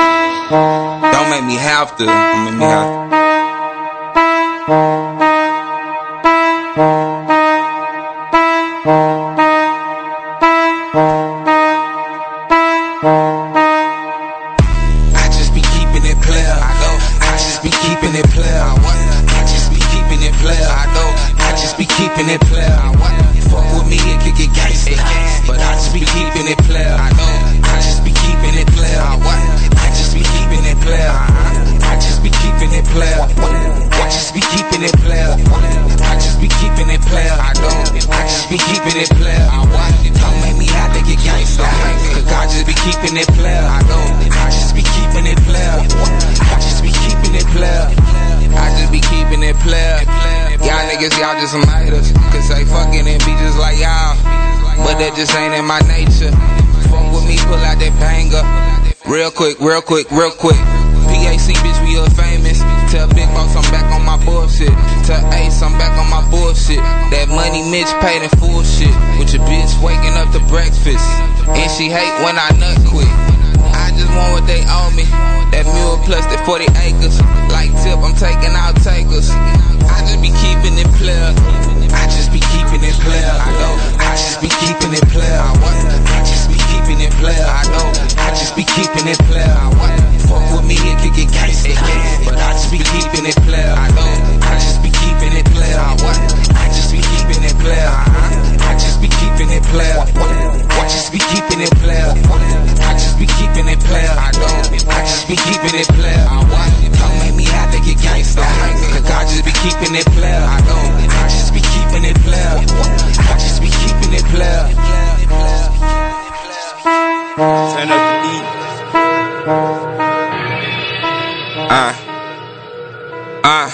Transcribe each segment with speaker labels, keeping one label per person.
Speaker 1: Don't make me have to. Don't make me have to. I just be keeping it player. I go. I just be keeping it player. I what? I just be keeping it player. I go. I just be keeping it player. I what? Fuck with me, it could get gangster. But I just be keeping it player. I go. I just be keeping it player. I what? I just be keeping it player. uh-huh. I just be keeping it player. I just be keeping it player. I just be keeping it player. I go. I just be keeping it player. I what? Don't make me have to get gangster. Cause I just be keeping it player. I go. I just be keeping it player. I just be keeping it player. I just be keeping it player. Y'all niggas, y'all just some haters. Could say fucking and be just like y'all. But that just ain't in my nature. Fuck with me, pull out that banger. Real quick, real quick, real quick. PAC, bitch, we are famous. Tell Big Boss I'm back on my bullshit. Tell Ace I'm back on my bullshit. That money Mitch paid in full shit. With your bitch waking up to breakfast. And she hate when I nut quit. I just want what they owe me. That mule plus the 40 acres. Like tip, I'm taking out takers. I just be keeping it player. I just be keeping it player. I know. I just be keeping it player. I want. I just be keeping it player. I know. I just be keeping it player. I want. Fuck with me, it could get gangster. But I just be keeping it player. I know. I just be keeping it player. I want. I just be keeping it player. Uh-huh. I, I just be keeping it player. I just be keeping it player. I just be keeping it player. I go. I just be keeping it player. I want. Don't make me have to get gangsta. Cause I just be keeping it player. I go. I just be keeping it player. I just be keeping it player.
Speaker 2: Turn up the beat.
Speaker 1: Uh. Uh.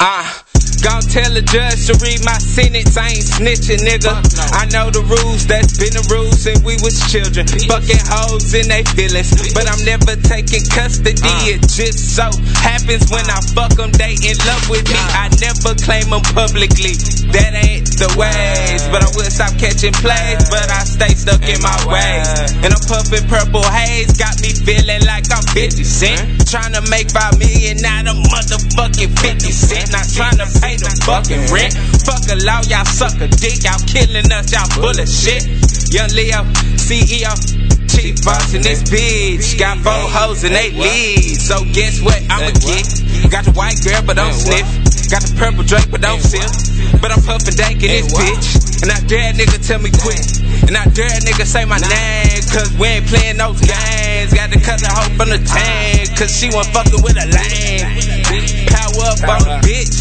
Speaker 1: Uh. Go tell the judge to read my sentence. I ain't snitching, nigga. I know the rules, that's been the rules since we was children. Fucking hoes in they feelings. But I'm never taking custody. It just so happens when I fuck them, they in love with me. I never claim them publicly. That ain't the ways. But I will stop catching plays. But I stay stuck in my ways. And I'm puffing purple haze. Got me feeling like I'm 50 cent. Trying to make 5 million out of motherfucking 50 cent. Not trying to pay the fucking rent. Fuck a law, y'all suck a dick. Y'all killing us, y'all full of shit. Young Leo, CEO, chief boss in this bitch. Got four hoes and they lead. So guess what? I'ma get. Got the white girl, but don't sniff. Got the purple drink, but don't sip. But I'm puffin' dank in this bitch. And I dare a nigga tell me quit. And I dare a nigga say my name. Cause we ain't playing those games. Got the cousin hope from the tank. Cause she wasn't fucking with a lame. Power up on the bitch.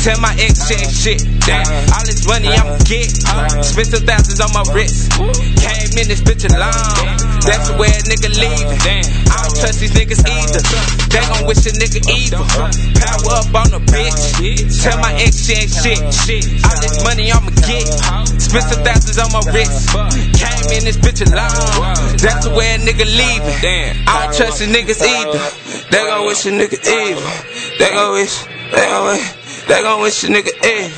Speaker 1: Tell my ex shit, shit. Damn, all this money I'ma get. Spent some thousands on my wrist. Came in this bitch alone. That's where a nigga leaving. I don't trust these niggas either. They gon' wish a nigga evil. Power up on the bitch. Tell my ex she ain't shit, shit. All this money I'ma get. Spent some thousands on my wrist. Came in this bitch alone. That's where a nigga leaving. I don't trust these niggas either. They gon' wish a nigga evil. They gon' wish. They gon' wish. They gon' wish a nigga evil.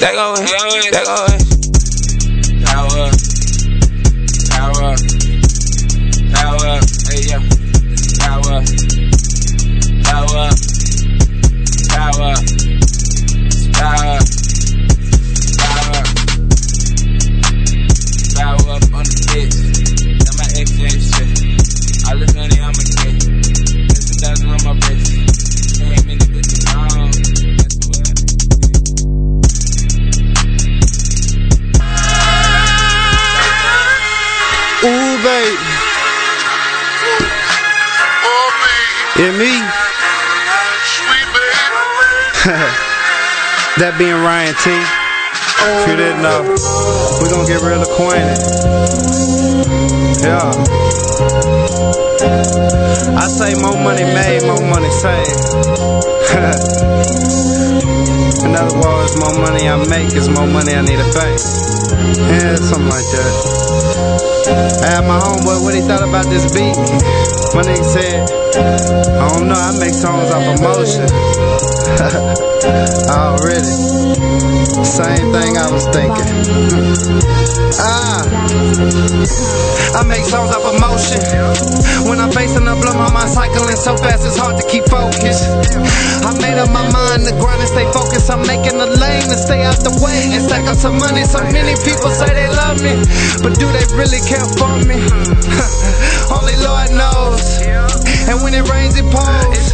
Speaker 1: They gon' wish. They gon' wish. Power up. Power up. Power up. Hey, yeah. Power up. Power up. Power up. Power up. Power up. Power up on the bitch. Got my ex and shit. All this money I'ma get. There's some thousand on my wrist. Came in the bitch alone. That's what.
Speaker 2: Ooh, baby. Yeah, me. that being Ryan T. If you didn't know, we gonna get real acquainted. Yeah. I say more money made, more money saved. In other words, more money I make is more money I need to pay. Yeah, something like that. I asked my homeboy what he thought about this beat. My nigga said, I don't know, I make songs off emotion. oh, really? Same thing I was thinking. Ah, I make songs off emotion. When I'm facing a blow, my mind cycling so fast it's hard to keep focused. I made up my mind to grind and stay focused. I'm making a lane to stay out the way and stack up some money. So many people say they love me, but do they really care for me? Only Lord knows. And when it rains, it pours.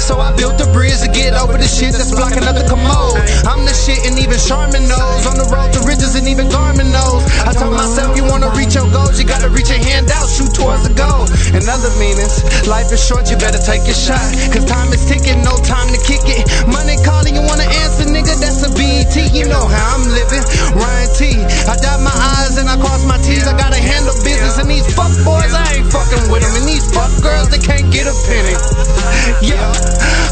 Speaker 2: So I built a bridge to get over the shit that's blocking up the commode. I'm the shit and even Charmin knows. On the road to riches and even Garmin knows. I told myself you wanna reach your goals, you gotta reach your hand out, shoot towards the goal. In other meanings, life is short, you better take your shot. Cause time is ticking, no time to kick it. Money calling, you wanna answer, nigga, that's a BET. You know how I'm living, Ryan T. I dot my I's and I cross my T's, I gotta handle business. And these fuck boys, I ain't fucking with them. And these fuck girls, they can't get a penny. Yeah,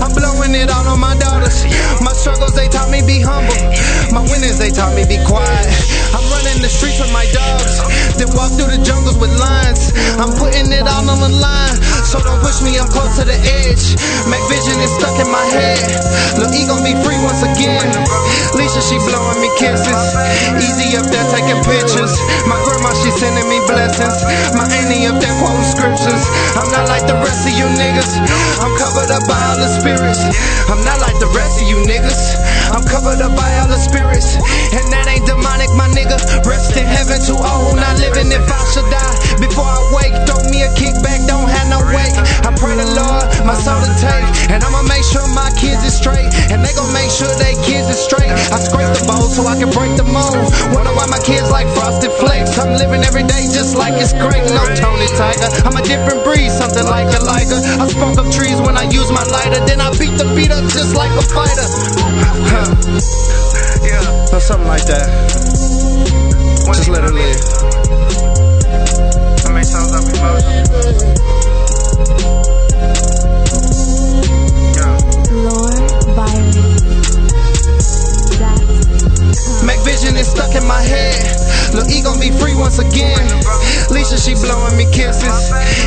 Speaker 2: I'm blowing it all on my daughters. My struggles, they taught me be humble. My winnings, they taught me be quiet. I'm running the streets with my dogs. Then walk through the jungles with lions. I'm putting it all on the line. So don't push me, I'm close to the edge. Mac vision is stuck in my head. Lil E gon' be free once again. Leisha, she blowing me kisses. Easy up there taking pictures. My grandma, she sending me blessings. My auntie up there quoting scriptures. I'm not like the rest of you niggas. I'm covered up by all the spirits. I'm not like the rest of you niggas. I'm covered up by all the spirits. And that ain't demonic, my nigga. Rest in heaven to all who not living. If I should die before I wake, throw me a kickback, don't have no wake. I pray the Lord my soul to take. And I'ma make sure my kids is straight. And they gon' make sure they kids is straight. I scrape the bowl so I can break the mold. Wonder why my kids like frosted flakes. I'm living every day just like it's great. No Tony Tiger. I'm a different breed, something like a liger. I spark up trees when I use my lighter. Then I beat the beat up just like a fighter. Huh. Yeah. Or something like that. Just let it live. I make sounds of emotion.
Speaker 3: Lord Byron. That's
Speaker 2: Mac vision is stuck in my head. Lil E gon' be free once again. Leisha, she blowing me kisses.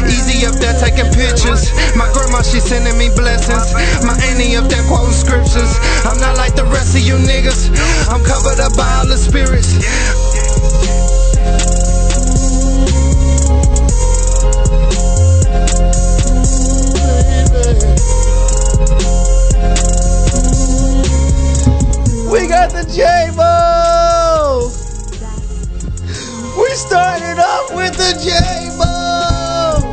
Speaker 2: Easy up there taking pictures. My grandma, she sending me blessings. My auntie up there quoting scriptures. I'm not like the rest of you niggas. I'm covered up by all the spirits. We got the J-Mo! We started off with the J-Mo!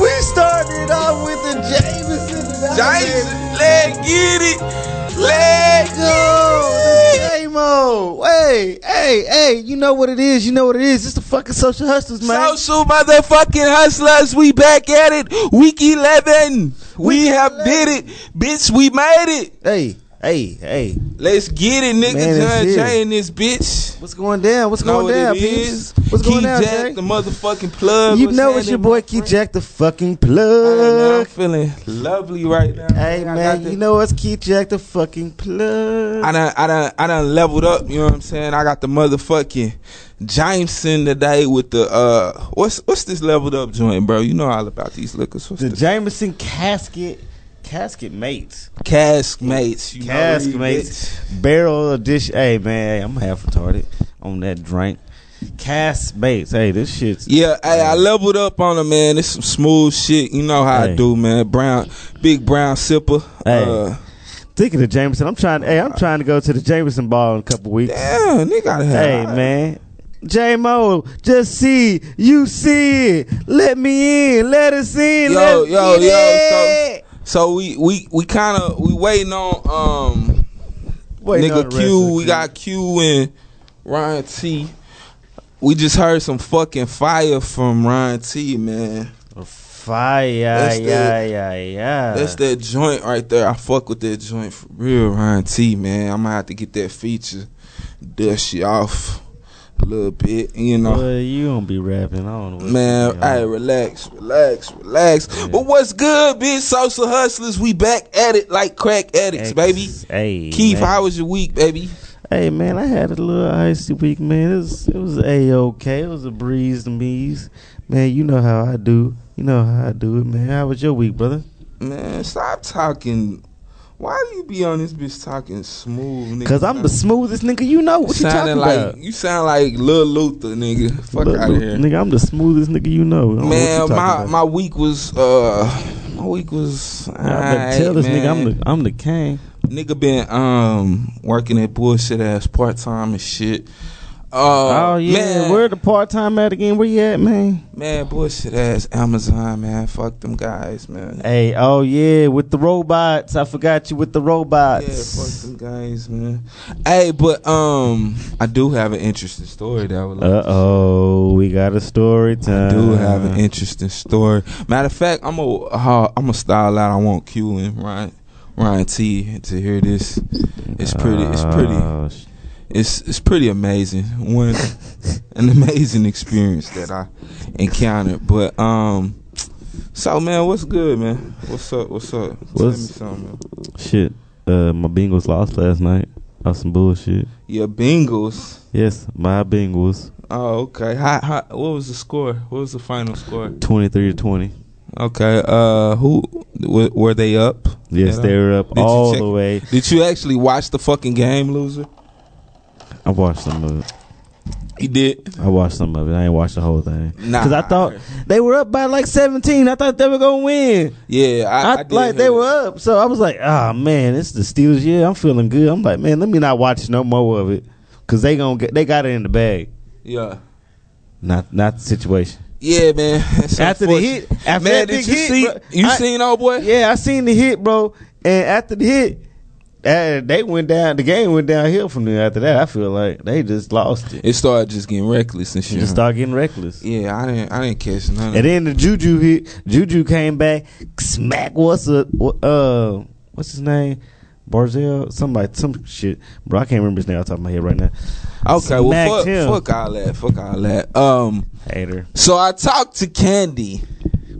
Speaker 2: We started off with the Jameson.
Speaker 4: Jason, let get it. Let
Speaker 2: go! The J-Mo! Hey, hey, hey, you know what it is, you know what it is. It's the fucking social hustlers, man.
Speaker 4: Social motherfucking hustlers, we back at it. Week 11. we have did it. Bitch, we made it.
Speaker 2: hey, hey, hey.
Speaker 4: Let's get it, nigga.
Speaker 2: Man,
Speaker 4: John
Speaker 2: it's
Speaker 4: Jay in this bitch.
Speaker 2: What's going down? What's
Speaker 4: Know
Speaker 2: going
Speaker 4: what
Speaker 2: down,
Speaker 4: it
Speaker 2: peeps?
Speaker 4: is.
Speaker 2: What's
Speaker 4: Key
Speaker 2: going down,
Speaker 4: Jack,
Speaker 2: Jack?
Speaker 4: the motherfucking plug.
Speaker 2: You
Speaker 4: What's
Speaker 2: know it's
Speaker 4: happening,
Speaker 2: your boy
Speaker 4: my
Speaker 2: Key
Speaker 4: friend?
Speaker 2: Jack the fucking
Speaker 4: I know, I'm
Speaker 2: plug.
Speaker 4: feeling lovely right now.
Speaker 2: Hey
Speaker 4: I
Speaker 2: man,
Speaker 4: got the-
Speaker 2: you know it's Key Jack the fucking plug.
Speaker 4: I done, I done, I done leveled up. You know what I'm saying? I got the motherfucking Jameson today with the uh, what's what's this leveled up joint, bro? You know all about these liquors. What's
Speaker 2: the
Speaker 4: the,
Speaker 2: Jameson casket, casket mates,
Speaker 4: cask mates? You know
Speaker 2: cask
Speaker 4: what it
Speaker 2: mates, barrel edition. Hey man, hey, I'm half retarded on that drink. Cask mates. Hey, this shit's
Speaker 4: is. Yeah, hey, I leveled up on him, man. It's some smooth shit. You know how I
Speaker 2: Hey.
Speaker 4: do, man. Brown, big brown sipper.
Speaker 2: Hey.
Speaker 4: Uh,
Speaker 2: thinking of Jameson. I'm trying. Hey, I'm trying to go to the Jameson ball in a couple weeks.
Speaker 4: damn, nigga, gotta have.
Speaker 2: Hey man. J Mo, just see, you see it. Let me in, let us in.
Speaker 4: Yo,
Speaker 2: let's
Speaker 4: yo,
Speaker 2: get
Speaker 4: yo,
Speaker 2: it.
Speaker 4: So we we we kind of we waiting on um
Speaker 2: Wait, no, the
Speaker 4: nigga
Speaker 2: rest of
Speaker 4: Q.
Speaker 2: the
Speaker 4: We
Speaker 2: crew.
Speaker 4: got Q and Ryan T. We just heard some fucking fire from Ryan T, man.
Speaker 5: Oh,
Speaker 2: fire, yeah,
Speaker 4: That's the-
Speaker 2: yeah, yeah.
Speaker 4: That's that joint right there. I fuck with that joint for real, Ryan T, man. I'm gonna have to get that feature, dust you off a little bit, you know.
Speaker 2: Well, Uh, you don't be rapping. I don't know. What
Speaker 4: Man,
Speaker 2: you
Speaker 4: hey,
Speaker 2: I,
Speaker 4: relax, relax, relax.
Speaker 2: Yeah.
Speaker 4: But what's good, bitch? Social hustlers, we back at it like crack addicts, baby.
Speaker 2: Hey,
Speaker 4: Keith,
Speaker 2: man.
Speaker 4: how was your week, baby?
Speaker 2: Hey, man, I had a little icy week, man. It was it was a okay. It was a breeze to me. Man, you know how I do. You know how I do it, man. How was your week, brother?
Speaker 4: Man, stop talking Why do you be on this bitch talking smooth, nigga?
Speaker 5: Cause I'm the smoothest nigga you know. What you talking
Speaker 4: Sounding like
Speaker 5: about?
Speaker 4: you sound like Lil Luther, nigga. Fuck
Speaker 5: Look,
Speaker 4: out
Speaker 5: look,
Speaker 4: of here,
Speaker 5: Nigga, I'm the smoothest nigga you know. I don't know what you
Speaker 4: man.
Speaker 5: talking
Speaker 4: My
Speaker 5: about.
Speaker 4: my week was uh, my week was.
Speaker 5: I better
Speaker 4: alright,
Speaker 5: tell this
Speaker 4: man.
Speaker 5: nigga I'm the I'm the king.
Speaker 4: Nigga been um working at bullshit ass part time and shit. Uh,
Speaker 5: oh yeah,
Speaker 4: man,
Speaker 5: where the part time at again? Where you at, man?
Speaker 4: man, bullshit ass Amazon, man. Fuck them guys, man.
Speaker 5: Hey, oh yeah, with the robots. I forgot you with the
Speaker 4: Yeah,
Speaker 5: robots.
Speaker 4: fuck them guys, man. Hey, but um, I do have an interesting story that I would like.
Speaker 5: uh oh, we got a story time.
Speaker 4: I do have an interesting story. Matter of fact, I'm a uh, I'm a style out. I want Q and Ryan Ryan T to hear this. It's pretty. It's pretty.
Speaker 5: Oh, sh-
Speaker 4: it's it's pretty amazing. One an amazing experience that I encountered. But um so man, what's good, man? What's up? What's up? Tell me
Speaker 5: What's-
Speaker 4: something. Man.
Speaker 5: shit, uh, my Bengals lost last night. Off some bullshit.
Speaker 4: Your Bengals.
Speaker 5: Yes, my Bengals,
Speaker 4: Oh, okay. How, how, what was the score? What was the final score?
Speaker 5: twenty three to twenty.
Speaker 4: Okay. Uh who w- were they up?
Speaker 5: Yes,
Speaker 4: Yeah.
Speaker 5: they were up
Speaker 4: uh, Did you
Speaker 5: all
Speaker 4: check-
Speaker 5: the way.
Speaker 4: Did you actually watch the fucking game, loser?
Speaker 5: I watched some of it.
Speaker 4: You did.
Speaker 5: I watched some of it. I ain't watched the whole thing.
Speaker 4: Nah.
Speaker 5: Cause I thought they were up by like seventeen. I thought they were gonna win.
Speaker 4: Yeah, I,
Speaker 5: I,
Speaker 4: I, did
Speaker 5: like they
Speaker 4: hear
Speaker 5: were
Speaker 4: that.
Speaker 5: up, so I was like, "Ah, man, it's the Steelers." Yeah, I'm feeling good. I'm like, man, let me not watch no more of it because they gonna get they got it in the bag.
Speaker 4: Yeah.
Speaker 5: Not not the situation.
Speaker 4: Yeah, man. It's
Speaker 5: after the
Speaker 4: unfortunate.
Speaker 5: hit, after
Speaker 4: man,
Speaker 5: that big
Speaker 4: did you
Speaker 5: hit,
Speaker 4: see?
Speaker 5: bro,
Speaker 4: you
Speaker 5: I-
Speaker 4: seen old boy?
Speaker 5: Yeah, I seen the hit, bro. And after the hit, uh, they went down. The game went downhill from there. After that, I feel like they just lost it.
Speaker 4: It started just getting reckless and shit.
Speaker 5: Just start getting reckless.
Speaker 4: yeah, I didn't. I didn't catch none. Of
Speaker 5: And
Speaker 4: it
Speaker 5: then the Juju hit. Juju came back. Smack. What's a uh? What's his name? Barzell. Somebody. Some shit. Bro, I can't remember his name off the top of my head right now.
Speaker 4: okay, well, fuck,
Speaker 5: smacked him.
Speaker 4: fuck all that. Fuck all that. Um,
Speaker 5: Hater.
Speaker 4: so I talked to Candy.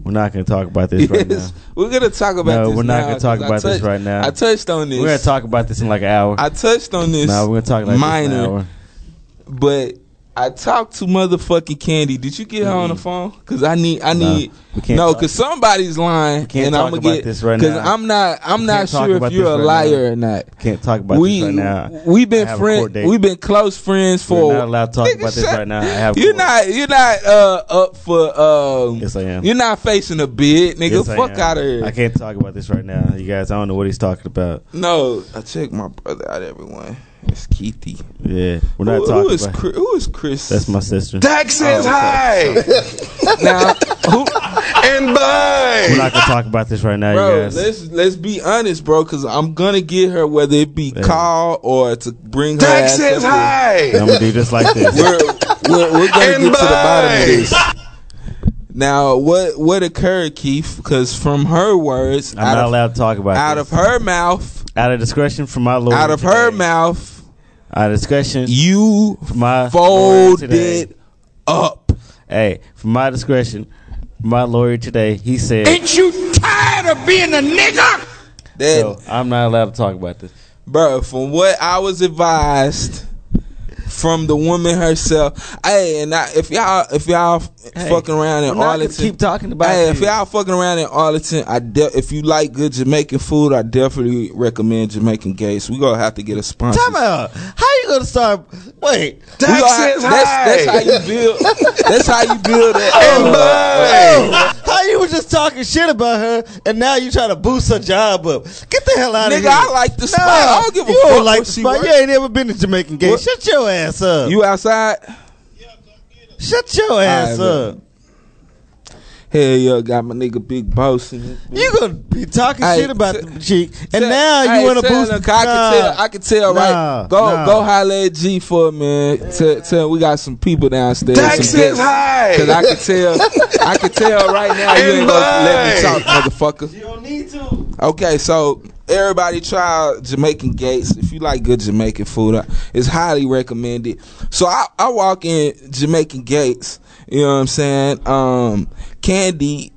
Speaker 5: We're not gonna talk about this right now.
Speaker 4: Yes, we're gonna talk about
Speaker 5: No,
Speaker 4: this.
Speaker 5: we're not
Speaker 4: now,
Speaker 5: gonna talk
Speaker 4: 'cause I
Speaker 5: about this
Speaker 4: touched-
Speaker 5: right now.
Speaker 4: I touched on this.
Speaker 5: We're gonna talk about this in like an hour.
Speaker 4: I touched on this.
Speaker 5: nah, we're gonna talk like this in
Speaker 4: minor,
Speaker 5: an hour.
Speaker 4: but I talked to motherfucking Candy. Did you get her on the phone? Cause I need, I
Speaker 5: Nah,
Speaker 4: need.
Speaker 5: we can't
Speaker 4: no,
Speaker 5: talk-
Speaker 4: cause somebody's lying,
Speaker 5: can't
Speaker 4: and
Speaker 5: talk
Speaker 4: I'm gonna
Speaker 5: about
Speaker 4: get
Speaker 5: this right
Speaker 4: Cause
Speaker 5: now.
Speaker 4: I'm not, I'm
Speaker 5: We
Speaker 4: not
Speaker 5: can't talk
Speaker 4: sure
Speaker 5: about
Speaker 4: if you're
Speaker 5: this
Speaker 4: a
Speaker 5: right
Speaker 4: liar
Speaker 5: now.
Speaker 4: or not.
Speaker 5: Can't talk about
Speaker 4: we
Speaker 5: this right now.
Speaker 4: we've been
Speaker 5: I have a court
Speaker 4: friends.
Speaker 5: date.
Speaker 4: We've been close friends for.
Speaker 5: We're not allowed to talk
Speaker 4: Nigga,
Speaker 5: about this
Speaker 4: shut-
Speaker 5: right now. I have
Speaker 4: You're
Speaker 5: court.
Speaker 4: not. You're not uh, up for. Um,
Speaker 5: Yes, I am.
Speaker 4: You're not facing a bid, nigga.
Speaker 5: Yes, I
Speaker 4: Fuck
Speaker 5: am.
Speaker 4: out of here.
Speaker 5: I can't talk about this right now, you guys. I don't know what he's talking about.
Speaker 4: No, I checked my brother out. Everyone, it's Keithy.
Speaker 5: Yeah, we're
Speaker 4: Who-
Speaker 5: not
Speaker 4: who
Speaker 5: talking
Speaker 4: is
Speaker 5: about.
Speaker 4: Chris, who is Chris?
Speaker 5: That's my sister.
Speaker 1: Dax says hi
Speaker 4: now, who,
Speaker 1: and
Speaker 5: we're
Speaker 1: bye.
Speaker 5: not gonna talk about this right now, you
Speaker 4: bro.
Speaker 5: guys.
Speaker 4: Let's let's be honest, bro. Because I'm gonna get her whether it be call or to bring her.
Speaker 1: Dax
Speaker 4: ass
Speaker 1: says
Speaker 4: up here.
Speaker 1: hi.
Speaker 5: I'm gonna do just like this.
Speaker 4: we're, we're, we're gonna
Speaker 1: And
Speaker 4: get to the bottom
Speaker 1: bye.
Speaker 4: of this. Now, what what occurred, Keith? Because from her words,
Speaker 5: I'm not
Speaker 4: out,
Speaker 5: allowed to talk about
Speaker 4: of, out
Speaker 5: this.
Speaker 4: of her mouth,
Speaker 5: out of discretion from my lord.
Speaker 4: out of her
Speaker 5: today.
Speaker 4: mouth,
Speaker 5: Out of discretion,
Speaker 4: you
Speaker 5: from my lawyer today.
Speaker 4: folded up.
Speaker 5: Hey, from my discretion, my lawyer today. He said,
Speaker 4: That,
Speaker 5: so I'm not allowed to talk about this.
Speaker 4: bro. From what I was advised from the woman herself, hey, and I, if y'all Uh, if y'all
Speaker 5: Hey,
Speaker 4: fucking around in
Speaker 5: we're not gonna
Speaker 4: Arlington,
Speaker 5: keep talking about
Speaker 4: Hey, if
Speaker 5: this.
Speaker 4: y'all fucking around in Arlington, I de- if you like good Jamaican food, I definitely recommend Jamaican Gates. We gonna have to get a sponsor.
Speaker 5: Time out. How you gonna start? Wait.
Speaker 4: We
Speaker 1: Dax
Speaker 4: gonna have-
Speaker 1: says
Speaker 4: that's, that's how
Speaker 1: hi.
Speaker 4: you build. that's how you build that.
Speaker 1: And bye.
Speaker 5: Oh, How you were just talking shit about her, and now you trying to boost her job up? Get the hell out of
Speaker 4: Nigga,
Speaker 5: here!
Speaker 4: I like the spot. I don't give a
Speaker 5: you
Speaker 4: fuck
Speaker 5: Don't like
Speaker 4: where
Speaker 5: the
Speaker 4: she
Speaker 5: spot.
Speaker 4: work.
Speaker 5: You ain't ever been to Jamaican Gate.
Speaker 4: What?
Speaker 5: Shut your ass up.
Speaker 4: You outside?
Speaker 5: Shut your ass
Speaker 4: man.
Speaker 5: up.
Speaker 4: Hell yeah, got my nigga Big Boss. in this bitch.
Speaker 5: You gonna be talking
Speaker 4: Hey,
Speaker 5: shit about
Speaker 4: t-
Speaker 5: the chick, and
Speaker 4: Tell-
Speaker 5: now you
Speaker 4: hey,
Speaker 5: want to
Speaker 4: tell
Speaker 5: boost?
Speaker 4: her, 'cause
Speaker 5: Nah.
Speaker 4: I can tell. I can tell.
Speaker 5: Nah,
Speaker 4: right. Go
Speaker 5: nah.
Speaker 4: go holler at G for a minute. Tell, tell we got some people downstairs.
Speaker 1: Dax
Speaker 4: some
Speaker 1: says
Speaker 4: guests.
Speaker 1: hi.
Speaker 4: Cause I can tell, I can tell right now you
Speaker 1: And
Speaker 4: ain't gonna let me
Speaker 1: bye.
Speaker 4: talk, motherfucker. You don't need to. Okay, so everybody try Jamaican Gates if you like good Jamaican food. I- It's highly recommended. So I, I walk in Jamaican Gates. You know what I'm saying? Um, Candy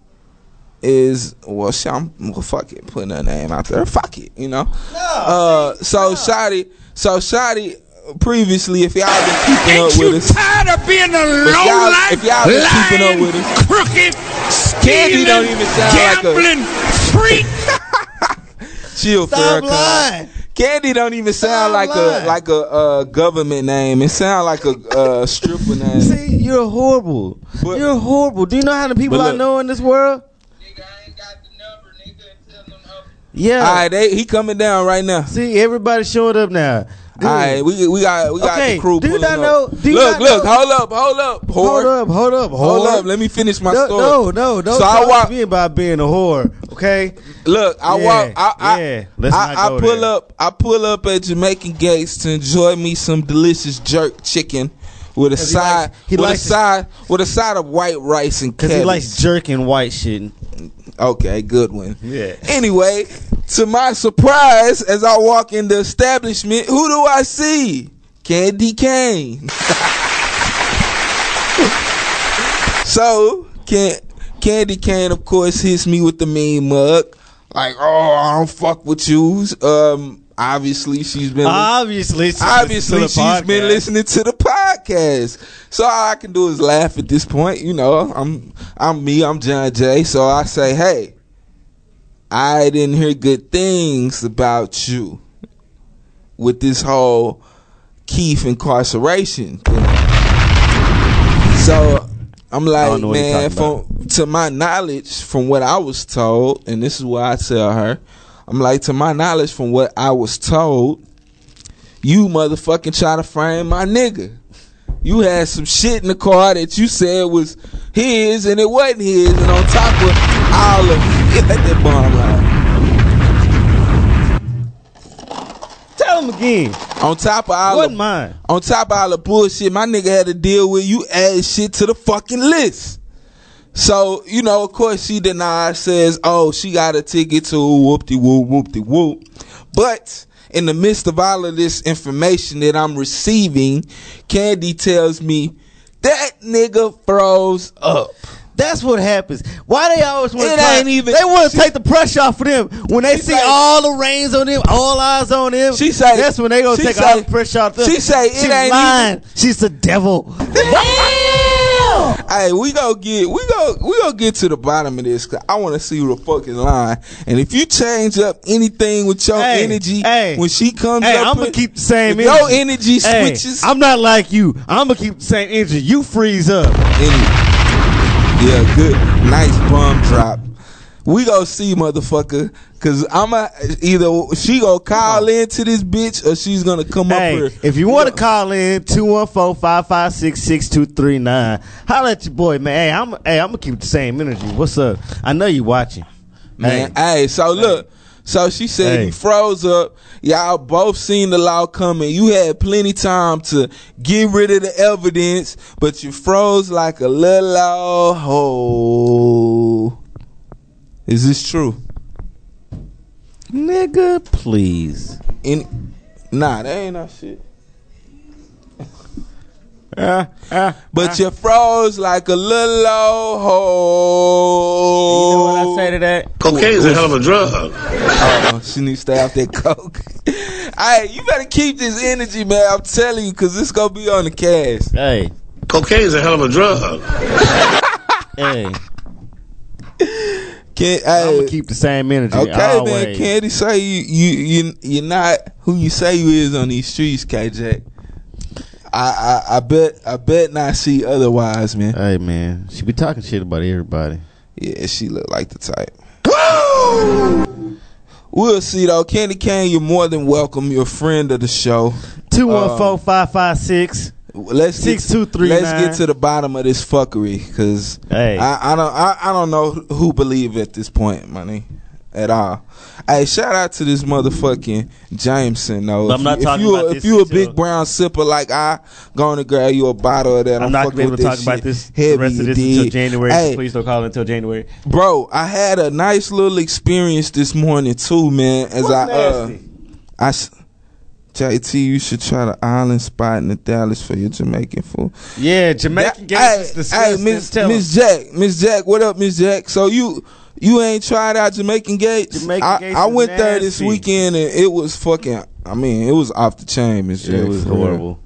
Speaker 4: is well, she, I'm well, fuck it, putting her name out there. Fuck it, you know. uh, so Shotty, so Shotty. Previously, if y'all been keeping up with us, if y'all, if y'all been keeping up with us, crooked, Candy don't even sound like a Chill,
Speaker 5: Stop
Speaker 4: Farrakhan.
Speaker 5: lying.
Speaker 4: Candy don't even sound
Speaker 5: Stop
Speaker 4: like
Speaker 5: lying.
Speaker 4: a like a uh, government name. It sound like a uh, stripper name.
Speaker 5: See, you're horrible.
Speaker 4: But-
Speaker 5: you're horrible. Do you know how the people
Speaker 4: But
Speaker 5: I
Speaker 4: look.
Speaker 5: know in this world? Yeah.
Speaker 4: All right, they, he coming down right now.
Speaker 5: See, everybody showing up now. Dude,
Speaker 4: All right, we we got we got
Speaker 5: Okay,
Speaker 4: the crew.
Speaker 5: do you not
Speaker 4: pulling
Speaker 5: know-
Speaker 4: up.
Speaker 5: do you
Speaker 4: look,
Speaker 5: not
Speaker 4: look,
Speaker 5: know-
Speaker 4: hold up, hold up, whore.
Speaker 5: hold up, hold up,
Speaker 4: Hold
Speaker 5: whore.
Speaker 4: up, let me finish my
Speaker 5: no,
Speaker 4: story.
Speaker 5: no, no, don't
Speaker 4: So I
Speaker 5: talk
Speaker 4: walk-
Speaker 5: to me about being a whore. Okay.
Speaker 4: Look, I
Speaker 5: Yeah,
Speaker 4: walk. I, I,
Speaker 5: yeah, let's
Speaker 4: I,
Speaker 5: not
Speaker 4: I
Speaker 5: go
Speaker 4: pull
Speaker 5: there.
Speaker 4: up. I pull up at Jamaican Gates to enjoy me some delicious jerk chicken with a
Speaker 5: 'Cause he
Speaker 4: side.
Speaker 5: likes- he
Speaker 4: with
Speaker 5: likes
Speaker 4: a
Speaker 5: it.
Speaker 4: side with a side of white rice and
Speaker 5: Because
Speaker 4: cabbage.
Speaker 5: he likes jerking white shit.
Speaker 4: okay, good one.
Speaker 5: Yeah.
Speaker 4: Anyway, to my surprise, as I walk in the establishment, who do I see? Candy Kane. so, can, Candy Kane, of course, hits me with the mean mug. Like, oh, I don't fuck with you. Um, obviously, she's been.
Speaker 5: Obviously, she's
Speaker 4: Obviously,
Speaker 5: listening to
Speaker 4: she's
Speaker 5: the
Speaker 4: been
Speaker 5: podcast.
Speaker 4: listening to the podcast, so all I can do is laugh at this point. You know, I'm I'm me, I'm John Jay, so I say, hey, I didn't hear good things about you with this whole Keith incarceration. Thing. So I'm like,
Speaker 5: know what you're
Speaker 4: man,
Speaker 5: talking about.
Speaker 4: from, to my knowledge, from what I was told, and this is what I tell her, I'm like, to my knowledge, from what I was told, you motherfucking try to frame my nigga. You had some shit in the car that you said was his and it wasn't his, and on top of all of get that bomb line.
Speaker 5: Tell him again.
Speaker 4: On top of all
Speaker 5: Wasn't
Speaker 4: the-
Speaker 5: mine.
Speaker 4: on top of all the bullshit, my nigga had to deal with you add shit to the fucking list. So, you know, of course she denies, says, oh, she got a ticket to whoop de whoop, whoop de whoop. But in the midst of all of this information that I'm receiving, Candy tells me that nigga froze up.
Speaker 5: That's what happens. Why they always want
Speaker 4: It
Speaker 5: to
Speaker 4: ain't even-
Speaker 5: They want to take the pressure off of them when they
Speaker 4: She
Speaker 5: see
Speaker 4: say-
Speaker 5: all the reins on them, all eyes on them.
Speaker 4: She say-
Speaker 5: that's when they gonna
Speaker 4: she
Speaker 5: take
Speaker 4: say-
Speaker 5: all the pressure off them.
Speaker 4: she say, it
Speaker 5: She's
Speaker 4: ain't
Speaker 5: lying. She's the devil.
Speaker 4: Hey, we go get we go we go get to the bottom of this. 'cause I want to see who the fuck is lying. And if you change up anything with your
Speaker 5: Hey,
Speaker 4: energy
Speaker 5: hey.
Speaker 4: when she comes,
Speaker 5: Hey,
Speaker 4: up
Speaker 5: I'm gonna
Speaker 4: in-
Speaker 5: keep the same
Speaker 4: if
Speaker 5: energy.
Speaker 4: Your energy
Speaker 5: Hey,
Speaker 4: switches.
Speaker 5: I'm not like you. I'm gonna keep the same energy. You freeze up.
Speaker 4: Any- yeah, good, nice bomb drop. We go see motherfucker, cause I'ma either she gonna call into this bitch or she's gonna come
Speaker 5: Hey,
Speaker 4: up here.
Speaker 5: if you want to call in 214-556-6239, holla at your boy, man. Hey, I'm hey, I'm gonna keep the same energy. What's up? I know you watching.
Speaker 4: Man,
Speaker 5: Hey,
Speaker 4: hey, so look. So she said
Speaker 5: Hey.
Speaker 4: you froze up. Y'all both seen the law coming. You had plenty time to get rid of the evidence, but you froze like a little old hoe. Oh, Is this true?
Speaker 5: nigga, please.
Speaker 4: Any, nah, that ain't no shit.
Speaker 5: Ah,
Speaker 4: But you froze like a little old hoe.
Speaker 5: You know what I say to that?
Speaker 6: Cocaine is a hell of a drug.
Speaker 4: Oh, she needs to stay off that coke. hey, you better keep this energy, man. I'm telling you, cause this gonna be on the cast.
Speaker 5: Hey,
Speaker 6: Cocaine is a hell of a drug.
Speaker 5: hey, I'm
Speaker 4: Can,
Speaker 5: gonna
Speaker 4: hey,
Speaker 5: keep the same energy.
Speaker 4: okay,
Speaker 5: always.
Speaker 4: man. Candy say you you you you're not who you say you is on these streets, KJ. I, I I bet I bet not see otherwise, man.
Speaker 5: Hey, man, she be talking shit about everybody.
Speaker 4: Yeah, she look like the type. We'll see though. Candy Kane, you're more than welcome. You're a friend of the show. Um,
Speaker 5: 214-556.
Speaker 4: Let's
Speaker 5: Six,
Speaker 4: get,
Speaker 5: two, three,
Speaker 4: Let's
Speaker 5: nine.
Speaker 4: get to the bottom of this fuckery, cause
Speaker 5: Hey.
Speaker 4: I, I don't I, I don't know who believe at this point, money, at all. Hey, shout out to this motherfucking Jameson though.
Speaker 5: I'm not
Speaker 4: you,
Speaker 5: talking
Speaker 4: if you,
Speaker 5: about
Speaker 4: a-
Speaker 5: this
Speaker 4: If you a
Speaker 5: until-
Speaker 4: big brown sipper like I, going to grab you a bottle of that.
Speaker 5: I'm not gonna
Speaker 4: fucking
Speaker 5: be able
Speaker 4: with
Speaker 5: to talk
Speaker 4: this
Speaker 5: about
Speaker 4: shit.
Speaker 5: this
Speaker 4: Heavy,
Speaker 5: the rest of this
Speaker 4: you
Speaker 5: until
Speaker 4: dig?
Speaker 5: January. so
Speaker 4: Hey,
Speaker 5: please don't call until January.
Speaker 4: bro, I had a nice little experience this morning too, man. As I uh, I s- JT, you should try the island spot in the Dallas for your Jamaican food.
Speaker 5: yeah, Jamaican
Speaker 4: Yeah,
Speaker 5: gas is
Speaker 4: Hey,
Speaker 5: disgusting.
Speaker 4: Miss
Speaker 5: Tell 'em.
Speaker 4: Miss Jack, Miss Jack, what up, Miss Jack? So you you ain't tried out Jamaican Gates?
Speaker 5: Jamaican
Speaker 4: I,
Speaker 5: Gates
Speaker 4: I
Speaker 5: is
Speaker 4: went there this
Speaker 5: nasty.
Speaker 4: weekend and it was fucking. I mean, it was off the chain, Miss Jack.
Speaker 5: it was
Speaker 4: for real.
Speaker 5: horrible.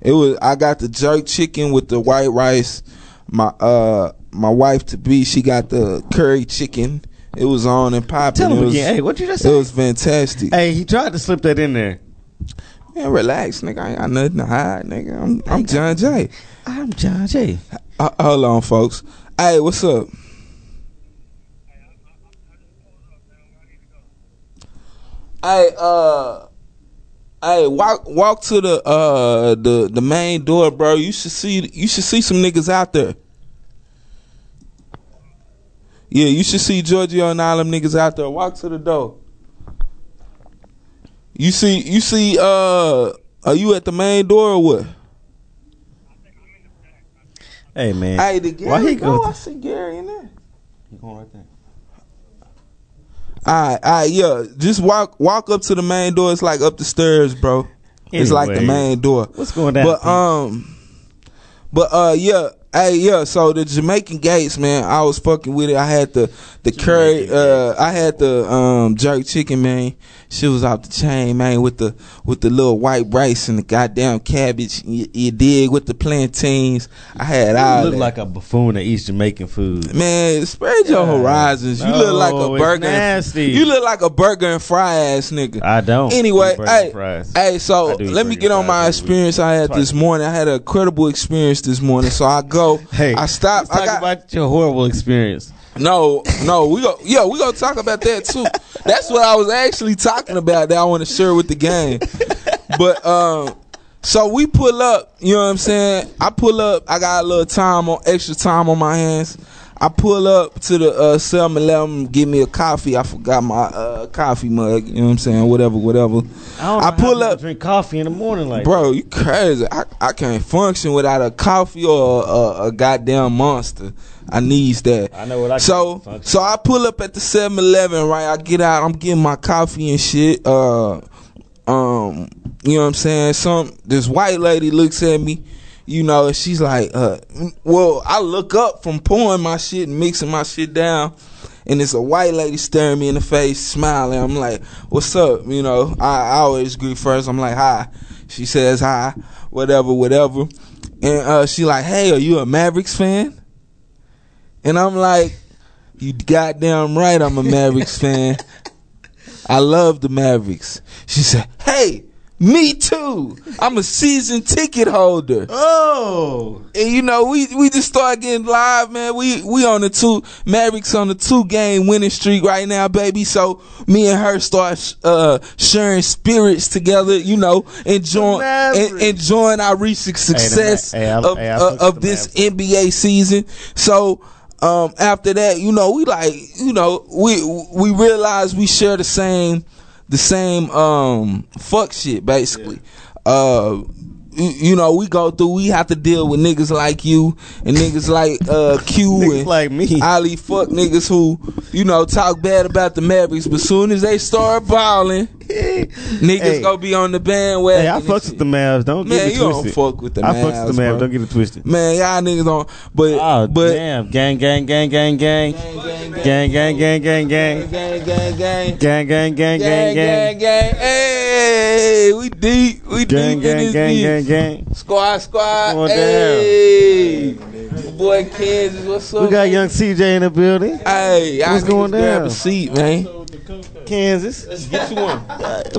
Speaker 4: It was. I got the jerk chicken with the white rice. My uh my wife to be, she got the curry chicken It was on and popping.
Speaker 5: Tell
Speaker 4: it
Speaker 5: him
Speaker 4: was,
Speaker 5: again. Hey, what you just
Speaker 4: It
Speaker 5: say?
Speaker 4: was fantastic.
Speaker 5: Hey, he tried to slip that in there.
Speaker 4: Man, relax, nigga. I ain't got nothing to hide, nigga. I'm, I'm John Jay.
Speaker 5: I'm John Jay.
Speaker 4: Uh, hold on, folks. Hey, what's up? Hey, uh, hey, walk walk to the uh the the main door, bro. You should see you should see some niggas out there. Yeah, you should see Giorgio and all them niggas out there. Walk to the door. You see, you see, uh, are you at the main door or what?
Speaker 5: Hey man.
Speaker 4: Hey, the Gary.
Speaker 5: Why he
Speaker 4: bro,
Speaker 5: go?
Speaker 4: I see Gary in there.
Speaker 5: He going right there.
Speaker 4: All right, all right, yeah. Just walk walk up to the main door. It's like up the stairs, bro. It's like the
Speaker 5: Anyways,
Speaker 4: main door.
Speaker 5: What's going down?
Speaker 4: But um, but uh, yeah, hey, yeah. So the Jamaican Gates, man, I was fucking with it. I had the the curry, uh, I had the um jerk chicken, man. She was off the chain, man, with the with the little white rice and the goddamn cabbage. You, you dig with the plantains. I had all
Speaker 5: you look
Speaker 4: Ah, that.
Speaker 5: like a buffoon that eats Jamaican food.
Speaker 4: Man, spread your
Speaker 5: Yeah.
Speaker 4: horizons. You look like
Speaker 5: No,
Speaker 4: a
Speaker 5: it's
Speaker 4: burger. and-
Speaker 5: nasty.
Speaker 4: You look like a burger and fry ass nigga.
Speaker 5: I don't.
Speaker 4: Anyway,
Speaker 5: eat burger
Speaker 4: hey,
Speaker 5: fries.
Speaker 4: hey, so
Speaker 5: I do eat
Speaker 4: let me
Speaker 5: burger
Speaker 4: get on
Speaker 5: fries
Speaker 4: my
Speaker 5: every
Speaker 4: experience
Speaker 5: week.
Speaker 4: I had
Speaker 5: Twice.
Speaker 4: this morning. I had an incredible experience this morning. So I go,
Speaker 5: Hey,
Speaker 4: I stop.
Speaker 5: Let's
Speaker 4: I
Speaker 5: talk
Speaker 4: got
Speaker 5: about your horrible experience.
Speaker 4: no, no. We go, yeah, we gonna talk about that too. That's what I was actually talking about that I want to share with the gang. But um, so we pull up. You know what I'm saying? I pull up. I got a little time on extra time on my hands. I pull up to the uh, 7-Eleven, give me a coffee. I forgot my uh, coffee mug. You know what I'm saying? Whatever, whatever.
Speaker 5: I, don't know
Speaker 4: I
Speaker 5: how
Speaker 4: pull
Speaker 5: people
Speaker 4: up-
Speaker 5: drink coffee in the morning, like
Speaker 4: Bro, you crazy. I, I can't function without a coffee or a, a goddamn monster. I needs that.
Speaker 5: I know what I
Speaker 4: So
Speaker 5: can't function
Speaker 4: so I pull up at the 7-Eleven, right? I get out, I'm getting my coffee and shit. Uh um, you know what I'm saying? Some this white lady looks at me, you know, and she's like, uh well, I look up from pouring my shit and mixing my shit down. And it's a white lady staring me in the face, smiling. I'm like, "What's up?" You know, I, I always greet first. I'm like, "Hi." She says, "Hi," whatever, whatever. And uh, she like, "Hey, are you a Mavericks fan?" And I'm like, you goddamn right I'm a Mavericks fan. I love the Mavericks. She said, Hey, me too. I'm a season ticket holder.
Speaker 5: oh,
Speaker 4: And you know, we, we just started getting live, man. We we on the two Mavericks on the two game winning streak right now, baby. So me and her start uh, sharing spirits together, you know, enjoying
Speaker 5: Mavericks.
Speaker 4: en- enjoying our recent success
Speaker 5: Ma- hey, I-
Speaker 4: of,
Speaker 5: hey, I
Speaker 4: uh,
Speaker 5: fucks with
Speaker 4: of
Speaker 5: the
Speaker 4: this NBA season. So um, after that, you know, we like you know we we realize we share the same the same um fuck shit basically. Uh, you, you know, we go through. We have to deal with niggas like you and niggas like uh Q
Speaker 5: Niggas
Speaker 4: and
Speaker 5: like me.
Speaker 4: Ali fuck niggas who you know talk bad about the Mavericks, but soon as they start balling, niggas
Speaker 5: Hey.
Speaker 4: gonna be on the bandwagon.
Speaker 5: hey, I
Speaker 4: and
Speaker 5: fucks
Speaker 4: shit.
Speaker 5: with the Mavs. Don't
Speaker 4: Man,
Speaker 5: get it
Speaker 4: you don't
Speaker 5: twisted.
Speaker 4: fuck with the
Speaker 5: I fucks with the
Speaker 4: Mavs,
Speaker 5: Mavs.
Speaker 4: bro.
Speaker 5: Don't get it twisted.
Speaker 4: Man, y'all niggas don't. But
Speaker 5: Oh
Speaker 4: but
Speaker 5: damn! Gang, gang, gang, gang, gang, gang, gang, gang, gang, gang, gang,
Speaker 4: gang, gang,
Speaker 5: gang, gang, gang,
Speaker 4: gang, gang,
Speaker 5: gang,
Speaker 4: gang, gang. Hey, we deep, we
Speaker 5: gang,
Speaker 4: deep in
Speaker 5: gang,
Speaker 4: this
Speaker 5: gang, gang,
Speaker 4: deep.
Speaker 5: gang.
Speaker 4: Squad,
Speaker 5: Come on down.
Speaker 4: squad. Hey, Your boy Kansas, what's up?
Speaker 5: We got young CJ in the building,
Speaker 4: Hey, y'all
Speaker 5: What's
Speaker 4: niggas
Speaker 5: going
Speaker 4: Grab
Speaker 5: down?
Speaker 4: a seat, man.
Speaker 5: Kansas. Get you one.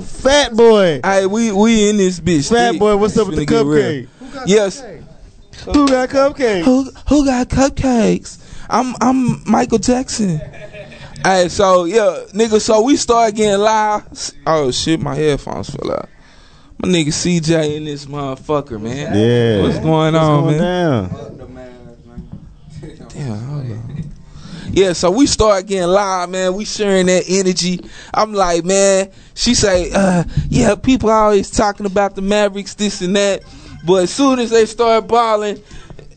Speaker 5: Fat boy,
Speaker 4: Hey, we we in this bitch.
Speaker 5: fat
Speaker 4: deep.
Speaker 5: boy. What's up
Speaker 4: It's
Speaker 5: with the
Speaker 4: finna get
Speaker 5: cupcake?
Speaker 4: real. Yes.
Speaker 5: Who got cupcake?
Speaker 4: Who who got cupcakes? I'm I'm Michael Jackson. Hey, so yeah, nigga. So we start getting live. Oh shit, my headphones fell out. My nigga CJ in this motherfucker, man.
Speaker 5: Yeah.
Speaker 4: What's going
Speaker 5: What's
Speaker 4: on,
Speaker 5: going
Speaker 4: man?
Speaker 5: down?
Speaker 4: Yeah, hold on. Yeah, so we start getting live, man. We sharing that energy. I'm like, man, she say, uh, yeah, people always talking about the Mavericks, this and that. But as soon as they start balling,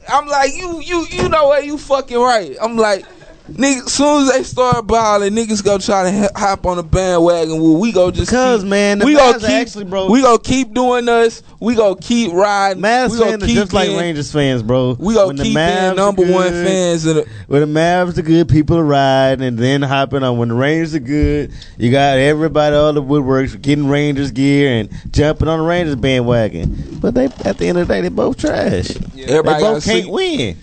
Speaker 4: I'm like, you, you, you know what? You fucking right. I'm like, nigga, soon as they start balling, niggas go try to h- hop on the bandwagon. Well, we go just
Speaker 5: Because,
Speaker 4: keep-
Speaker 5: man, the
Speaker 4: we
Speaker 5: Mavs
Speaker 4: gonna
Speaker 5: are
Speaker 4: keep,
Speaker 5: actually, bro-
Speaker 4: we gonna keep doing us. We gonna keep riding.
Speaker 5: Mavs
Speaker 4: we gonna
Speaker 5: fans are just like
Speaker 4: getting-
Speaker 5: Rangers fans, bro.
Speaker 4: We gonna
Speaker 5: When the
Speaker 4: keep
Speaker 5: Mavs are
Speaker 4: being number one
Speaker 5: good,
Speaker 4: fans of the.
Speaker 5: When the Mavs are good, people are riding and then hopping on. When the Rangers are good, you got everybody all the woodworks getting Rangers gear and jumping on the Rangers bandwagon. But they at the end of the day, they both trash.
Speaker 4: Everybody
Speaker 5: they
Speaker 4: gotta
Speaker 5: both can't
Speaker 4: see-
Speaker 5: win.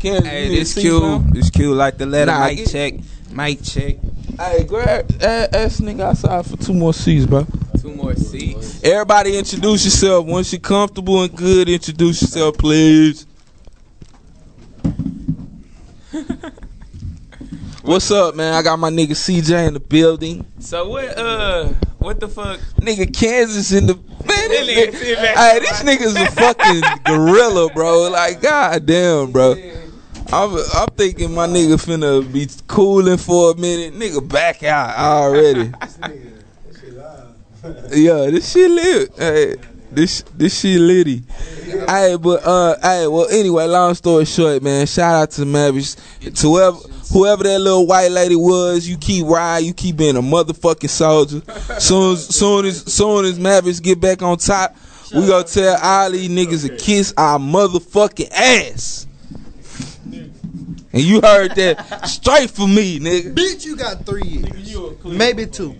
Speaker 4: Kansas,
Speaker 7: Hey,
Speaker 4: you
Speaker 7: this
Speaker 4: see
Speaker 7: Q,
Speaker 4: something?
Speaker 7: this Q like the letter.
Speaker 4: Nah,
Speaker 7: Mike
Speaker 4: get-
Speaker 7: check, Mike check.
Speaker 4: Hey, grab a- ask nigga outside for two more seats, bro.
Speaker 1: Two more seats.
Speaker 4: Everybody introduce yourself. Once you're comfortable and good, introduce yourself, please. What's up, man? I got my nigga CJ in the building.
Speaker 1: So what? Uh, what the fuck?
Speaker 4: Nigga Kansas in the man, this
Speaker 1: That nigga
Speaker 4: nigga-
Speaker 1: sit back.
Speaker 4: Hey, this nigga's a fucking gorilla, bro. Like, goddamn, bro. I'm, I'm thinking my nigga finna be cooling for a minute. Nigga back out already. yeah, this shit lit. Hey, this this shit litty. Hey, but uh, hey, well, anyway, long story short, man. Shout out to Mavis, to whoever, whoever that little white lady was. You keep riding, you keep being a motherfucking soldier. Soon as soon as soon as Mavis get back on top, we gonna tell all these niggas to kiss our motherfucking ass. And you heard that straight from me, nigga.
Speaker 8: Bitch, you got three years. Maybe two.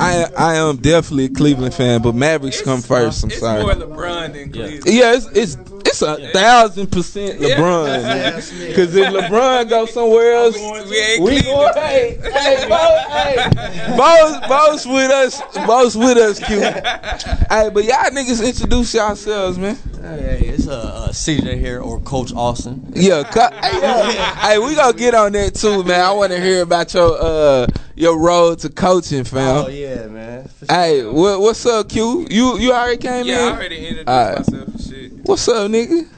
Speaker 4: I I am definitely a Cleveland fan, but Mavericks come first. I'm
Speaker 1: it's
Speaker 4: sorry.
Speaker 1: more LeBron than Cleveland.
Speaker 4: Yeah, it's it's it's a thousand percent LeBron. Because if LeBron goes somewhere else,
Speaker 1: We ain't
Speaker 4: we
Speaker 1: Cleveland.
Speaker 4: go hey, hey, both, hey, both, both with us, both with us, Q. Hey, but y'all niggas introduce yourselves, man.
Speaker 9: Hey, it's uh, uh, CJ here or Coach Austin.
Speaker 4: Yeah, cut. Hey, yeah. hey, we gonna get on that too, man. I want to hear about your uh your road to coaching, fam.
Speaker 5: Oh,
Speaker 9: yeah, man.
Speaker 4: Hey, what, what's up, Q? You you already came
Speaker 1: Yeah, I
Speaker 4: in.
Speaker 1: already introduced
Speaker 4: All right.
Speaker 1: myself and shit.
Speaker 4: What's up, nigga?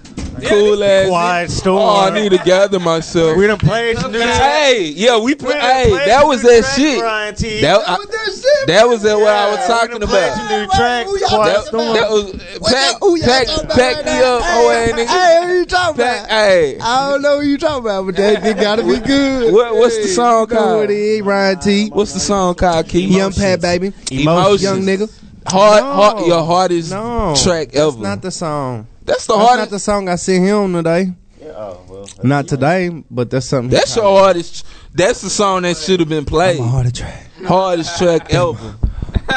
Speaker 4: Cool ass.
Speaker 5: Quiet storm.
Speaker 4: Oh, I need to gather myself.
Speaker 5: we done played some new track.
Speaker 4: Hey, yeah, we
Speaker 5: We
Speaker 4: play.
Speaker 5: done
Speaker 4: Hey,
Speaker 5: played
Speaker 4: that
Speaker 5: some
Speaker 4: was
Speaker 5: new
Speaker 4: that
Speaker 5: track,
Speaker 4: shit.
Speaker 5: Brian T.
Speaker 4: That, I- that was that what I was
Speaker 5: Yeah, we
Speaker 4: talking
Speaker 5: done played
Speaker 4: about.
Speaker 5: some new track,
Speaker 8: Who y'all
Speaker 5: Quiet
Speaker 4: That,
Speaker 5: Storm.
Speaker 4: that was pack,
Speaker 8: Who y'all
Speaker 4: pack,
Speaker 8: talking about
Speaker 4: pack
Speaker 8: right
Speaker 4: me
Speaker 8: now?
Speaker 4: up, oh
Speaker 8: Hey,
Speaker 4: hey, nigga.
Speaker 8: Hey, who you talking
Speaker 4: Pack,
Speaker 8: about?
Speaker 4: hey,
Speaker 8: I don't know who you talking about, but that nigga gotta be good.
Speaker 4: what, what's the song
Speaker 8: You know what it
Speaker 4: called?
Speaker 8: is, Ryan T.
Speaker 4: What's the song called? Key
Speaker 8: Young Pat Baby.
Speaker 4: Emotions.
Speaker 8: Young nigga.
Speaker 4: Hard,
Speaker 8: No.
Speaker 4: hard, your hardest
Speaker 8: No.
Speaker 4: track
Speaker 8: That's
Speaker 4: ever.
Speaker 8: not the song.
Speaker 4: That's the
Speaker 8: That's not
Speaker 4: hardest.
Speaker 8: the song I sent him today. Not today, but that's something. he
Speaker 4: that's your hardest. That's the song that should have been played.
Speaker 8: probably- Oh, the track.
Speaker 4: Hardest track ever.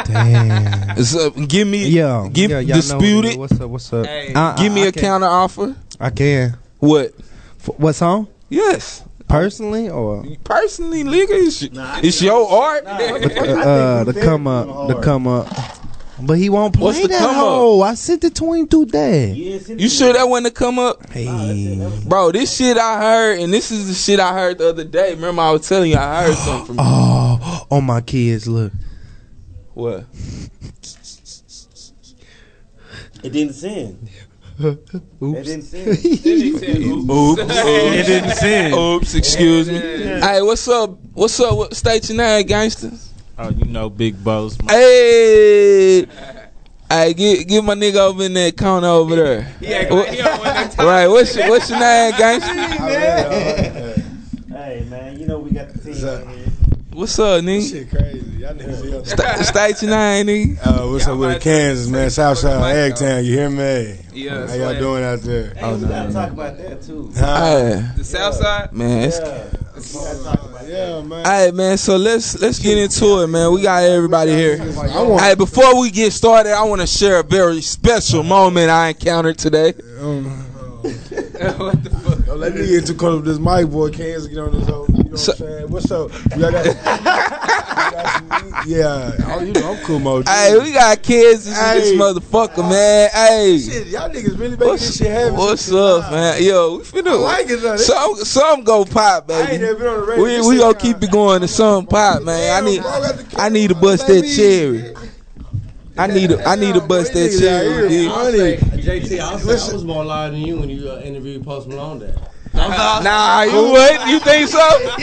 Speaker 8: Damn.
Speaker 4: So, give me,
Speaker 8: Yeah.
Speaker 4: give
Speaker 8: yeah, y'all know
Speaker 4: dispute
Speaker 8: what
Speaker 4: it.
Speaker 8: What's up? What's up?
Speaker 1: Hey,
Speaker 8: Uh-uh,
Speaker 4: Give me
Speaker 8: I
Speaker 4: a
Speaker 8: can't-
Speaker 4: counter offer.
Speaker 8: I can.
Speaker 4: What?
Speaker 8: F- what song?
Speaker 4: Yes.
Speaker 8: Personally or
Speaker 4: Personally, nigga, it's, it's your art.
Speaker 8: uh, uh, the come up? The come up. But he won't play
Speaker 4: What's the
Speaker 8: that
Speaker 4: come up?
Speaker 8: hoe. I sent it to him through that.
Speaker 4: you sure that wouldn't come up?
Speaker 8: Hey.
Speaker 4: Bro, this shit I heard, and this is the shit I heard the other day. Remember, I was telling you I heard something from
Speaker 8: Oh, oh my kids! Look,
Speaker 4: what?
Speaker 9: It didn't sing. It didn't sing.
Speaker 1: he said, "Ooh."
Speaker 4: Oops.
Speaker 5: It didn't sing.
Speaker 4: Oops, excuse me. Hey, what's up? What's up? What, state your name, gangster.
Speaker 10: Oh, you know, big boss. My
Speaker 4: Hey. Hey, get, get my nigga over in that corner over there.
Speaker 1: He act
Speaker 4: What-
Speaker 1: like he don't want that time.
Speaker 4: Right, what's your, what's your name, gangster?
Speaker 9: Hey, man, you know we got the team.
Speaker 4: What's up, nigga?
Speaker 11: Shit crazy. Y'all niggas here.
Speaker 4: Sta- State your name, nigga.
Speaker 11: Uh, what's
Speaker 1: Y'all
Speaker 11: up
Speaker 1: might
Speaker 11: with Kansas, man? South Side,
Speaker 1: Mic though.
Speaker 11: Eggtown. You hear me?
Speaker 1: Yeah,
Speaker 11: How y'all
Speaker 1: so
Speaker 11: doing out there?
Speaker 9: Hey, we gotta talk about that too.
Speaker 11: Huh?
Speaker 4: Hey,
Speaker 1: The South Side.
Speaker 4: man, it's
Speaker 11: Yeah, man.
Speaker 4: All right, man. So let's let's get into it, man. We got everybody here.
Speaker 11: I
Speaker 4: All
Speaker 11: want.
Speaker 4: right, before we get started, I want to share a very special moment I encountered today.
Speaker 11: Oh,
Speaker 1: what the fuck?
Speaker 11: Don't let me get too close with this mic, boy. Kansas, get on this whole. You know what
Speaker 4: So-
Speaker 11: I'm saying? What's up? Y'all got, y'all got some, yeah. Oh, you know, I'm cool, Mo.
Speaker 4: Hey, we got kids. This, this
Speaker 11: Hey.
Speaker 4: motherfucker, man. Hey,
Speaker 11: shit, y'all niggas really making this
Speaker 4: what's,
Speaker 11: shit happen.
Speaker 4: what's up, man? Yo, we
Speaker 11: I like it, though.
Speaker 4: finna some some go pop,
Speaker 11: I ain't
Speaker 4: baby.
Speaker 11: never been on the radio.
Speaker 4: We
Speaker 11: This
Speaker 4: we
Speaker 11: shit
Speaker 4: gonna
Speaker 11: kinda-
Speaker 4: keep it going to some pop, man. I need I need to bust that cherry. I need to I need to bust that cherry. yeah.
Speaker 9: JT, I'll say I was more live than you when you uh, interviewed Post Malone that.
Speaker 4: Nah, you what? You think so?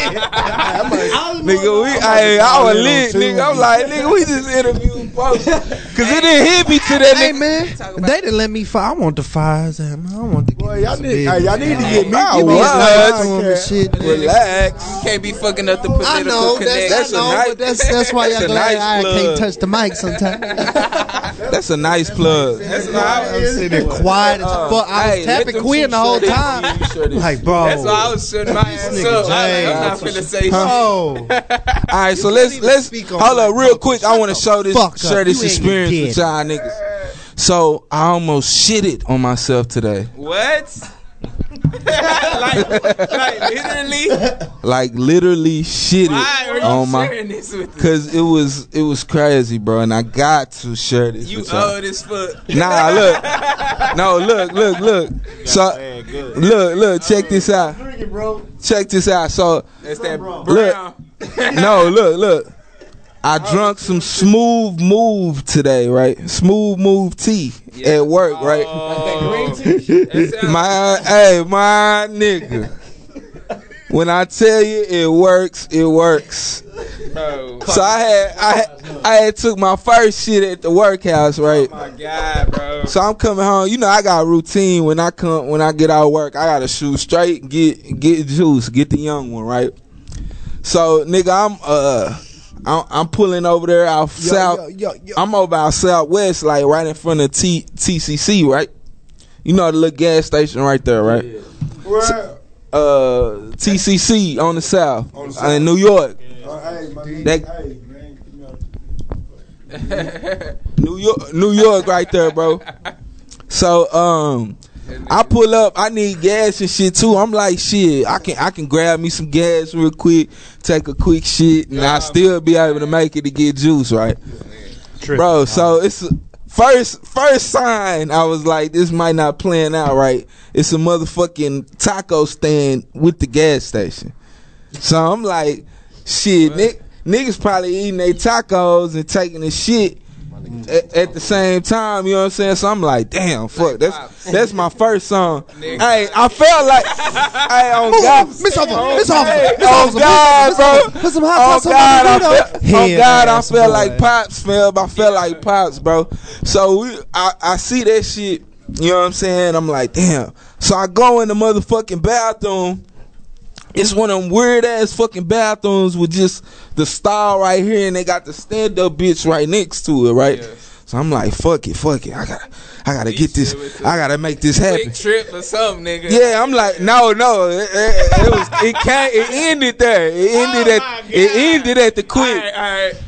Speaker 4: Nigga, we, I, I was lit, nigga. I'm like, nigga, we just interviewed folks. Cause it didn't hit me to that
Speaker 8: hey
Speaker 4: nigga.
Speaker 8: man, they didn't let me fire. I want the fires. I want to.
Speaker 11: Boy, y'all need, hey, y'all need to get me.
Speaker 4: Nah,
Speaker 11: get me a
Speaker 4: what?
Speaker 11: podcast.
Speaker 8: shit.
Speaker 4: Relax.
Speaker 1: You can't be fucking up the political
Speaker 8: I know that's,
Speaker 1: connection.
Speaker 8: I know,
Speaker 4: nice-
Speaker 8: but that's that's why
Speaker 4: that's
Speaker 8: y'all
Speaker 4: a
Speaker 8: glad
Speaker 4: nice
Speaker 8: I
Speaker 4: plug.
Speaker 8: can't touch the mic sometimes.
Speaker 4: That's a nice plug. That's
Speaker 8: I'm sitting there quiet as fuck. I was tapping Quinn the whole time. Like, bro,
Speaker 1: That's why I was shutting my ass up. I am not finna say shit.
Speaker 8: oh,
Speaker 4: All right, so let's let's
Speaker 8: speak on
Speaker 4: hold
Speaker 8: my
Speaker 4: up real quick. I want to show this
Speaker 8: fuck up.
Speaker 4: share this
Speaker 8: You ain't
Speaker 4: experience
Speaker 8: dead.
Speaker 4: with y'all niggas. So I almost shitted on myself today.
Speaker 1: What?
Speaker 7: like literally.
Speaker 4: like literally shit
Speaker 7: Why are
Speaker 4: it
Speaker 7: you
Speaker 4: on my
Speaker 7: sharing this with us?
Speaker 4: because it was it was crazy, bro, and I got to share this.
Speaker 7: You
Speaker 4: with y'all.
Speaker 7: old as fuck.
Speaker 4: Nah, look, no, look, look, look. So look, look, check this out. Check this out. So
Speaker 7: That's that brown.
Speaker 4: look, no, look, look. I drunk some smooth move today, right? Smooth move tea at work, right?
Speaker 7: Oh.
Speaker 4: my hey, my nigga. When I tell you it works, it works. So I had I had, I had took my first shit at the workhouse, right?
Speaker 7: Oh God, bro.
Speaker 4: So I'm coming home. You know, I got a routine when I come when I get out of work. I gotta shoot straight, get get juice, get the young one, right? So nigga, I'm uh. I'm, I'm pulling over there out south. I'm over out southwest, like right in front of T, TCC, right? You know the little gas station right there, right?
Speaker 11: Where?
Speaker 4: Uh, TCC on the south,
Speaker 11: On the
Speaker 4: uh, in
Speaker 11: south.
Speaker 4: New York.
Speaker 11: Uh, hey, my nigga,
Speaker 4: That-
Speaker 11: hey, man. you know.
Speaker 4: New York, New York, right there, bro. So, um, I pull up. I need gas and shit too. I'm like, shit, I can I can grab me some gas real quick, take a quick shit, and I still be able to make it to get juice, right, bro? So it's first first sign. I was like, this might not plan out right. It's a motherfucking taco stand with the gas station. So I'm like, shit, nick, niggas probably eating their tacos and taking the shit at, at the same time. You know what I'm saying? So I'm like, damn, fuck, that's that's my first song. Hey, I felt like, hey, on
Speaker 12: Move,
Speaker 4: God,
Speaker 12: Miss Hoffa,
Speaker 4: on
Speaker 12: Miss
Speaker 4: God-
Speaker 12: Hoffa, Miss Hoffa,
Speaker 4: on Oh, God,
Speaker 12: Miss
Speaker 4: bro,
Speaker 12: Hoffa, put some hot
Speaker 4: on
Speaker 12: sauce on
Speaker 4: God,
Speaker 12: the
Speaker 4: I
Speaker 12: burrito.
Speaker 4: felt, on
Speaker 12: Hell,
Speaker 4: God, I
Speaker 12: ass
Speaker 4: felt
Speaker 12: boy.
Speaker 4: like pops, fam. I felt like pops, bro. So we, I, I see that shit. You know what I'm saying? I'm like, damn. So I go in the motherfucking bathroom. It's one of them weird ass fucking bathrooms with just the stall right here, and they got the stand up bitch right next to it, right? So I'm like, fuck it, fuck it. I gotta, I gotta get this. I gotta make this happen.
Speaker 7: Quick trip or something, nigga.
Speaker 4: Yeah, I'm like, no, no. It, it- it was, it can't. It ended there. It ended at, it ended at the quick.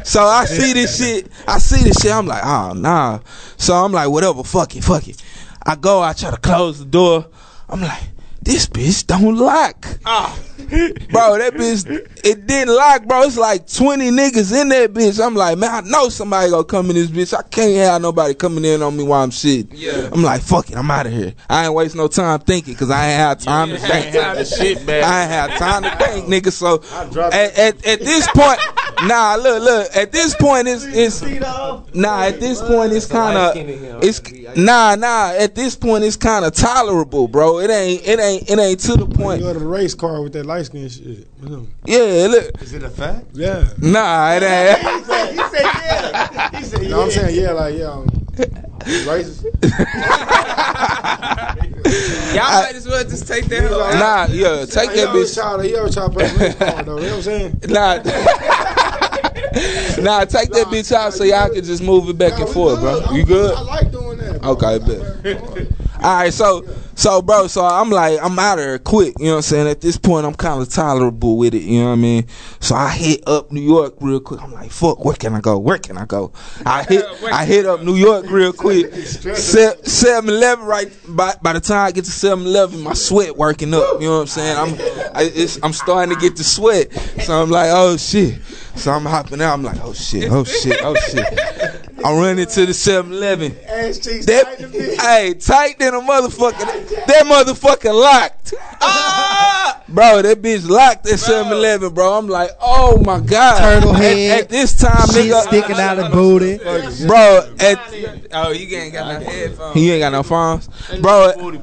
Speaker 4: So I see this shit. I see this shit. I'm like, oh nah. So I'm like, whatever. Fuck it. Fuck it. I go. I try to close the door. I'm like, this bitch don't lock.
Speaker 7: Ah.
Speaker 4: bro, that bitch. It didn't lock, bro. It's like 20 niggas in that bitch. I'm like, man, I know somebody gonna come in this bitch. I can't have nobody coming in on me while I'm shit.
Speaker 7: Yeah.
Speaker 4: I'm like, fuck it. I'm out of here. I ain't waste no time thinking because I ain't have time to
Speaker 7: I ain't
Speaker 4: think.
Speaker 7: had time to shit, man.
Speaker 4: I ain't have time to think, nigga. So at, at, at this point, nah, look, look. At this point, it's it's nah. At this point, it's kind of it's nah, nah. At this point, it's kind of tolerable, bro. It ain't it ain't it ain't to the point.
Speaker 11: You had a race car with that light skin shit.
Speaker 4: Yeah, look,
Speaker 11: Is it a fact? Yeah.
Speaker 4: nah, it ain't.
Speaker 11: No, I'm saying yeah, like yeah. um, Racist.
Speaker 7: Y'all might as well just take that. Whole
Speaker 4: Nah, yeah. Take
Speaker 11: He
Speaker 4: that
Speaker 11: always
Speaker 4: bitch.
Speaker 11: try to- He always try to put a race car though. You know what I'm saying?
Speaker 4: Nah. Nah, take that bitch out so y'all can just move it back and forth, bro. You good?
Speaker 11: I like doing that. bro.
Speaker 4: Okay, bet. All right, so so bro, so I'm like I'm out of here quick. You know what I'm saying? At this point, I'm kind of tolerable with it. You know what I mean? So I hit up New York real quick. I'm like, fuck, where can I go? Where can I go? I hit I hit up New York real quick. Seven Eleven right by by the time I get to Seven Eleven, my sweat working up. You know what I'm saying? I'm I, it's, I'm starting to get the sweat. So I'm like, oh shit. So I'm hopping out. I'm like, oh shit, oh shit, oh shit. I run into the 7-Eleven.
Speaker 11: Ass cheeks tight to me.
Speaker 4: That, hey, tight than a motherfucker. That motherfucker locked. Ah! Bro, that bitch locked at 7 Eleven, bro. I'm like, oh my God.
Speaker 12: Turtle
Speaker 4: At-
Speaker 12: head.
Speaker 4: At, this time,
Speaker 12: Shit
Speaker 4: nigga.
Speaker 12: sticking out of booty.
Speaker 4: Bro, at,
Speaker 7: Oh, you ain't got no headphones.
Speaker 4: you ain't got no phones, bro.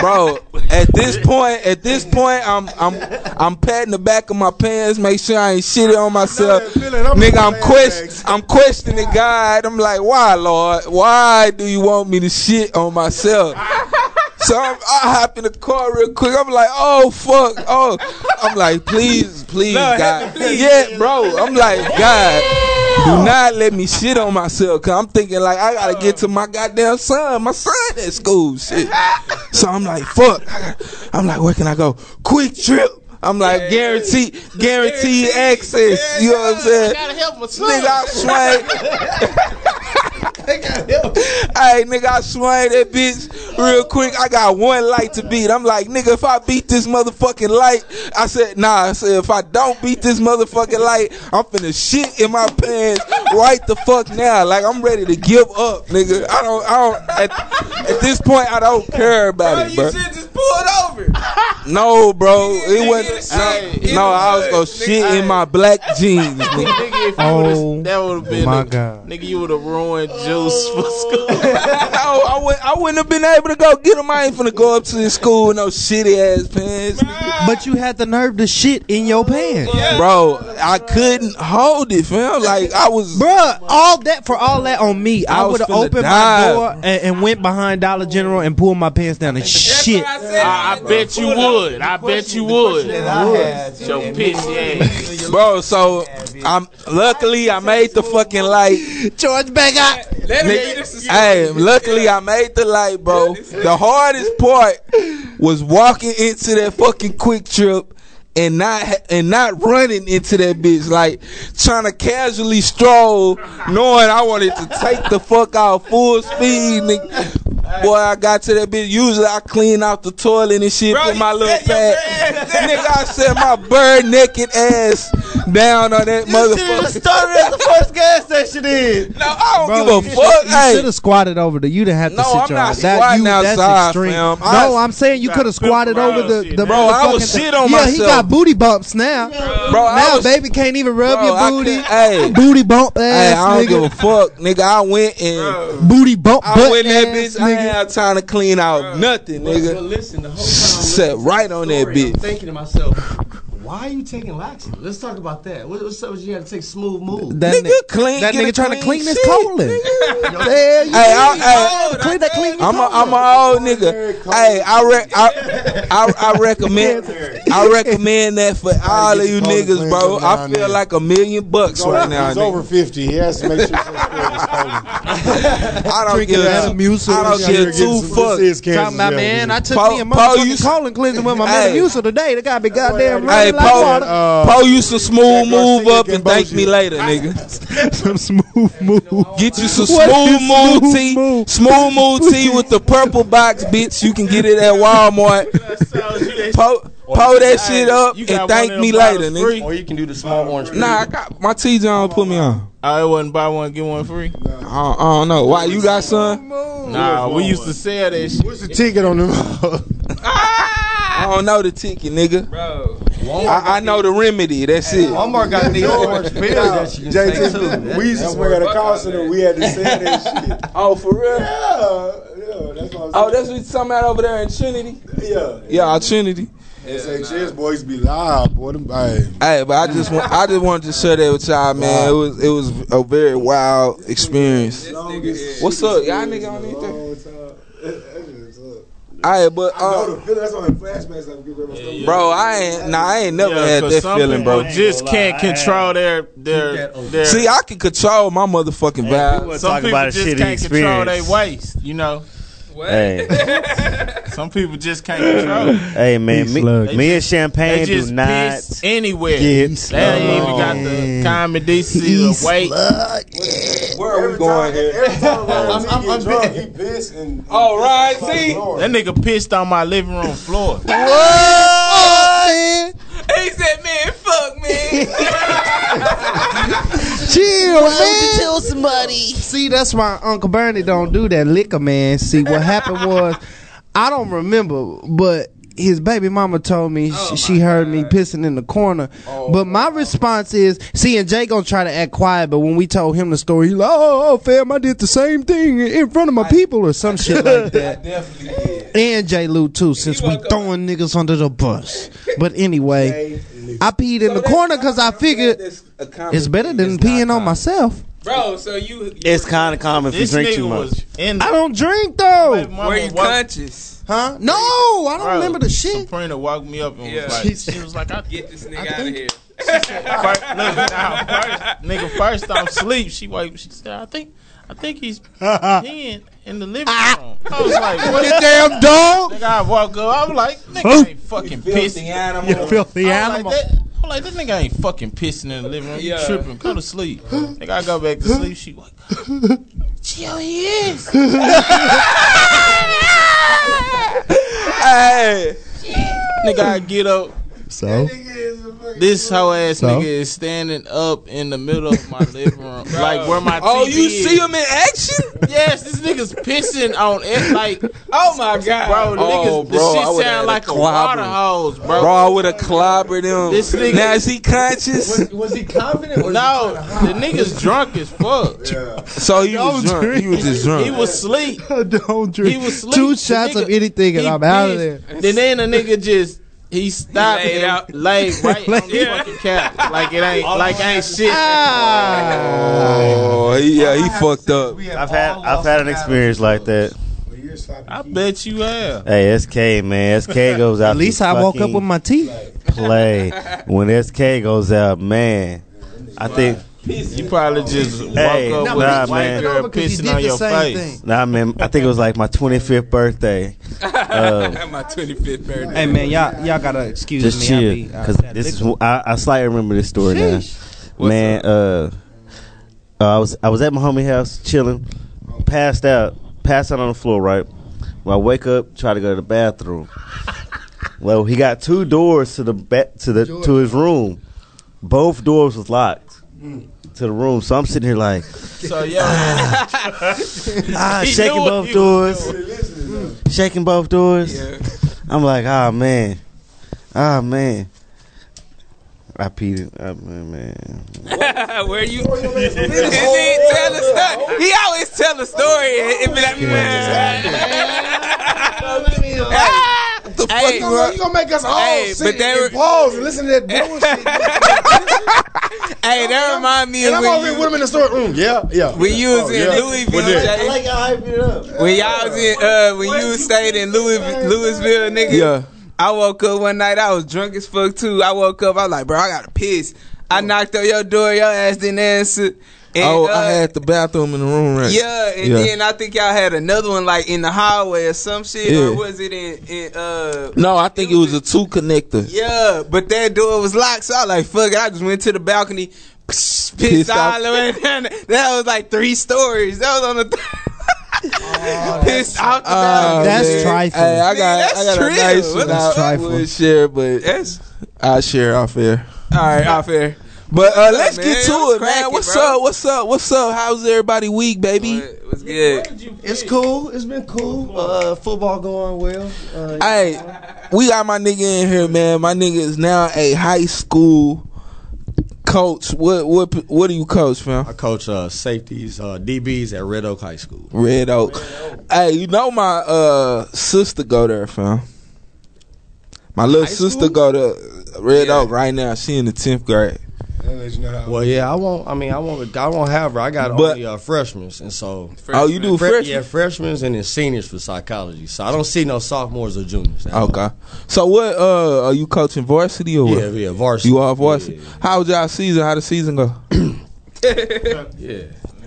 Speaker 4: Bro, at this point, at this point, I'm I'm I'm patting the back of my pants, make sure I ain't shitting on myself,
Speaker 11: I know that feeling. I'm
Speaker 4: nigga. I'm
Speaker 11: on my ass.
Speaker 4: question, I'm questioning God. I'm like, why, Lord? Why do you want me to shit on myself? So I'm, I hop in the car real quick. I'm like, oh fuck, oh. I'm like, please, please, God, yeah, bro. I'm like, God, do not let me shit on myself. Cause I'm thinking like I gotta get to my goddamn son, my son at school, shit. So I'm like, fuck. I gotta- I'm like, where can I go? Quick trip. I'm like, guarantee, guaranteed access. You know what I'm saying?
Speaker 13: Gotta help my son.
Speaker 4: Nigga, I swang. Hey, nigga, I swung that bitch real quick. I got one light to beat. I'm like, nigga, if I beat this motherfucking light, I said, nah, I said, if I don't beat this motherfucking light, I'm finna shit in my pants right the fuck now. Like, I'm ready to give up, nigga. I don't, I don't, at, at this point, I don't care about it, bro.
Speaker 7: just pulled over.
Speaker 4: No, bro, it wasn't. no, no, I was gonna shit in my black jeans, nigga.
Speaker 7: Nigga, if you
Speaker 4: Oh,
Speaker 7: oh, that would have been
Speaker 4: my
Speaker 7: a,
Speaker 4: God.
Speaker 7: Nigga, you would have ruined Juice for
Speaker 4: Oh.
Speaker 7: school.
Speaker 4: no, I, would, I wouldn't have been able to go get him. I ain't finna go up to his school with no shitty ass pants.
Speaker 8: But you had the nerve to shit in
Speaker 7: Oh,
Speaker 8: your pants,
Speaker 4: bro. I couldn't hold it, fam. Like I was,
Speaker 8: Bruh, all that for all that on me. I,
Speaker 4: I was
Speaker 8: would have
Speaker 4: finna
Speaker 8: opened
Speaker 4: dive.
Speaker 8: my door and, and went behind Dollar General and pulled my pants down and shit.
Speaker 7: I, I bet you would. I bet you would. Your pissy ass.
Speaker 4: bro. So I'm luckily I made the fucking light.
Speaker 8: George Bagot.
Speaker 7: Let
Speaker 4: Nigga, Hey, luckily I made the light, bro. The hardest part was walking into that fucking quick trip and not ha- and not running into that bitch, like trying to casually stroll, knowing I wanted to take the fuck out full speed, nigga. Boy, I got to that bitch. Usually I clean out the toilet and shit, put my little pad. Nigga, I set my bird naked ass down on that motherfucker.
Speaker 8: started at the first gas station in.
Speaker 4: No, I don't
Speaker 8: Bro,
Speaker 4: give
Speaker 8: you
Speaker 4: a fuck.
Speaker 8: should-
Speaker 4: hey,
Speaker 8: You should have squatted over the. You didn't have to
Speaker 4: No,
Speaker 8: sit
Speaker 4: I'm
Speaker 8: your
Speaker 4: not
Speaker 8: ass. That-
Speaker 4: squatting
Speaker 8: you, that's
Speaker 4: outside,
Speaker 8: extreme.
Speaker 4: fam. I
Speaker 8: No, I'm saying you could have squatted over the the.
Speaker 4: Bro, I was
Speaker 8: motherfucking thing.
Speaker 4: shit on
Speaker 8: Yeah, he
Speaker 4: myself.
Speaker 8: got booty bumps now.
Speaker 4: Bro, I
Speaker 8: now
Speaker 4: was-
Speaker 8: baby can't even rub
Speaker 4: Bro, I
Speaker 8: your booty.
Speaker 4: couldn't- hey.
Speaker 8: booty bump
Speaker 4: Hey,
Speaker 8: ass
Speaker 4: I don't give
Speaker 8: nigga.
Speaker 4: a fuck, nigga. I went and
Speaker 8: Booty bump
Speaker 4: I
Speaker 8: butt
Speaker 4: went in that
Speaker 8: ass,
Speaker 4: bitch. I ain't
Speaker 8: nigga.
Speaker 4: had time to clean out nothing, nigga.
Speaker 13: But listen, the whole time
Speaker 4: Set right on that
Speaker 13: story, I'm
Speaker 4: bitch.
Speaker 13: thinking to myself, why are you taking laxative? Let's talk about that. What, what's up? with You had to take smooth move.
Speaker 8: That
Speaker 4: nigga clean.
Speaker 8: That
Speaker 4: get
Speaker 8: nigga
Speaker 4: a
Speaker 8: trying to clean his
Speaker 4: shit.
Speaker 8: colon. Yeah, you
Speaker 4: Hey, I,
Speaker 8: know,
Speaker 4: hey,
Speaker 8: clean that clean.
Speaker 4: I'm a, I'm a old nigga. Hey, I, re- I, I, I recommend, I recommend that for all of you niggas, bro. I feel like a million bucks right now.
Speaker 11: He's
Speaker 4: nigga.
Speaker 11: over 50. He has to make sure some square is
Speaker 4: I don't give
Speaker 8: that
Speaker 4: a,
Speaker 8: Metamucil.
Speaker 4: I don't give two fucks.
Speaker 8: Talking about man, I took
Speaker 4: Paul-
Speaker 8: me a
Speaker 4: Paul, you-
Speaker 8: motherfucking colon cleansing with my
Speaker 4: Hey.
Speaker 8: Metamucil today. They gotta be goddamn
Speaker 4: Hey,
Speaker 8: running like
Speaker 4: Poe,
Speaker 8: water.
Speaker 11: uh,
Speaker 4: Poe used to smooth
Speaker 11: that
Speaker 4: move
Speaker 11: Garcia
Speaker 4: up and thank me
Speaker 11: Gambogi.
Speaker 4: later, nigga.
Speaker 8: Some smooth move.
Speaker 4: Get you some
Speaker 8: What
Speaker 4: smooth
Speaker 8: is smooth
Speaker 4: move tea,
Speaker 8: move?
Speaker 4: smooth move tea with the purple box, bitch. You can get it at Walmart. Poe, Poe that shit up
Speaker 7: You
Speaker 4: and
Speaker 7: got one
Speaker 4: thank
Speaker 7: of them
Speaker 4: me later,
Speaker 7: bottles
Speaker 4: nigga.
Speaker 13: Or you can do the small orange.
Speaker 4: Nah, I got my T John put me on.
Speaker 7: I wouldn't buy one get one free.
Speaker 4: I don't, I don't know why you got some.
Speaker 7: Nah, we used to sell that shit. Ah!
Speaker 11: What's the ticket on them?
Speaker 4: I don't know the ticket, nigga.
Speaker 7: Bro,
Speaker 4: I, I know the remedy. That's it.
Speaker 13: Walmart got these orange pills that you can take too.
Speaker 11: JT, we used to swear at a call center. We had to say that shit.
Speaker 4: Oh, for real?
Speaker 11: Yeah, yeah, that's what
Speaker 4: Oh,
Speaker 11: I'm
Speaker 4: that's what some out over there in Trinity.
Speaker 11: saying. Yeah,
Speaker 4: Yeah, Trinity.
Speaker 11: SHS boys be live, boy. Them, hey,
Speaker 4: Hey, but I just want I just wanted to share that with y'all, man. It was it was a very wild experience.
Speaker 11: longest.
Speaker 4: What's up, y'all nigga on anything?
Speaker 11: Long time. That shit's up.
Speaker 4: Hey, but
Speaker 11: I know
Speaker 4: uh,
Speaker 11: the feeling. That's why the flashbacks I'm getting rid of my stomach.
Speaker 4: bro, I ain't nah, I ain't never had that feeling, bro.
Speaker 7: Just can't control their their their.
Speaker 4: See, I can control my motherfucking vibe.
Speaker 7: some
Speaker 5: Talk
Speaker 7: people
Speaker 5: about a
Speaker 7: just
Speaker 5: shitty
Speaker 7: can't control their
Speaker 5: experience.
Speaker 7: waist. You know,
Speaker 5: Hey,
Speaker 7: some people just can't control. it.
Speaker 5: hey man, me, me and Champagne
Speaker 7: They
Speaker 5: do
Speaker 7: just
Speaker 5: not
Speaker 7: piss anywhere.
Speaker 5: get
Speaker 7: They ain't even got the
Speaker 5: along.
Speaker 7: common decency
Speaker 5: He
Speaker 7: to wait.
Speaker 4: Where are we
Speaker 11: Every
Speaker 4: going
Speaker 11: time,
Speaker 4: here?
Speaker 11: every time I'm,
Speaker 13: I'm-
Speaker 11: I'm,
Speaker 13: I'm-
Speaker 11: drunk, he piss and.
Speaker 4: All right, see?
Speaker 7: That nigga pissed on my living room floor.
Speaker 8: What?
Speaker 7: he said, "Man, fuck me."
Speaker 8: Chill, man. Tell somebody. See, that's why Uncle Bernie don't do that liquor, man. See, what happened was, I don't remember, but his baby mama told me sh- she heard me pissing in the corner. but Oh, my response is, see, and Jay gonna try to act quiet, but when we told him the story, he like, oh, oh, fam, I did the same thing in front of my people or some shit like that. And J. Lou too, since we throwing niggas under the bus. But anyway, I peed in the corner because I figured it's better than peeing on myself.
Speaker 7: Bro, so you
Speaker 5: It's kind of common if you
Speaker 7: this
Speaker 5: drink
Speaker 7: nigga
Speaker 5: too much.
Speaker 7: was in
Speaker 8: I
Speaker 7: the
Speaker 8: don't drink though.
Speaker 7: mama
Speaker 1: Were you
Speaker 7: woke-
Speaker 1: conscious?
Speaker 8: Huh? No, I don't
Speaker 7: bro,
Speaker 8: remember the shit.
Speaker 7: Sabrina woke me up and
Speaker 1: Yeah.
Speaker 7: was like, she was like, I
Speaker 1: Get this nigga out of here.
Speaker 7: first, look, nah, first, nigga, first I'm asleep. She wake. She said, I think, I think he's peeing in the living room. I was like, what the
Speaker 8: damn dog.
Speaker 7: nigga? I woke up. I was like, nigga, ain't fucking pissing.
Speaker 1: animal.
Speaker 8: filthy
Speaker 7: I was like, that- I'm like, this nigga ain't fucking pissing in the living room. You
Speaker 2: Yeah.
Speaker 7: tripping. Go to sleep. nigga, I go back to sleep. She like,
Speaker 2: Chill, he is.
Speaker 7: hey. Nigga, I get up.
Speaker 5: So
Speaker 7: This hoe ass
Speaker 5: So?
Speaker 7: nigga is standing up in the middle of my living room, like where my
Speaker 1: Oh,
Speaker 7: TV
Speaker 1: you
Speaker 7: is.
Speaker 1: see him in action?
Speaker 7: Yes, this nigga's pissing on it. Like,
Speaker 1: oh my god,
Speaker 7: bro, the
Speaker 1: Oh,
Speaker 7: niggas,
Speaker 1: bro,
Speaker 7: this
Speaker 1: I
Speaker 7: shit
Speaker 1: would've had
Speaker 7: sound
Speaker 1: a
Speaker 7: like a
Speaker 1: clobber.
Speaker 7: water hose, bro.
Speaker 1: Bro, I would have clobbered him.
Speaker 7: This nigga-
Speaker 1: now is he conscious?
Speaker 14: Was, was he confident? Or
Speaker 7: No, the nigga's drunk as fuck.
Speaker 1: So he was drunk. He was just drunk.
Speaker 7: He was asleep.
Speaker 8: Don't drink.
Speaker 7: He was asleep.
Speaker 8: Two
Speaker 7: The
Speaker 8: shots of
Speaker 7: nigga-
Speaker 8: anything and
Speaker 7: he
Speaker 8: I'm out of there.
Speaker 7: pissed. Then then the nigga just he stopped and laid right on the fucking couch like it ain't like ain't shit.
Speaker 5: Ah.
Speaker 1: Oh, he, yeah, he fucked up.
Speaker 5: I've had I've had an experience like that.
Speaker 7: I bet you have.
Speaker 5: Hey, SK man, SK goes out.
Speaker 8: At least
Speaker 5: to
Speaker 8: I woke up
Speaker 5: fucking
Speaker 8: with my teeth.
Speaker 5: play. When SK goes out, man, I think.
Speaker 7: You probably just walk
Speaker 5: Hey,
Speaker 7: up with
Speaker 5: nah,
Speaker 7: a white
Speaker 5: man.
Speaker 7: girl
Speaker 5: No,
Speaker 8: because he
Speaker 7: pissing
Speaker 8: did
Speaker 7: on
Speaker 8: the
Speaker 7: your
Speaker 8: same
Speaker 7: face.
Speaker 8: thing.
Speaker 5: Nah, man, I think it was like my 25th birthday.
Speaker 7: Uh,
Speaker 5: Um,
Speaker 1: My 25th birthday.
Speaker 8: Hey man, y'all y'all gotta excuse
Speaker 5: just
Speaker 8: me.
Speaker 5: chill,
Speaker 8: I be, uh,
Speaker 5: because this is I, I slightly remember this story now. Man, uh, I was I was at my homie house chilling, passed out, passed out on the floor. Right, when I wake up, try to go to the bathroom. well, he got two doors to the ba- to the to his room. Both doors was locked
Speaker 8: Mm.
Speaker 5: to the room, so I'm sitting here like.
Speaker 7: So yeah,
Speaker 5: Ah,
Speaker 7: He
Speaker 5: shaking
Speaker 7: knew what
Speaker 5: both
Speaker 7: he was
Speaker 5: doors. Shaking both doors. I'm like, ah man. Ah man. I peed it. Ah, man, man.
Speaker 1: Where you? and then tell the story. He always tell the story and, and be like,
Speaker 5: uh,
Speaker 1: "Ah,
Speaker 11: The
Speaker 1: Hey,
Speaker 11: fuck, bro. You gonna make us all
Speaker 1: Hey,
Speaker 11: sit
Speaker 1: but they
Speaker 11: and
Speaker 1: were-
Speaker 11: pause and listen to that bullshit.
Speaker 1: Hey, that remind me
Speaker 11: and
Speaker 1: of
Speaker 11: I'm
Speaker 1: when
Speaker 11: over here
Speaker 1: you,
Speaker 11: with him in the store room. Yeah, yeah.
Speaker 1: when you was
Speaker 11: Oh,
Speaker 1: in
Speaker 11: yeah.
Speaker 1: Louisville,
Speaker 11: We're there.
Speaker 1: Jay.
Speaker 5: y'all hyping it up.
Speaker 1: When y'all was in, uh, when you stayed in Louis, Louisville, nigga.
Speaker 11: Yeah.
Speaker 1: I woke up one night. I was drunk as fuck too. I woke up. I was like, bro, I gotta piss. I knocked on your door. Your ass didn't answer. And,
Speaker 4: oh, I
Speaker 1: uh,
Speaker 4: had the bathroom in the room right.
Speaker 1: Yeah, and then I think y'all had another one like in the hallway or some shit, or
Speaker 4: Yeah.
Speaker 1: was it in, in uh?
Speaker 4: no, I think it was a two connector.
Speaker 1: Yeah, but that door was locked, so I was like, fuck it. I just went to the balcony, pissed, pissed
Speaker 4: Pissed
Speaker 1: all
Speaker 4: out.
Speaker 1: the way down. That was like three stories. That was on the th- pissed out the
Speaker 4: Oh,
Speaker 1: balcony.
Speaker 4: man. Hey, I got,
Speaker 1: That's
Speaker 4: I got
Speaker 1: true.
Speaker 4: a nice one.
Speaker 1: That's
Speaker 4: I
Speaker 1: trifling.
Speaker 4: would share, but
Speaker 1: That's-
Speaker 4: I share off air.
Speaker 1: All right, off air.
Speaker 4: But uh, let's
Speaker 1: Man,
Speaker 4: get to
Speaker 1: I'm
Speaker 4: it, man.
Speaker 1: cracking,
Speaker 4: What's
Speaker 1: bro.
Speaker 4: up? What's up? What's up? How's everybody week, baby?
Speaker 1: What's good?
Speaker 14: It's cool. It's been cool. Uh, football going well. Uh,
Speaker 4: Hey, we got my nigga in here, man. My nigga is now a high school coach. What what what do you coach, fam?
Speaker 9: I coach uh, safeties, uh, DBs at Red Oak High School.
Speaker 4: Red Oak. Hey, you know my uh sister go there, fam. My little sister go to Red Oak right now. She in the tenth grade.
Speaker 9: Well, yeah, I won't. I mean, I won't. I won't have her. I got
Speaker 4: But-
Speaker 9: only uh, freshmen, and so
Speaker 4: Oh, you do
Speaker 9: Fre-
Speaker 4: freshmen?
Speaker 9: Yeah, freshmen and then seniors for psychology. So I don't see no sophomores or juniors.
Speaker 4: Okay. So what uh are you coaching varsity or what?
Speaker 9: Yeah, yeah, varsity.
Speaker 4: You are varsity. How was y'all season? How the season go?
Speaker 9: Yeah.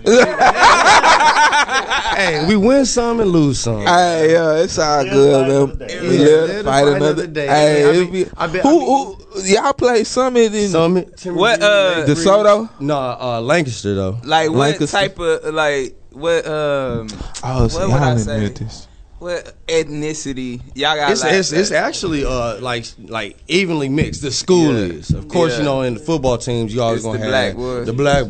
Speaker 9: hey, we win some and lose some.
Speaker 4: Hey, yeah, it's all good, man.
Speaker 9: day.
Speaker 4: We
Speaker 9: Yeah,
Speaker 4: live to
Speaker 9: live to
Speaker 4: fight
Speaker 9: fight
Speaker 4: another
Speaker 9: another day.
Speaker 4: Hey,
Speaker 9: I mean, I
Speaker 4: it be-
Speaker 9: mean, I bet- I
Speaker 4: who, who y'all play Summit in
Speaker 9: Summit.
Speaker 1: What, uh,
Speaker 4: DeSoto?
Speaker 9: No, uh, Lancaster though.
Speaker 1: Like what
Speaker 9: Lancaster.
Speaker 1: type of like what um?
Speaker 4: Oh, see,
Speaker 1: what would
Speaker 4: I
Speaker 1: I
Speaker 4: didn't
Speaker 1: say?
Speaker 4: admit this.
Speaker 1: What ethnicity? Y'all got
Speaker 9: it's,
Speaker 1: like,
Speaker 9: it's, it's actually uh like like evenly mixed. The school is, of course,
Speaker 1: Yeah.
Speaker 9: you know, in the football teams, you
Speaker 1: It's
Speaker 9: always gonna
Speaker 1: the
Speaker 9: have
Speaker 1: black boys.
Speaker 9: the black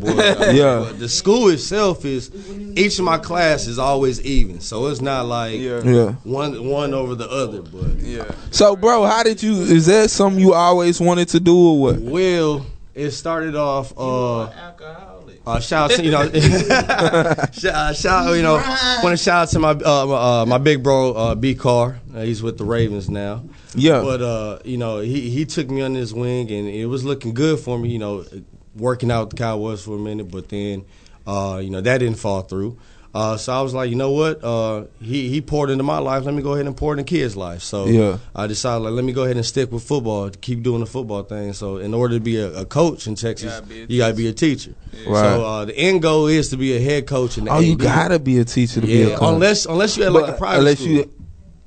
Speaker 9: boys.
Speaker 4: Yeah.
Speaker 9: But the school itself is each of my class is always even, so it's not like
Speaker 4: Yeah.
Speaker 9: one one over the other. But yeah,
Speaker 4: So, bro, how did you? Is that something you always wanted to do, or what?
Speaker 9: well, it started off. uh uh, shout out to you know, shout, shout you know, want to shout out to my uh, uh, my big bro uh, B Car. Uh, he's with the Ravens now.
Speaker 4: Yeah.
Speaker 9: but uh, you know, he he took me under his wing, and it was looking good for me. You know, working out with the Cowboys for a minute, but then, uh, you know, that didn't fall through. Uh, so I was like, you know what? Uh, he he poured into my life. Let me go ahead and pour into kids' life. So
Speaker 4: Yeah.
Speaker 9: I decided like, let me go ahead and stick with football, to keep doing the football thing. So in order to be a, a coach in Texas, you gotta be a teacher.
Speaker 4: Right.
Speaker 9: So uh, the end goal is to be a head coach. And
Speaker 4: Oh, you
Speaker 9: AD.
Speaker 4: gotta be a teacher to be
Speaker 9: Yeah,
Speaker 4: a coach.
Speaker 9: unless unless you had like a
Speaker 4: But
Speaker 9: private
Speaker 4: unless
Speaker 9: school.
Speaker 4: you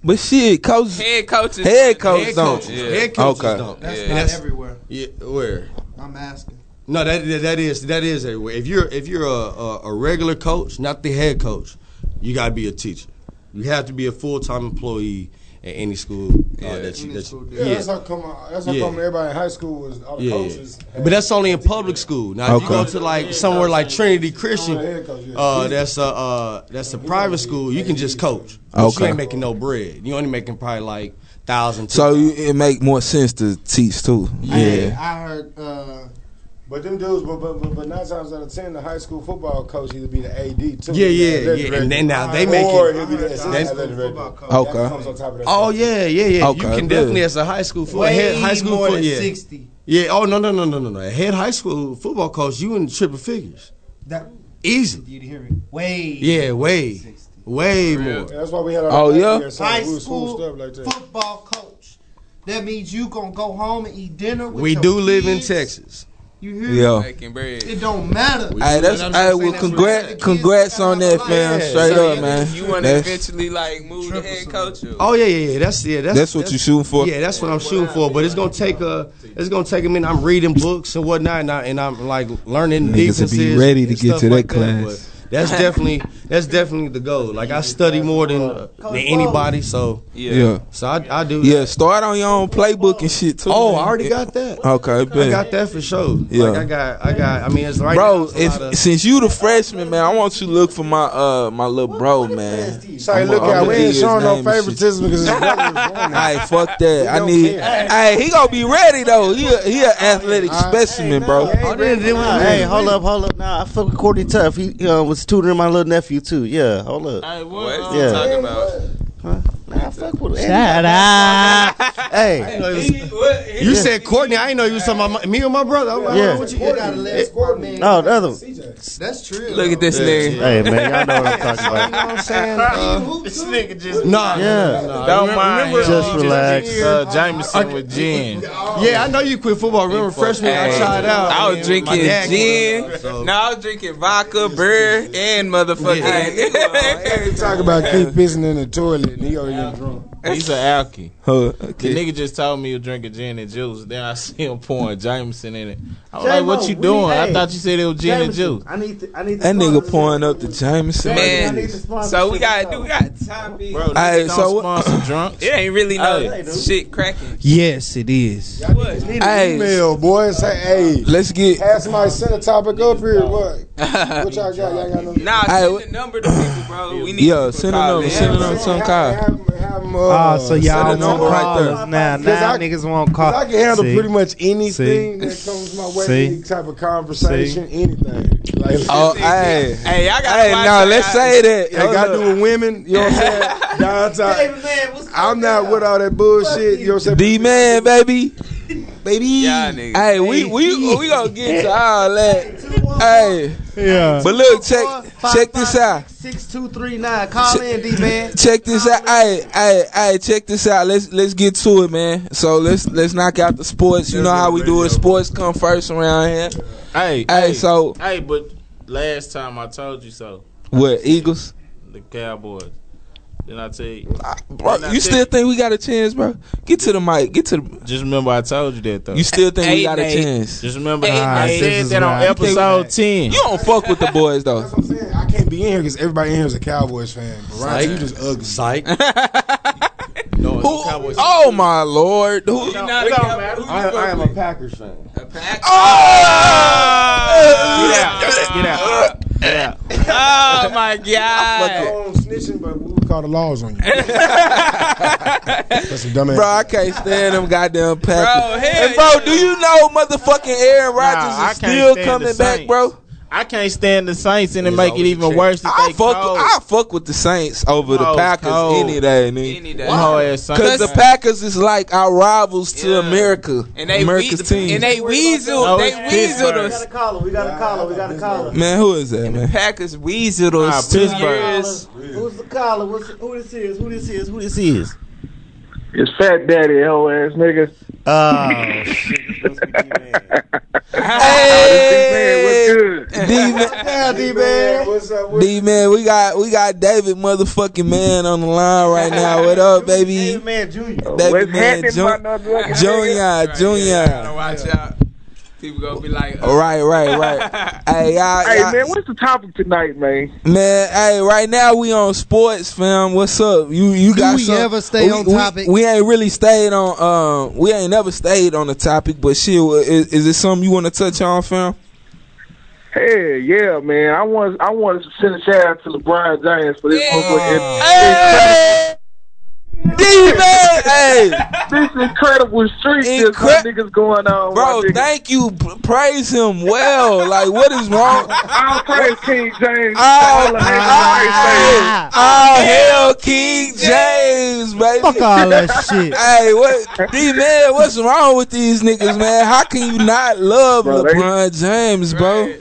Speaker 4: But shit, coaches,
Speaker 1: Head coaches.
Speaker 4: head coaches
Speaker 9: Head
Speaker 4: don't.
Speaker 9: coaches. Head coaches
Speaker 4: okay.
Speaker 9: don't.
Speaker 4: That's
Speaker 9: And
Speaker 4: not
Speaker 8: everywhere.
Speaker 9: Yeah, where?
Speaker 8: I'm asking.
Speaker 9: No, that that- that is that is everywhere. If you're if you're a, a, a regular coach, not the head coach, you gotta be a teacher. You have to be a full time employee at any school uh, that you. That you
Speaker 11: Yeah, that's how come. uh, That's how
Speaker 9: Yeah.
Speaker 11: come everybody in high school was all the
Speaker 9: Yeah,
Speaker 11: coaches.
Speaker 9: yeah. but that's only in public school. Now, if you
Speaker 11: Okay.
Speaker 9: go to like somewhere like Trinity Christian, uh, that's a uh, that's a private school. You can just coach. But You
Speaker 4: Okay.
Speaker 9: ain't making no bread. You only making probably like thousand.
Speaker 4: So you, it make more sense to teach too. Yeah.
Speaker 11: I heard. Uh, but them dudes, but, but but but nine times out of ten, the high school football coach he'll be the AD too.
Speaker 9: Yeah, yeah,
Speaker 11: Athletic
Speaker 9: yeah.
Speaker 11: director.
Speaker 9: And then now they make
Speaker 11: or
Speaker 9: it-
Speaker 11: he'll be the assistant
Speaker 9: That's-
Speaker 11: athletic director.
Speaker 4: Okay.
Speaker 11: That comes on top of that.
Speaker 9: Oh yeah, yeah, yeah.
Speaker 4: Okay,
Speaker 9: you can
Speaker 4: good.
Speaker 9: definitely as a high school football
Speaker 11: Way
Speaker 9: head high school
Speaker 11: more
Speaker 9: foot-
Speaker 11: than
Speaker 9: yeah.
Speaker 11: 60.
Speaker 9: Yeah. Oh no no no no no no. A head high school football coach, you in the triple figures.
Speaker 12: That
Speaker 9: Easy.
Speaker 12: you hear me? Way.
Speaker 9: Yeah, way, way more.
Speaker 11: That's why we had. Our
Speaker 9: Oh,
Speaker 11: back
Speaker 9: yeah?
Speaker 11: here, so
Speaker 12: High
Speaker 11: we was
Speaker 12: school
Speaker 11: stuff like that.
Speaker 12: football coach. That means you gonna go home and eat dinner. With
Speaker 9: We
Speaker 12: your
Speaker 9: do live in
Speaker 12: kids.
Speaker 9: Texas.
Speaker 12: You hear?
Speaker 4: Yeah.
Speaker 12: me? It don't matter.
Speaker 4: Hey, that's hey. Well, congrats, congrats on that, fam. Straight up, man.
Speaker 1: You want to
Speaker 4: That's-
Speaker 1: eventually like move to head coach? or-
Speaker 9: Oh yeah, yeah, yeah. That's yeah. That's,
Speaker 4: That's what you shooting for?
Speaker 9: Yeah, that's what I'm shooting for. But it's gonna take a it's gonna take a minute. I'm reading books and whatnot, and, I, and I'm like learning
Speaker 4: Niggas will
Speaker 9: defenses.
Speaker 4: be ready to
Speaker 9: and
Speaker 4: get
Speaker 9: stuff
Speaker 4: to that
Speaker 9: like
Speaker 4: class.
Speaker 9: but that's definitely that's definitely the goal. Like I study more than, uh, than anybody, so
Speaker 4: Yeah. Yeah.
Speaker 9: So I, I do.
Speaker 4: Yeah, start on your own playbook and shit too.
Speaker 9: Oh, I
Speaker 4: man.
Speaker 9: already got that.
Speaker 4: Okay,
Speaker 9: I
Speaker 4: bet.
Speaker 9: got that for sure.
Speaker 4: Yeah.
Speaker 9: Like I got, I got. I mean, it's right now.
Speaker 4: bro,
Speaker 9: it's a
Speaker 4: if
Speaker 9: lot of-
Speaker 4: since you the freshman, man, I want you to look for my uh my little bro, man.
Speaker 11: Say,
Speaker 4: I'm
Speaker 11: look
Speaker 4: gonna- I'm
Speaker 11: out,
Speaker 4: gonna
Speaker 11: we
Speaker 4: give
Speaker 11: ain't
Speaker 4: his
Speaker 11: showing no
Speaker 4: name and shit.
Speaker 11: favoritism because his brother was born.
Speaker 4: Hey, fuck that. I need. Hey, he gonna be ready though. He a, he an athletic specimen, bro.
Speaker 5: Hey, hold up, hold up. Nah, I fuck with Courtney Tough. He uh, was tutoring my little nephew too. Yeah, hold up.
Speaker 7: Hey, what?
Speaker 1: What
Speaker 5: Yeah.
Speaker 1: you talking about?
Speaker 5: Nah, fuck with him.
Speaker 7: Shut
Speaker 5: up. Hey,
Speaker 9: you said Courtney, I didn't know you was talking about my, me or my brother. I'm like,
Speaker 5: Yeah.
Speaker 9: what you-
Speaker 5: no, the other. one.
Speaker 12: That's true.
Speaker 1: Look at this
Speaker 9: Yeah,
Speaker 1: nigga.
Speaker 5: Hey man, y'all know what I'm talking about.
Speaker 9: You know what I'm saying? Uh,
Speaker 7: This nigga just
Speaker 9: nah,
Speaker 5: Yeah.
Speaker 9: nah,
Speaker 1: Don't
Speaker 9: remember-
Speaker 1: mind
Speaker 9: remember,
Speaker 1: him.
Speaker 5: Just
Speaker 9: uh,
Speaker 5: relax.
Speaker 7: uh, Jameson with Jen.
Speaker 9: Yeah, I know you quit football. Remember freshman, year I
Speaker 1: Hey,
Speaker 9: tried out.
Speaker 1: I was
Speaker 9: Man, my
Speaker 1: drinking
Speaker 9: dad quit.
Speaker 1: gin.
Speaker 9: So-
Speaker 1: No, I was drinking vodka, beer, and motherfucking.
Speaker 11: They talk about keep pissing in the toilet and he already drunk.
Speaker 7: He's an alky.
Speaker 9: Uh,
Speaker 4: Huh,
Speaker 7: The
Speaker 4: okay.
Speaker 7: nigga just told me he was drinking gin and juice. Then I see him pouring Jameson in it. I was
Speaker 8: J-Mo,
Speaker 7: like, "What you
Speaker 8: we-
Speaker 7: doing?"
Speaker 8: hey,
Speaker 7: I thought you said it was gin and juice.
Speaker 8: I need. To, I need. To
Speaker 4: That nigga pouring up the Jameson.
Speaker 1: Man, so we gotta do. We got topics.
Speaker 7: Bro,
Speaker 4: Hey,
Speaker 7: niggas
Speaker 4: so
Speaker 7: don't
Speaker 4: what-
Speaker 7: sponsor drunks.
Speaker 1: It ain't really no
Speaker 7: Hey.
Speaker 1: shit cracking.
Speaker 8: Yes, it is.
Speaker 1: What?
Speaker 4: Hey,
Speaker 11: Email, boy. Say, hey,
Speaker 4: let's get.
Speaker 11: have somebody send a topic up here. What? What y'all got? Y'all got no.
Speaker 1: Nah,
Speaker 4: Hey,
Speaker 1: send
Speaker 4: what-
Speaker 1: the number to people, bro. We need
Speaker 4: Yeah,
Speaker 1: people to
Speaker 4: send a
Speaker 1: call
Speaker 4: number,
Speaker 1: in.
Speaker 4: send a number. some kind.
Speaker 11: Have, have, have, them, uh,
Speaker 8: Oh, so
Speaker 4: send
Speaker 8: y'all
Speaker 4: the
Speaker 8: won't
Speaker 4: number right
Speaker 8: call
Speaker 4: there.
Speaker 8: us now.
Speaker 11: Because
Speaker 8: Now
Speaker 11: I-
Speaker 8: niggas won't call.
Speaker 11: 'Cause I can handle
Speaker 8: See?
Speaker 11: pretty much anything
Speaker 8: See?
Speaker 11: that comes my way,
Speaker 8: See?
Speaker 11: any type of conversation, anything. Like,
Speaker 4: Oh, hey,
Speaker 1: Hey, I gotta
Speaker 4: hey,
Speaker 1: watch
Speaker 4: no,
Speaker 1: y'all.
Speaker 4: let's say that.
Speaker 11: They got to do with women, you know what I'm saying? Downtown. I'm not with all that bullshit, you know what I'm saying?
Speaker 4: D man, baby, baby.
Speaker 1: Y'all niggas.
Speaker 4: Hey, we we we gonna get to all that. Hey,
Speaker 8: Yeah.
Speaker 4: but look, check check this out.
Speaker 12: Six two three nine. Call in, D man.
Speaker 4: Check this out. Hey, hey, hey, check this out. Let's let's get to it, man. So let's let's knock out the sports. You know how we do it. Sports come first around here.
Speaker 7: Hey,
Speaker 4: Hey, so-
Speaker 7: hey, but last time I told you so.
Speaker 4: What Eagles?
Speaker 7: The Cowboys. Then I tell you,
Speaker 4: Bro, you still think we got a chance, bro? Get to the mic. Get to the.
Speaker 7: just remember I told you that though.
Speaker 4: You still think we
Speaker 1: Hey,
Speaker 4: got a
Speaker 1: Nate.
Speaker 4: chance?
Speaker 7: just remember
Speaker 1: Hey,
Speaker 7: I
Speaker 1: hey,
Speaker 8: this
Speaker 7: said
Speaker 8: is
Speaker 7: that on
Speaker 8: why-
Speaker 7: episode ten.
Speaker 4: You don't fuck with the boys though.
Speaker 11: That's what I'm saying. I can't be in here because everybody in here is a Cowboys fan. But right, you just ugly.
Speaker 9: Psych. no,
Speaker 4: Who, oh my lord! Who,
Speaker 1: You not a Cowboy. Who you
Speaker 9: I, I
Speaker 1: gonna
Speaker 9: am
Speaker 1: be?
Speaker 9: a Packers fan.
Speaker 1: A pack.
Speaker 4: Oh!
Speaker 7: Get out. Get out.
Speaker 1: Oh my
Speaker 11: I
Speaker 1: god.
Speaker 11: own snitching, but we would call the laws on you. That's some dumb ass.
Speaker 4: Bro, I can't stand them goddamn Packers.
Speaker 1: Bro, hell
Speaker 4: and bro,
Speaker 1: yeah.
Speaker 4: do you know motherfucking Aaron Rodgers
Speaker 7: I
Speaker 4: is
Speaker 7: can't
Speaker 4: still
Speaker 7: stand the
Speaker 4: coming back,
Speaker 7: Saints.
Speaker 4: bro?
Speaker 7: I can't stand the Saints and it
Speaker 9: It's
Speaker 7: make it
Speaker 9: always a
Speaker 7: even
Speaker 9: check.
Speaker 7: worse that
Speaker 4: I
Speaker 7: they
Speaker 4: fuck,
Speaker 7: cold.
Speaker 4: I fuck with the Saints over the
Speaker 7: Cold,
Speaker 4: Packers
Speaker 7: cold.
Speaker 4: any day, nigga.
Speaker 1: Any day.
Speaker 7: Them whole ass
Speaker 4: Cause the
Speaker 7: Saints.
Speaker 4: Packers is like our rivals to
Speaker 1: Yeah.
Speaker 4: America,
Speaker 1: And they
Speaker 4: America's
Speaker 1: wee-
Speaker 4: team.
Speaker 1: And they weaseled.
Speaker 7: No,
Speaker 1: they
Speaker 7: it's Pittsburgh.
Speaker 1: weaseled us.
Speaker 8: call him. We gotta call him. We gotta call him.
Speaker 4: man, who is that, man?
Speaker 1: Packers weaseled
Speaker 7: Nah,
Speaker 1: us two
Speaker 7: Pittsburgh.
Speaker 1: years.
Speaker 8: Who's the caller? What's, who this is? Who this is? Who this is? Oh,
Speaker 15: It's Fat Daddy, hoe ass nigga.
Speaker 5: Oh shit.
Speaker 4: Hey, what's good?
Speaker 11: D man, what's up? What's
Speaker 4: D man, we got we got David motherfucking man on the line right now. What up, baby?
Speaker 9: David Man Jr.
Speaker 4: David Man Jun- Junior, Junior.
Speaker 1: Watch out. People gonna be like, uh,
Speaker 4: Right, right, right. hey, y'all,
Speaker 15: Hey
Speaker 4: y'all-
Speaker 15: man, what's the topic tonight, man?
Speaker 4: Man, hey, right now we on sports, fam. What's up? You you
Speaker 15: Do
Speaker 4: got
Speaker 15: we
Speaker 4: some-
Speaker 15: ever stay on topic?
Speaker 4: We, ain't really stayed on. Um, we ain't never stayed on the topic, but shit, wha- is, is it something you want to touch on, fam?
Speaker 15: Hey, yeah, man. I want I want to send a shout out to LeBron James for this motherfucker.
Speaker 4: D-Man, hey,
Speaker 15: this incredible streak this
Speaker 4: Incre-
Speaker 15: niggas going on,
Speaker 4: bro. Thank you. P- Praise him well. Like, what is wrong?
Speaker 15: I'll praise King James.
Speaker 4: Oh,
Speaker 15: All
Speaker 4: oh,
Speaker 15: of his praise, man.
Speaker 4: oh, hell, King James, baby.
Speaker 8: Fuck all that shit.
Speaker 4: Hey, what, D man? What's wrong with these niggas, man? How can you not love LeBron James, bro?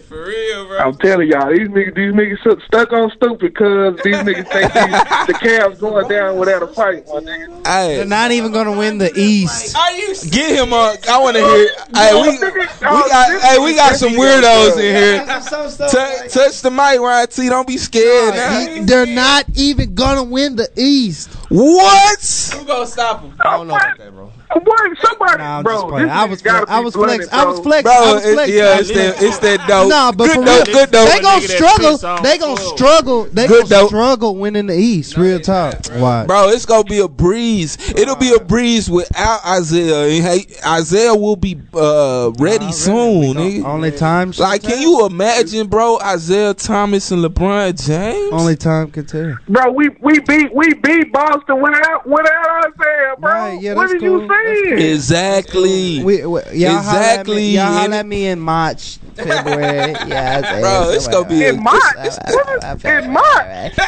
Speaker 15: I'm telling y'all, these niggas, these niggas stu- stuck on stupid because these niggas think these, the Cavs going down without a fight, my nigga.
Speaker 8: They're not even gonna win the East.
Speaker 4: Are you get him on? I want to hear. Hey, we, we got hey, we got some weirdos in here. Tou- touch the mic, Ryan T. Don't be scared. now.
Speaker 12: They're not even gonna win the East.
Speaker 4: What?
Speaker 7: Who gonna stop him? I don't know about that, bro.
Speaker 15: What? Somebody,
Speaker 8: Nah,
Speaker 15: bro.
Speaker 8: playing.
Speaker 15: this
Speaker 8: I
Speaker 15: nigga
Speaker 8: was
Speaker 15: gotta
Speaker 8: flex- I
Speaker 15: be
Speaker 8: was
Speaker 15: blunted,
Speaker 8: flex- I was
Speaker 15: bro.
Speaker 8: flex- I
Speaker 4: Bro,
Speaker 8: was
Speaker 4: it,
Speaker 8: flexing.
Speaker 4: yeah, it's that it's that dope.
Speaker 8: Nah, but
Speaker 4: good
Speaker 8: for
Speaker 4: dope,
Speaker 8: real,
Speaker 4: good dope.
Speaker 8: They gonna struggle. They gonna struggle. They
Speaker 4: Good
Speaker 8: gonna
Speaker 4: though.
Speaker 8: struggle winning the East. Real talk. Why?
Speaker 4: Bro, it's gonna be a breeze. It'll be a breeze without Isaiah. And Hey, Isaiah will be uh, ready soon. Nigga.
Speaker 8: Only time.
Speaker 4: Like, can you imagine, bro? Isaiah Thomas and LeBron James.
Speaker 8: Only time can tell.
Speaker 15: Bro, we, we beat we beat Boston without without Isaiah, bro. what are you saying?
Speaker 4: Exactly.
Speaker 8: We, we, y'all
Speaker 4: Exactly.
Speaker 8: exactly. Holler at me, y'all
Speaker 4: And-
Speaker 8: holler at me in March, February. yeah, I say,
Speaker 4: Bro, it's gonna be a-
Speaker 15: in March. in March.
Speaker 8: after,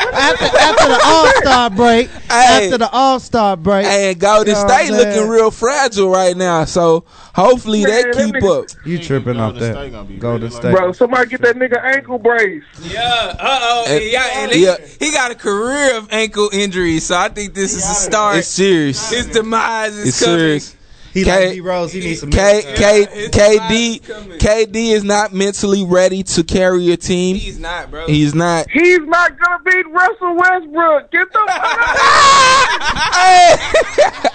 Speaker 8: after the All Star break.
Speaker 4: Hey.
Speaker 8: after the All Star break.
Speaker 4: And Golden
Speaker 8: You know
Speaker 4: State
Speaker 8: what I'm
Speaker 4: looking real fragile right now. So hopefully
Speaker 15: Man,
Speaker 4: they
Speaker 15: that
Speaker 4: keep
Speaker 15: nigga-
Speaker 4: up.
Speaker 8: You tripping off that? Golden State.
Speaker 15: Bro, somebody get that nigga ankle brace.
Speaker 1: yeah, uh oh,
Speaker 4: And-
Speaker 1: yeah, and he,
Speaker 4: yeah.
Speaker 1: he got a career of ankle injuries, so I think this is a start.
Speaker 4: It's serious.
Speaker 1: His demise is
Speaker 4: It's
Speaker 1: coming.
Speaker 4: serious.
Speaker 8: He
Speaker 4: K-
Speaker 8: like D Rose. He needs some.
Speaker 4: K
Speaker 8: milk.
Speaker 4: K KD KD is not mentally ready to carry a team.
Speaker 1: He's not, bro.
Speaker 4: He's not.
Speaker 15: He's not gonna beat Russell Westbrook. Get the fuck out.
Speaker 4: Hey,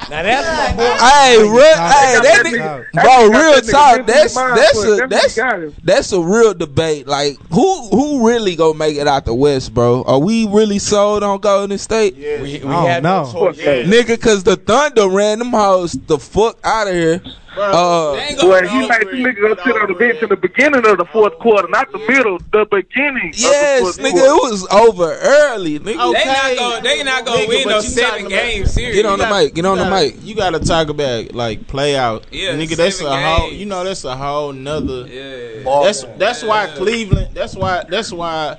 Speaker 7: Now that's my boy.
Speaker 4: hey, real, hey,
Speaker 15: That
Speaker 4: that
Speaker 15: nigga-
Speaker 4: nigga,
Speaker 15: that nigga
Speaker 4: bro,
Speaker 15: got
Speaker 4: real
Speaker 15: that nigga
Speaker 4: talk.
Speaker 15: mentally
Speaker 4: That's
Speaker 15: mind
Speaker 4: that's
Speaker 15: fucked.
Speaker 4: a
Speaker 15: That nigga
Speaker 4: that's
Speaker 15: got him.
Speaker 4: that's a real debate. Like, who who really gonna make it out the West, bro? Are we really sold on Golden State?
Speaker 7: We, we
Speaker 8: Oh,
Speaker 7: had
Speaker 8: no.
Speaker 7: choice. Yeah.
Speaker 4: Nigga, cause the Thunder ran them hoes the fuck out of here. Uh,
Speaker 7: They ain't gonna
Speaker 15: Well,
Speaker 7: win
Speaker 15: he
Speaker 7: all
Speaker 15: made
Speaker 7: three.
Speaker 15: the nigga go sit on the bench in the beginning of the fourth quarter, not the middle, the beginning.
Speaker 4: yes,
Speaker 15: of the
Speaker 4: nigga,
Speaker 15: fourth
Speaker 4: it
Speaker 15: quarter.
Speaker 4: was over early, nigga.
Speaker 1: They
Speaker 7: Okay.
Speaker 1: not gonna, they not gonna
Speaker 7: Nigga,
Speaker 1: win
Speaker 7: but
Speaker 1: no
Speaker 7: you
Speaker 1: seven
Speaker 7: talking about-
Speaker 1: game series.
Speaker 4: Get on
Speaker 7: You
Speaker 4: the
Speaker 7: gotta-
Speaker 4: mic. Get on
Speaker 7: you
Speaker 4: the
Speaker 7: gotta-
Speaker 4: mic.
Speaker 7: You gotta talk about like play out.
Speaker 1: Yeah,
Speaker 7: nigga, that's a
Speaker 1: seven
Speaker 7: whole.
Speaker 1: games.
Speaker 7: You know, that's a whole nother.
Speaker 1: Yeah.
Speaker 7: That's that's why Cleveland. That's why that's why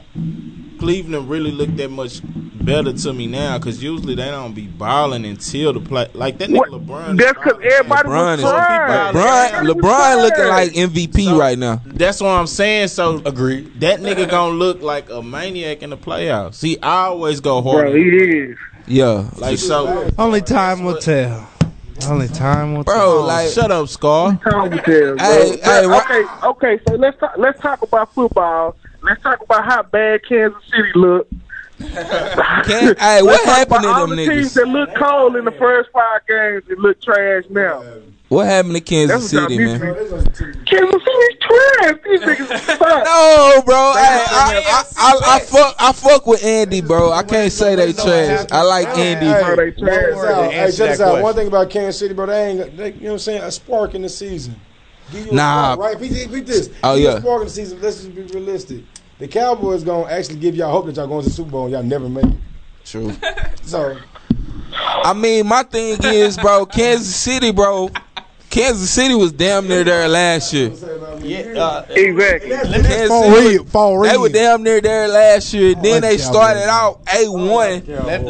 Speaker 7: Cleveland really looked that much better to me now because usually they don't be balling until the play. Like that nigga
Speaker 15: What?
Speaker 7: LeBron.
Speaker 15: That's because everybody
Speaker 4: LeBron
Speaker 15: was
Speaker 4: is
Speaker 15: crying.
Speaker 4: LeBron,
Speaker 15: Everybody was
Speaker 4: LeBron looking
Speaker 15: crying.
Speaker 4: like MVP
Speaker 7: So-
Speaker 4: right now.
Speaker 7: That's what I'm saying. So agree. That nigga gonna look like a maniac in the playoffs. He always go
Speaker 15: Bro,
Speaker 7: hard.
Speaker 15: he is.
Speaker 4: Yeah,
Speaker 7: like so,
Speaker 8: Only time will tell. Only time will tell.
Speaker 15: Oh,
Speaker 4: bro. Like,
Speaker 7: shut up, Scar.
Speaker 15: Tom Tell, bro.
Speaker 4: Hey, hey,
Speaker 15: Bro,
Speaker 4: wha-
Speaker 15: okay, okay. So let's talk, let's talk about football. Let's talk about how bad Kansas City look.
Speaker 4: Can, hey,
Speaker 15: Let's
Speaker 4: what
Speaker 15: talk
Speaker 4: happened to
Speaker 15: about all
Speaker 4: them
Speaker 15: the teams
Speaker 4: niggas?
Speaker 15: that look cold in the first five games and look trash now?
Speaker 4: What happened to Kansas
Speaker 15: That's what
Speaker 4: City,
Speaker 15: got me
Speaker 4: man?
Speaker 15: Kansas City's trash. These niggas suck.
Speaker 4: No, bro. Hey, I, I, I, I fuck, I fuck with Andy, bro. I can't say they trash. I like
Speaker 11: Hey,
Speaker 4: Andy.
Speaker 15: Bro, they trash.
Speaker 11: check this out. Hey,
Speaker 9: answer
Speaker 11: check this
Speaker 9: that
Speaker 11: out. One
Speaker 9: question.
Speaker 11: thing about Kansas City, bro, they ain't, they, you know what I'm saying, a spark in the season. Give you a
Speaker 4: Nah.
Speaker 11: spark, right? We did, we this.
Speaker 4: Oh,
Speaker 11: Give you
Speaker 4: yeah.
Speaker 11: A spark in the season. Let's just be realistic. The Cowboys gonna actually give y'all hope that y'all going to the Super Bowl and y'all never make it.
Speaker 4: True.
Speaker 11: So
Speaker 4: I mean, my thing is, bro, Kansas City, bro. Kansas City was damn near there last year.
Speaker 7: Yeah, uh,
Speaker 15: Exactly.
Speaker 4: Kansas
Speaker 12: For
Speaker 4: City was-
Speaker 12: real, for
Speaker 4: They
Speaker 12: real.
Speaker 4: were damn near there last year. Then they
Speaker 12: Cowboys.
Speaker 4: started out A one,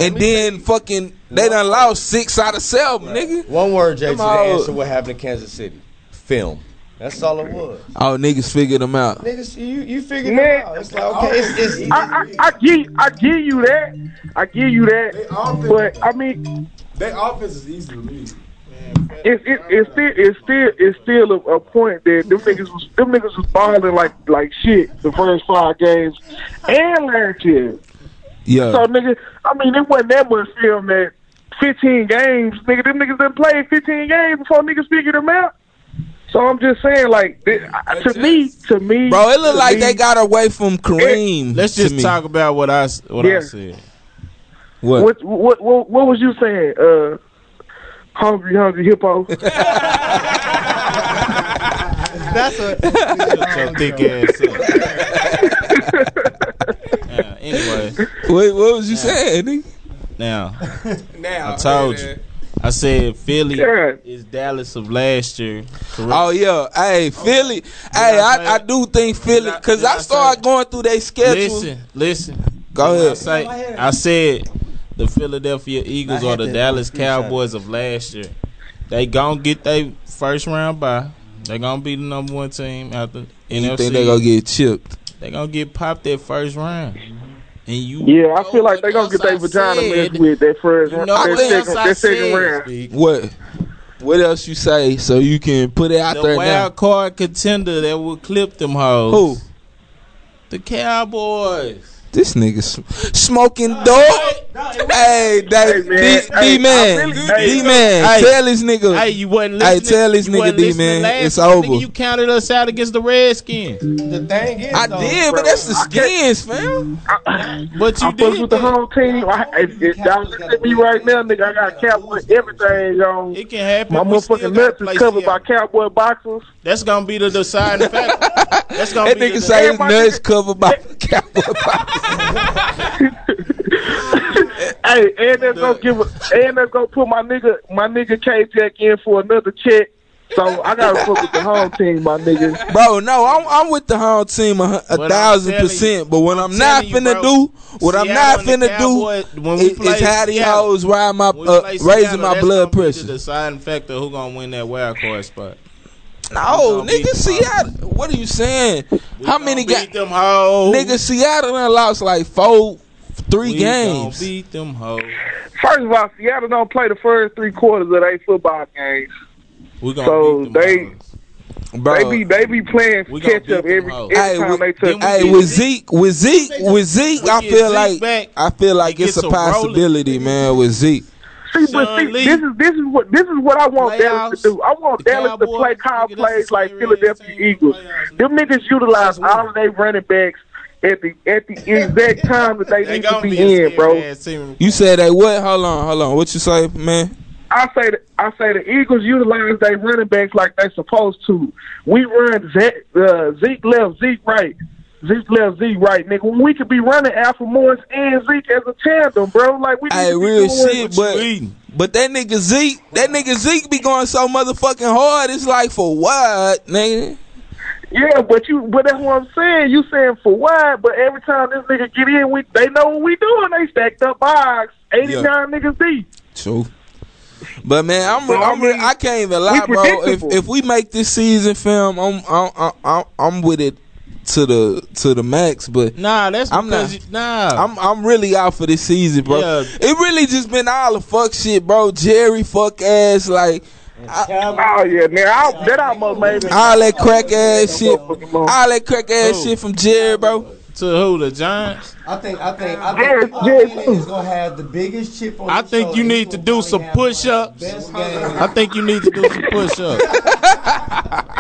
Speaker 4: and then fucking they done lost six out of seven, nigga.
Speaker 9: One word, Jason, to
Speaker 4: Come on.
Speaker 9: answer what happened in Kansas City. Film. That's all it was.
Speaker 4: Oh, niggas figured them out.
Speaker 9: Niggas, you you figured
Speaker 15: Man.
Speaker 9: it out. It's like okay, it's, it's
Speaker 15: I, I, I give I give you that. I give you that.
Speaker 11: all
Speaker 15: But I mean,
Speaker 11: their offense is easy to lead.
Speaker 15: It's it, it's still it's still it's still a, a point that them niggas was them niggas was balling like like shit the first five games and last year.
Speaker 4: Yeah.
Speaker 15: So nigga, I mean it wasn't that much film that fifteen games, nigga, them niggas done played fifteen games before niggas figured them out. So I'm just saying, like, th- I- to me, to me,
Speaker 4: Bro, it look
Speaker 15: to
Speaker 4: like
Speaker 15: me-
Speaker 4: they got away from Kareem.
Speaker 7: Let's
Speaker 4: to
Speaker 7: just
Speaker 4: me.
Speaker 7: talk about what I s- what
Speaker 15: Yeah.
Speaker 7: I said.
Speaker 4: What?
Speaker 15: What what what, what was you saying? Uh, hungry, hungry hippo.
Speaker 12: That's a
Speaker 7: Your thick ass. up. yeah, anyway,
Speaker 4: Wait, what was you saying? nigga?
Speaker 7: now
Speaker 4: Now,
Speaker 7: I told
Speaker 4: man.
Speaker 7: you. I said Philly
Speaker 4: Yeah.
Speaker 7: is Dallas of last year. Correct.
Speaker 4: Oh yeah, hey Philly, hey I, I do think Philly because I started going through their schedule.
Speaker 7: Listen, listen.
Speaker 4: Go
Speaker 7: When I
Speaker 4: ahead.
Speaker 7: say- I, said the Philadelphia Eagles or the Dallas Cowboys of last year. They gonna get their first round by. They gonna be the number one team after
Speaker 4: And you
Speaker 7: NFC.
Speaker 4: think they gonna get chipped?
Speaker 7: They gonna get popped that first round. And you
Speaker 15: yeah, I feel like they gonna get their
Speaker 7: else I
Speaker 15: vagina messed
Speaker 7: said.
Speaker 15: with that first,
Speaker 7: You
Speaker 15: round,
Speaker 7: know
Speaker 15: that
Speaker 7: what
Speaker 15: second,
Speaker 7: else I
Speaker 15: that second
Speaker 7: said.
Speaker 15: round.
Speaker 4: What? What else you say so you can put it out
Speaker 7: the
Speaker 4: there
Speaker 7: wild
Speaker 4: now?
Speaker 7: card contender that will clip them hoes.
Speaker 4: Who?
Speaker 7: The Cowboys.
Speaker 4: This nigga sm- smoking dope. Hey, that D man, D man, tell this nigga.
Speaker 7: Hey, you wasn't
Speaker 4: Hey,
Speaker 7: listening.
Speaker 4: tell this
Speaker 7: you
Speaker 4: nigga,
Speaker 7: wasn't
Speaker 4: D,
Speaker 7: listening
Speaker 4: man,
Speaker 7: last
Speaker 4: it's
Speaker 7: week.
Speaker 4: over.
Speaker 7: Nigga, you counted us out against the Redskins,
Speaker 13: The thing is,
Speaker 4: I
Speaker 13: though,
Speaker 4: did, but that's the skins, fam.
Speaker 7: but you
Speaker 15: I fucks
Speaker 7: did.
Speaker 15: with the whole team. I, if, if y'all listen to me right now, nigga, I got cowboy everything on.
Speaker 7: It can happen.
Speaker 15: My
Speaker 7: We still gotta
Speaker 15: motherfucking nuts
Speaker 7: play
Speaker 15: is covered by
Speaker 7: Seattle.
Speaker 15: cowboy boxers.
Speaker 7: That's gonna be the deciding factor. That's gonna
Speaker 4: That
Speaker 7: be
Speaker 4: nigga
Speaker 7: the
Speaker 4: say his
Speaker 15: Everybody-
Speaker 4: nuts covered by cowboy.
Speaker 15: Hey, and they're gonna give, a, and they're gonna put my nigga, my nigga K Jack in for another check. So I gotta fuck with the home team, my nigga.
Speaker 4: Bro, no, I'm, I'm with the home team a, hun- a
Speaker 7: What I'm
Speaker 4: thousand
Speaker 7: telling you-
Speaker 4: percent. but what I'm, not
Speaker 7: telling you,
Speaker 4: finna
Speaker 7: bro,
Speaker 4: do, what I'm
Speaker 7: Seattle
Speaker 4: not
Speaker 7: and the
Speaker 4: finna do,
Speaker 7: Cowboys, when we
Speaker 4: is,
Speaker 7: play
Speaker 4: is how these
Speaker 7: Seattle-
Speaker 4: hoes ride my
Speaker 7: When we
Speaker 4: uh,
Speaker 7: play Seattle,
Speaker 4: raising my
Speaker 7: that's
Speaker 4: blood
Speaker 7: gonna be
Speaker 4: pressure.
Speaker 7: The deciding factor who gonna win that wild card spot.
Speaker 4: No,
Speaker 7: We gonna
Speaker 4: Oh, nigga,
Speaker 7: beat them
Speaker 4: Seattle. What are you saying? How many
Speaker 7: gonna
Speaker 4: got
Speaker 7: beat them hoes?
Speaker 4: nigga? Seattle done lost like four, three
Speaker 7: we
Speaker 4: games.
Speaker 7: Gonna beat them hoes.
Speaker 15: First of all, Seattle don't play the first three quarters of their football games,
Speaker 7: We gonna
Speaker 15: so
Speaker 7: beat them
Speaker 15: they
Speaker 7: hoes.
Speaker 4: Bro.
Speaker 15: they be they be playing
Speaker 7: We gonna
Speaker 15: catch up
Speaker 7: beat them
Speaker 15: every,
Speaker 7: hoes.
Speaker 15: every
Speaker 4: Hey,
Speaker 15: time
Speaker 4: with,
Speaker 15: they touch.
Speaker 4: hey,
Speaker 15: the
Speaker 4: with Zeke, with Zeke, with Zeke,
Speaker 7: We
Speaker 4: I
Speaker 7: get
Speaker 4: feel
Speaker 7: Zeke
Speaker 4: like
Speaker 7: back,
Speaker 4: I feel like
Speaker 7: get
Speaker 4: it's a
Speaker 7: some rolling.
Speaker 4: possibility, man. With Zeke,
Speaker 15: See, but
Speaker 7: Sean
Speaker 15: see,
Speaker 7: Lee.
Speaker 15: this is this is what this is what I want Dallas
Speaker 7: Playoffs.
Speaker 15: to do. I want
Speaker 7: The
Speaker 15: Dallas
Speaker 7: Cowboys.
Speaker 15: to play call
Speaker 7: Nigga, that's
Speaker 15: plays
Speaker 7: the
Speaker 15: like
Speaker 7: scariest
Speaker 15: Philadelphia
Speaker 7: team in the
Speaker 15: Eagles.
Speaker 7: playoffs, nigga.
Speaker 15: Them niggas utilize all of their running backs at the at the exact time that they,
Speaker 7: They
Speaker 15: need to
Speaker 7: gonna
Speaker 15: be,
Speaker 7: be,
Speaker 15: in, bro.
Speaker 7: Ass team.
Speaker 4: you said they what? Hold on, hold on. What you say, man?
Speaker 15: I say the, I say the Eagles utilize their running backs like they supposed to. We run Zeke, uh, Zeke left, Zeke right, Zeke left, Zeke right, nigga. When we could be running Alpha Morris and Zeke as a tandem, bro. Like we need
Speaker 4: Hey,
Speaker 15: to be
Speaker 4: real
Speaker 15: doing-
Speaker 4: shit, but but that nigga Zeke, that nigga Zeke be going so motherfucking hard. It's like for what, nigga?
Speaker 15: Yeah, but you, but that's what I'm saying. You saying for what? But every time this nigga get in, we they know what we doing. They stacked up box, eighty nine niggas deep.
Speaker 4: True. But man, I'm,
Speaker 15: So, I
Speaker 4: I'm re-
Speaker 15: mean,
Speaker 4: I can't even lie,
Speaker 15: we
Speaker 4: bro. If
Speaker 15: predictable.
Speaker 4: if we make this season film, I'm I'm I'm, I'm, I'm with it to the to the max. But
Speaker 7: Nah, that's
Speaker 4: I'm
Speaker 7: because
Speaker 4: not-
Speaker 7: you- nah.
Speaker 4: I'm I'm really out for this season, bro.
Speaker 7: Yeah.
Speaker 4: It really just been all the fuck shit, bro. Jerry fuck ass, like
Speaker 15: Oh yeah, man, I, that almost made me.
Speaker 4: all that crack ass shit, all that crack ass shit from Jerry, bro.
Speaker 7: to who the Giants?
Speaker 12: I think I think I think Armenian is gonna have the biggest chip on.
Speaker 7: I
Speaker 12: his
Speaker 7: think
Speaker 12: shoulder.
Speaker 7: you
Speaker 12: He's
Speaker 7: need to
Speaker 12: gonna
Speaker 7: do
Speaker 12: probably
Speaker 7: some
Speaker 12: have one of
Speaker 7: push ups.
Speaker 12: the Best game.
Speaker 7: I think you need to do some push ups.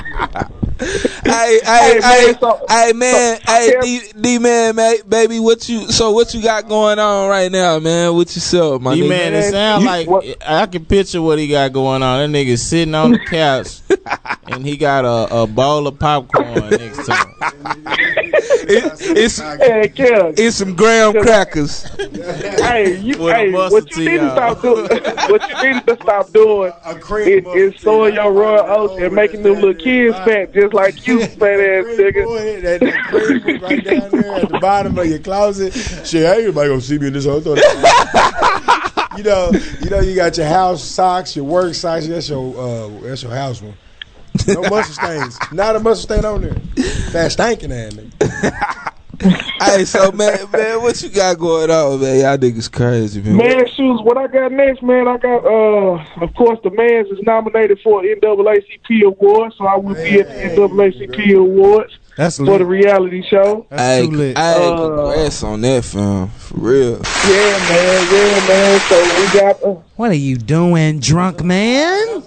Speaker 4: Hey, hey,
Speaker 15: Hey, man,
Speaker 4: hey,
Speaker 15: so-
Speaker 4: hey, man,
Speaker 15: so-
Speaker 4: hey, D, D man, ma- baby, what you? So what you got going on right now, man? With yourself, my
Speaker 7: D
Speaker 4: nigga?
Speaker 7: man, it sound
Speaker 4: You-
Speaker 7: like
Speaker 15: what-
Speaker 7: I can picture what he got going on. That nigga sitting on the couch and he got a, a bowl of popcorn next to him.
Speaker 4: It- it's
Speaker 15: Hey, Kev,
Speaker 4: it's some graham crackers.
Speaker 15: hey, you,
Speaker 7: With a
Speaker 15: hey,
Speaker 7: mustard
Speaker 15: what you
Speaker 7: tea,
Speaker 15: need to
Speaker 7: y'all.
Speaker 15: stop doing, what you need to stop doing
Speaker 11: A cream
Speaker 15: is,
Speaker 11: mustard
Speaker 15: is
Speaker 11: tea.
Speaker 15: sowing your royal
Speaker 11: Oh,
Speaker 15: oats and
Speaker 11: with
Speaker 15: making
Speaker 11: that
Speaker 15: them little
Speaker 11: goddamn
Speaker 15: kids fat, just like you, fat ass
Speaker 11: cream
Speaker 15: nigga.
Speaker 11: boy, that, that cream boy right down there at the bottom of your closet. Shit, ain't nobody gonna see me in this whole thing. You know, you know, you got your house socks, your work socks. That's your, uh, that's your house one. No muscle stains. Not a muscle stain on there. That stinking ass nigga.
Speaker 4: hey, so man, man, what you got going on, man? Y'all niggas crazy, man.
Speaker 15: Man shoes. What I got next, man? I got uh, of course, the man's is nominated for an NAACP award, so I will be at the NAACP awards.
Speaker 4: That's
Speaker 15: for
Speaker 4: lit.
Speaker 15: the reality show. Uh,
Speaker 4: Hey, hey, congrats on that, fam. For real.
Speaker 15: Yeah, man. Yeah, man. So we got. Uh,
Speaker 12: What are you doing, drunk man?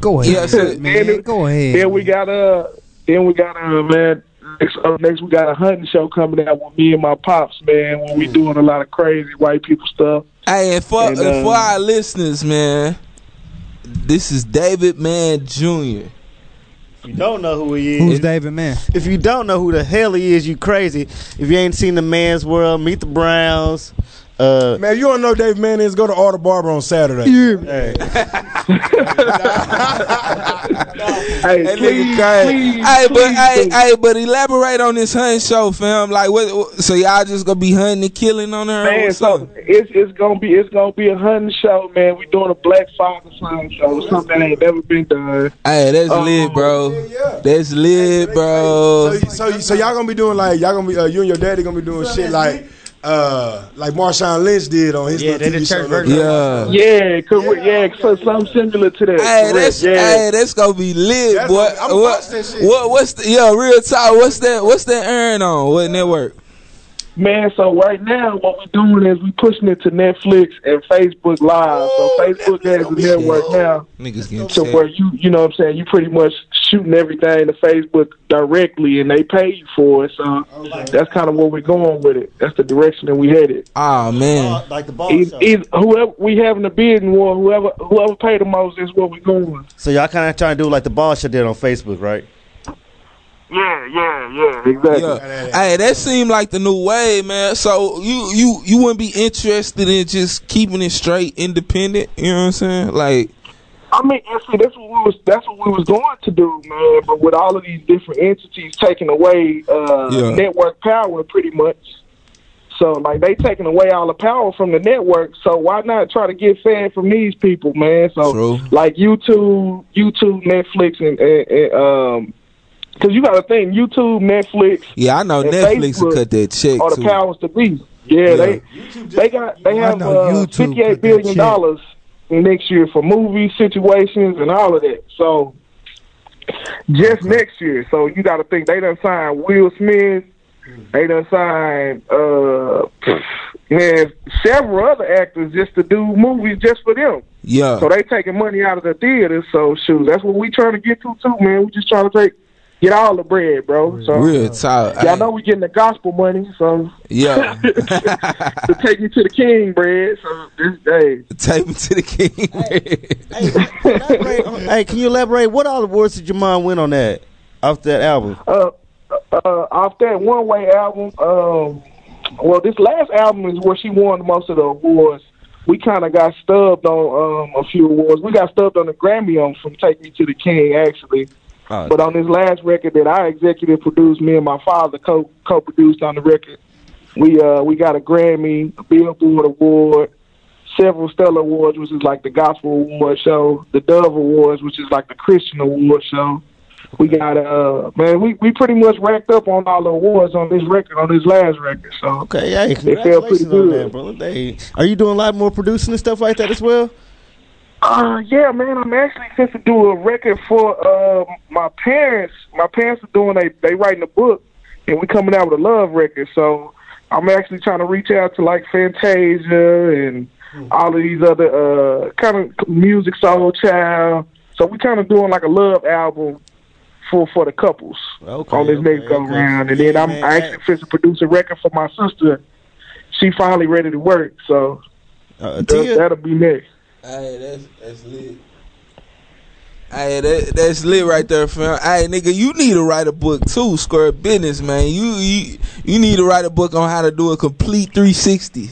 Speaker 12: Go ahead,
Speaker 15: Yeah, so-
Speaker 12: man. Go ahead.
Speaker 15: Then we got uh then we got uh man next uh, next we got a hunting show coming out with me and my pops, man, when
Speaker 12: Hmm.
Speaker 15: we doing a lot of crazy white people stuff.
Speaker 4: Hey, and for
Speaker 15: And,
Speaker 4: and
Speaker 15: uh,
Speaker 4: for our listeners, man, this is David Mann Jr.
Speaker 5: You don't know who he is.
Speaker 8: Who's David Mann?
Speaker 5: If you don't know who the hell he is, you crazy. If you ain't seen the man's world, meet the Browns. Uh,
Speaker 11: Man, if you don't know Dave Mann is, go to Auto Barber on Saturday.
Speaker 5: Yeah.
Speaker 11: Hey.
Speaker 4: Hey, that nigga crazy. hey, but hey, hey, but elaborate on this hunting show, fam. Like, what, what- So y'all just gonna be hunting and killing on her?
Speaker 15: Man,
Speaker 4: What's up?
Speaker 15: so it's it's gonna be it's gonna be a hunting show, man. We doing a black father son show, something that ain't never been done.
Speaker 4: Hey, that's
Speaker 15: Um,
Speaker 4: lit, bro. That's lit, bro.
Speaker 11: So, so, so y'all gonna be doing like y'all gonna be uh, you and your daddy gonna be doing shit like uh like Marshawn Lynch did on his
Speaker 15: Yeah, they
Speaker 11: little
Speaker 15: the
Speaker 11: TV
Speaker 15: church
Speaker 11: show.
Speaker 15: version. Yeah. Yeah, correct. Yeah, so something similar to that.
Speaker 4: Hey,
Speaker 15: Correct,
Speaker 4: that's
Speaker 15: yeah.
Speaker 4: hey, that's gonna be lit,
Speaker 15: That's
Speaker 4: boy.
Speaker 15: gonna- I'ma
Speaker 4: what,
Speaker 15: watch that shit.
Speaker 4: what, what's the, yo real talk? What's that? What's that airing on? What network?
Speaker 15: Man, so right now what we're doing is we pushing it to Netflix and Facebook Live. so Facebook has a network now
Speaker 4: Niggas getting
Speaker 15: to where you you know what I'm saying, you pretty much shooting everything to Facebook directly and they pay you for it. So that's kind of where we're going with it. That's the direction that we headed.
Speaker 4: Oh man.
Speaker 5: Like the
Speaker 15: Is, whoever we having a bidding war, whoever whoever pay the most is where we going.
Speaker 5: so y'all kind of trying to do like the ball shit did on Facebook, right?
Speaker 15: Yeah, yeah, yeah, exactly.
Speaker 4: Yeah. Hey, that seemed like the new way, man. So you you you wouldn't be interested in just keeping it straight, independent. You know what I'm saying? Like,
Speaker 15: I mean, and see, that's what we was that's what we was going to do, man. But with all of these different entities taking away uh,
Speaker 4: Yeah.
Speaker 15: network power, pretty much. So like they taking away all the power from the network. So why not try to get fed from these people, man? So like YouTube, YouTube, Netflix, and, and, and um, because you got to think YouTube, Netflix.
Speaker 4: yeah, I know
Speaker 15: and
Speaker 4: Netflix will
Speaker 15: Facebook
Speaker 4: cut that check
Speaker 15: Are the
Speaker 4: too.
Speaker 15: powers to be? Yeah, they they got they have
Speaker 4: know
Speaker 15: uh,
Speaker 4: YouTube
Speaker 15: fifty eight billion dollars next year for movie situations and all of that. So just next year. So you got to think they done signed Will Smith.
Speaker 4: Hmm.
Speaker 15: They done signed uh, man several other actors just to do movies just for them.
Speaker 4: Yeah.
Speaker 15: So they taking money out of the theater. So shoot, that's what we trying to get to too, man. We just trying to take get all the bread, bro. So
Speaker 4: Real talk.
Speaker 15: Y'all know we getting the gospel money, so
Speaker 4: Yeah.
Speaker 15: to take you to the king, bread. So this day,
Speaker 4: take me to the king.
Speaker 5: hey, can you elaborate? What all awards did your mom win on that off that album?
Speaker 15: uh, uh, off that One Way album, um, well, this last album is where she won most of the awards. We kind of got stubbed on um, a few awards. We got stubbed on the Grammy on from Take Me to the King, actually.
Speaker 4: Oh.
Speaker 15: But on this last record that I executive produced, me and my father co co produced on the record, we uh we got a Grammy, a Billboard Award, several Stellar Awards, which is like the Gospel Award show, the Dove Awards, which is like the Christian Award show. We got uh man, we, we pretty much racked up on all the awards on this record, on this last record. So
Speaker 5: Okay, hey,
Speaker 15: it felt pretty
Speaker 5: congratulations on
Speaker 15: good.
Speaker 5: that, bro. Hey, are you doing a lot more producing and stuff like that as well?
Speaker 15: Uh, yeah, man, I'm actually supposed to do a record for uh my parents. My parents are doing they they writing a book, and we coming out with a love record. So I'm actually trying to reach out to like Fantasia and
Speaker 5: Hmm.
Speaker 15: all of these other uh kind of music soul child. So we kind of doing like a love album for for the couples on this next go round, and then I'm
Speaker 5: man,
Speaker 15: I actually supposed to produce a record for my sister. She finally ready to work, so
Speaker 5: uh,
Speaker 15: that, that'll be next.
Speaker 4: Hey, that's that's lit. Hey, that, that's lit right there, fam. Hey, nigga, you need to write a book too, square business, man. You you you need to write a book on how to do a complete 360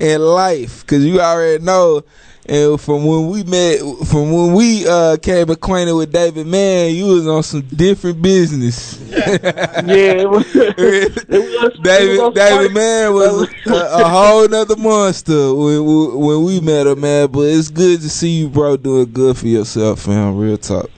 Speaker 4: in life, cause you already know. And from when we met, from when we uh, came acquainted with David Mann, you was on some different business.
Speaker 15: yeah, it was,
Speaker 4: David David Mann was a, a whole nother monster when, when when we met her, man. But it's good to see you, bro, doing good for yourself, fam. Real talk.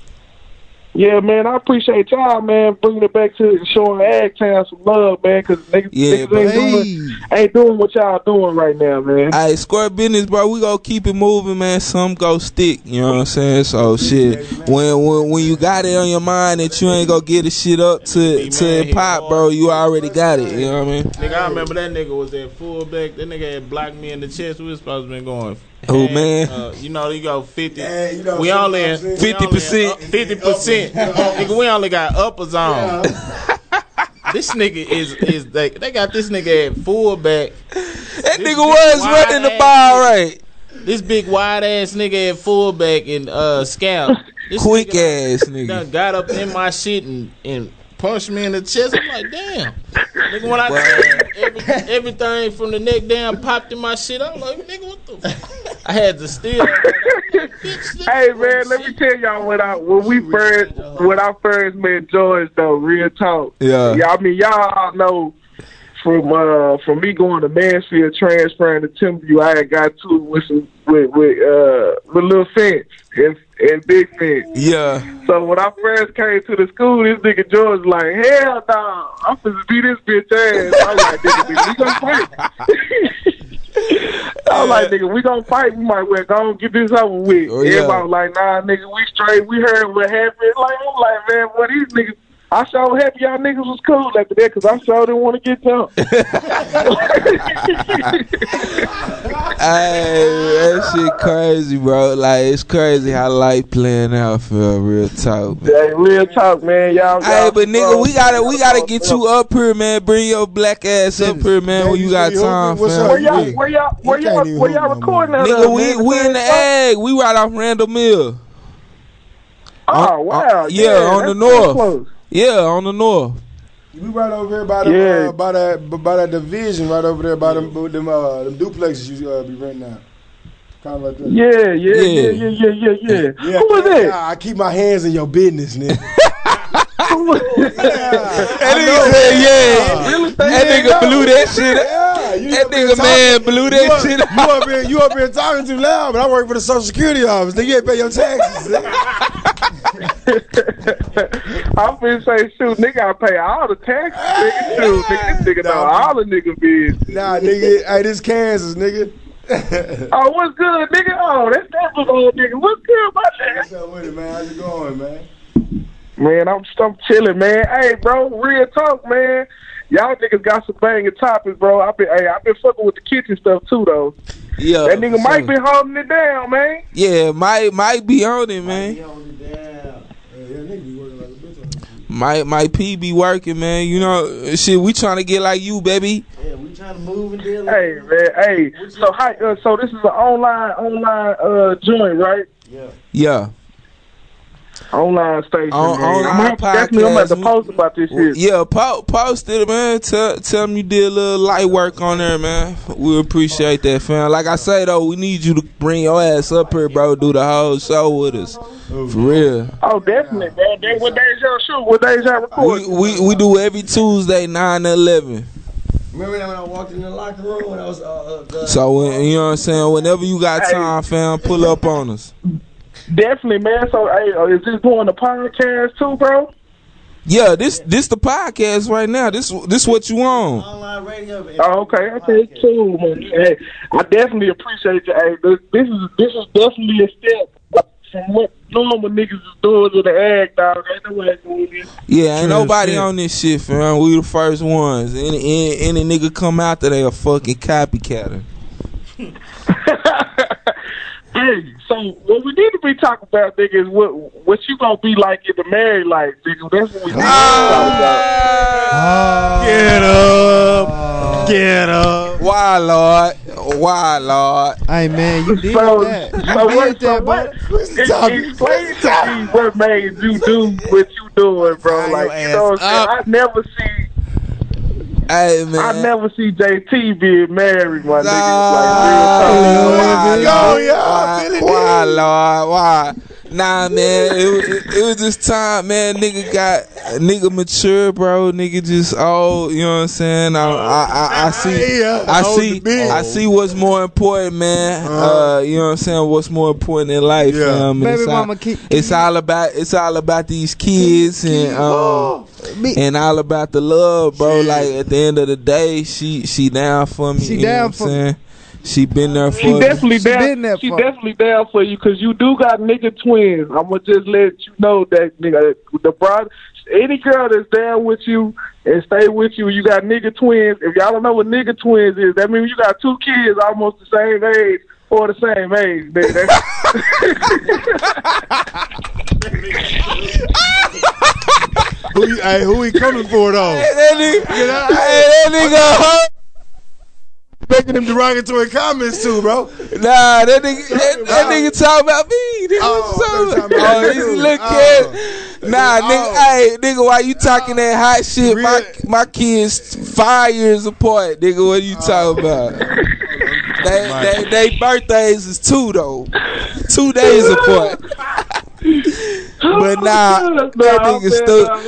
Speaker 15: Yeah, man, I appreciate y'all, man, bringing it back to showing Ag Town some love, man, because niggas, niggas
Speaker 4: Yeah,
Speaker 15: ain't,
Speaker 4: bro.
Speaker 15: doing, ain't doing what y'all doing right now, man.
Speaker 4: Hey, square business, bro. We gonna keep it moving, man. Some go stick. You know what I'm saying? So shit. When when when you got it on your mind that you ain't gonna get the shit up to to it pop, bro, you already got it. You know what I mean?
Speaker 7: Nigga, I remember that nigga was at fullback. That nigga had blocked me in the chest. We was supposed to be going.
Speaker 4: Who,
Speaker 7: half,
Speaker 4: man?
Speaker 7: Uh, you know you go fifty.
Speaker 11: know,
Speaker 7: we only in
Speaker 4: 50%.
Speaker 7: Fifty percent. Nigga, we only got upper zone. this nigga is is they they got this nigga at fullback. That
Speaker 4: nigga was running the ball right.
Speaker 7: This big wide ass nigga at fullback and uh scout. This
Speaker 4: Quick ass nigga.
Speaker 7: done got up in my shit and, and punched me in the chest. I'm like, damn. Nigga, when I every, everything from the neck down popped in my shit, I'm like, nigga, what the? Fuck? I had to steal.
Speaker 15: hey man, let me tell y'all when I when we first when I first met George though, real talk.
Speaker 4: Yeah.
Speaker 15: yeah I mean y'all all know from uh from me going to Mansfield transferring to Timberview, I had got to it with some with with uh with Lil Fence and and Big Fence.
Speaker 4: Yeah.
Speaker 15: So when I first came to the school, this nigga George like, hell no, I'm finna beat this bitch ass. I was like, nigga, bitch, we gonna fight. I was like, nigga, we gonna fight. We might well go on get this over with.
Speaker 4: Oh, yeah.
Speaker 15: Everybody was like, nah, nigga, we straight. We heard what happened. Like, I'm like, man, boy, these niggas. I sure happy y'all niggas was cool after that because I sure didn't want to get jumped.
Speaker 4: Hey, that shit crazy, bro. Like it's crazy how life playing out for real talk. Man.
Speaker 15: hey, real talk, man, y'all.
Speaker 4: Hey, but nigga, we gotta we gotta get you up here, man. Bring your black ass up here, man. When you got time, fam.
Speaker 15: Where y'all, where y'all, where y'all, where y'all recording uh? that?
Speaker 4: Nigga, we we in the egg. We right off Randall Mill. Uh,
Speaker 15: Oh wow!
Speaker 4: yeah,
Speaker 11: yeah,
Speaker 4: on the
Speaker 11: that's pretty
Speaker 4: north. Yeah, on the north.
Speaker 11: We right over there by the
Speaker 4: Yeah.
Speaker 11: uh, by that by that division right over there by them them, uh, them duplexes you uh, be renting out. Kind of like that.
Speaker 15: Yeah, yeah, yeah, yeah, yeah, yeah, yeah. Who was that?
Speaker 11: I keep my hands in your business, nigga.
Speaker 4: That nigga said, yeah. That nigga blew that shit.
Speaker 11: That
Speaker 4: nigga man blew that
Speaker 11: you up,
Speaker 4: shit
Speaker 11: You up here, you up here talking too loud, but I work for the Social Security office. Nigga, you ain't pay your taxes. nigga.
Speaker 15: I'm finna say, shoot, nigga, I pay all the taxes, nigga. Shoot, nigga, this nigga know all the nigga biz.
Speaker 11: nah, nigga. Hey, this Kansas, nigga.
Speaker 15: Oh, what's good, nigga? Oh, that's that little old nigga. What's good, my nigga?
Speaker 11: What's up with it, man? How's it going, man?
Speaker 15: Man, I'm just- I'm chilling, man. Hey, bro, real talk, man. Y'all niggas got some banging topics, bro. I've been, hey, I've been fucking with the kitchen stuff too, though.
Speaker 4: Yeah,
Speaker 15: that nigga
Speaker 4: so-
Speaker 15: Mike been holding it down, man.
Speaker 4: Yeah, might might be on it, man. Might might P be working, man. You know, shit. We trying to get like you, baby.
Speaker 15: Hey, man, hey. So, hi, uh, so this is an online, online uh, joint, right? Uh,
Speaker 4: Yeah.
Speaker 15: Online station.
Speaker 4: On,
Speaker 15: man.
Speaker 4: on
Speaker 15: I'm
Speaker 4: our
Speaker 15: gonna- definitely, I'm
Speaker 4: podcast,
Speaker 15: about to
Speaker 4: we-
Speaker 15: post about this shit.
Speaker 4: Yeah, po- post it, man. Tell tell them you did a little light work on there, man. We appreciate that, fam. Like I say though, we need you to bring your ass up here, bro. Do the whole show with us, for real.
Speaker 15: Oh, definitely, man. They, what days y'all shoot? What days y'all record?
Speaker 4: We we, we do every Tuesday nine to eleven.
Speaker 9: Remember that when I walked in the locker room when I was uh, uh,
Speaker 4: So when, you know what I'm saying. Whenever you got time, fam, pull up on us.
Speaker 15: definitely, man. So, hey, uh, is this going to podcast too, bro?
Speaker 4: Yeah, this this the podcast right now. This this what you on?
Speaker 9: online radio?
Speaker 15: Oh, okay, okay, cool, man. Hey, I definitely appreciate you. Hey, this, this is this is definitely a step from what normal niggas is doing to the egg, dog. Ain't no way doing this.
Speaker 4: Yeah, ain't
Speaker 15: True
Speaker 4: nobody
Speaker 15: shit.
Speaker 4: on this shit, fam. We the first ones. Any any, any nigga come out there, they a fucking copycatter.
Speaker 15: Hey, so what we need to be talking about, nigga, is what what you gonna be like in the married life, nigga. That's what we need to be talking about.
Speaker 4: Get up. Get up. Why, Lord? Why, Lord?
Speaker 8: Hey man, you did
Speaker 15: So,
Speaker 8: that. You
Speaker 15: so
Speaker 8: did
Speaker 15: what? So
Speaker 8: that, bro.
Speaker 15: what? Ex- Explain to me what made you do what you doing, bro. Like you know, what I'm saying? I never see.
Speaker 4: Hey man,
Speaker 15: I never see JT being married, my nigga. Like, real talk.
Speaker 4: Why, why, why, Lord? Why? Nah, man, it, was- it, it was just time, man. Nigga got nigga mature, bro. Nigga just old. You know what I'm saying? I I, I, I see,
Speaker 11: Yeah,
Speaker 4: I
Speaker 11: uh, old
Speaker 4: see,
Speaker 11: to be. Uh-huh.
Speaker 4: I see what's more important, man. Uh, you know what I'm saying? What's more important in life? Um,
Speaker 8: Baby
Speaker 4: it's
Speaker 8: mama
Speaker 4: all,
Speaker 8: keep-
Speaker 4: It's all about it's all about these kids and um and all about the love, bro. Like at the end of the day, she she down for me.
Speaker 8: She
Speaker 4: you
Speaker 8: down
Speaker 4: know what
Speaker 8: for
Speaker 4: I'm
Speaker 8: me.
Speaker 4: saying? She been there for
Speaker 15: She
Speaker 4: me.
Speaker 15: definitely down. she definitely down for you because you do got nigga twins. I'm gonna just let you know that nigga the broad any girl that's down with you and stay with you, you got nigga twins. If y'all don't know what nigga twins is, that means you got two kids almost the same age or the same age. nigga. That's-
Speaker 11: Who, you- hey, who he coming for though? hey,
Speaker 4: that nigga, that
Speaker 11: nigga, making them derogatory comments too, bro.
Speaker 4: Nah, that nigga, that, that nigga talking about me. Nigga, what you talking about? Oh, these little kids. Nah, nigga, hey, nigga, why you talking that hot shit? My my kids five years apart, nigga. What are you talking about? They, they, they birthdays is two though, two days apart. But nah, that nigga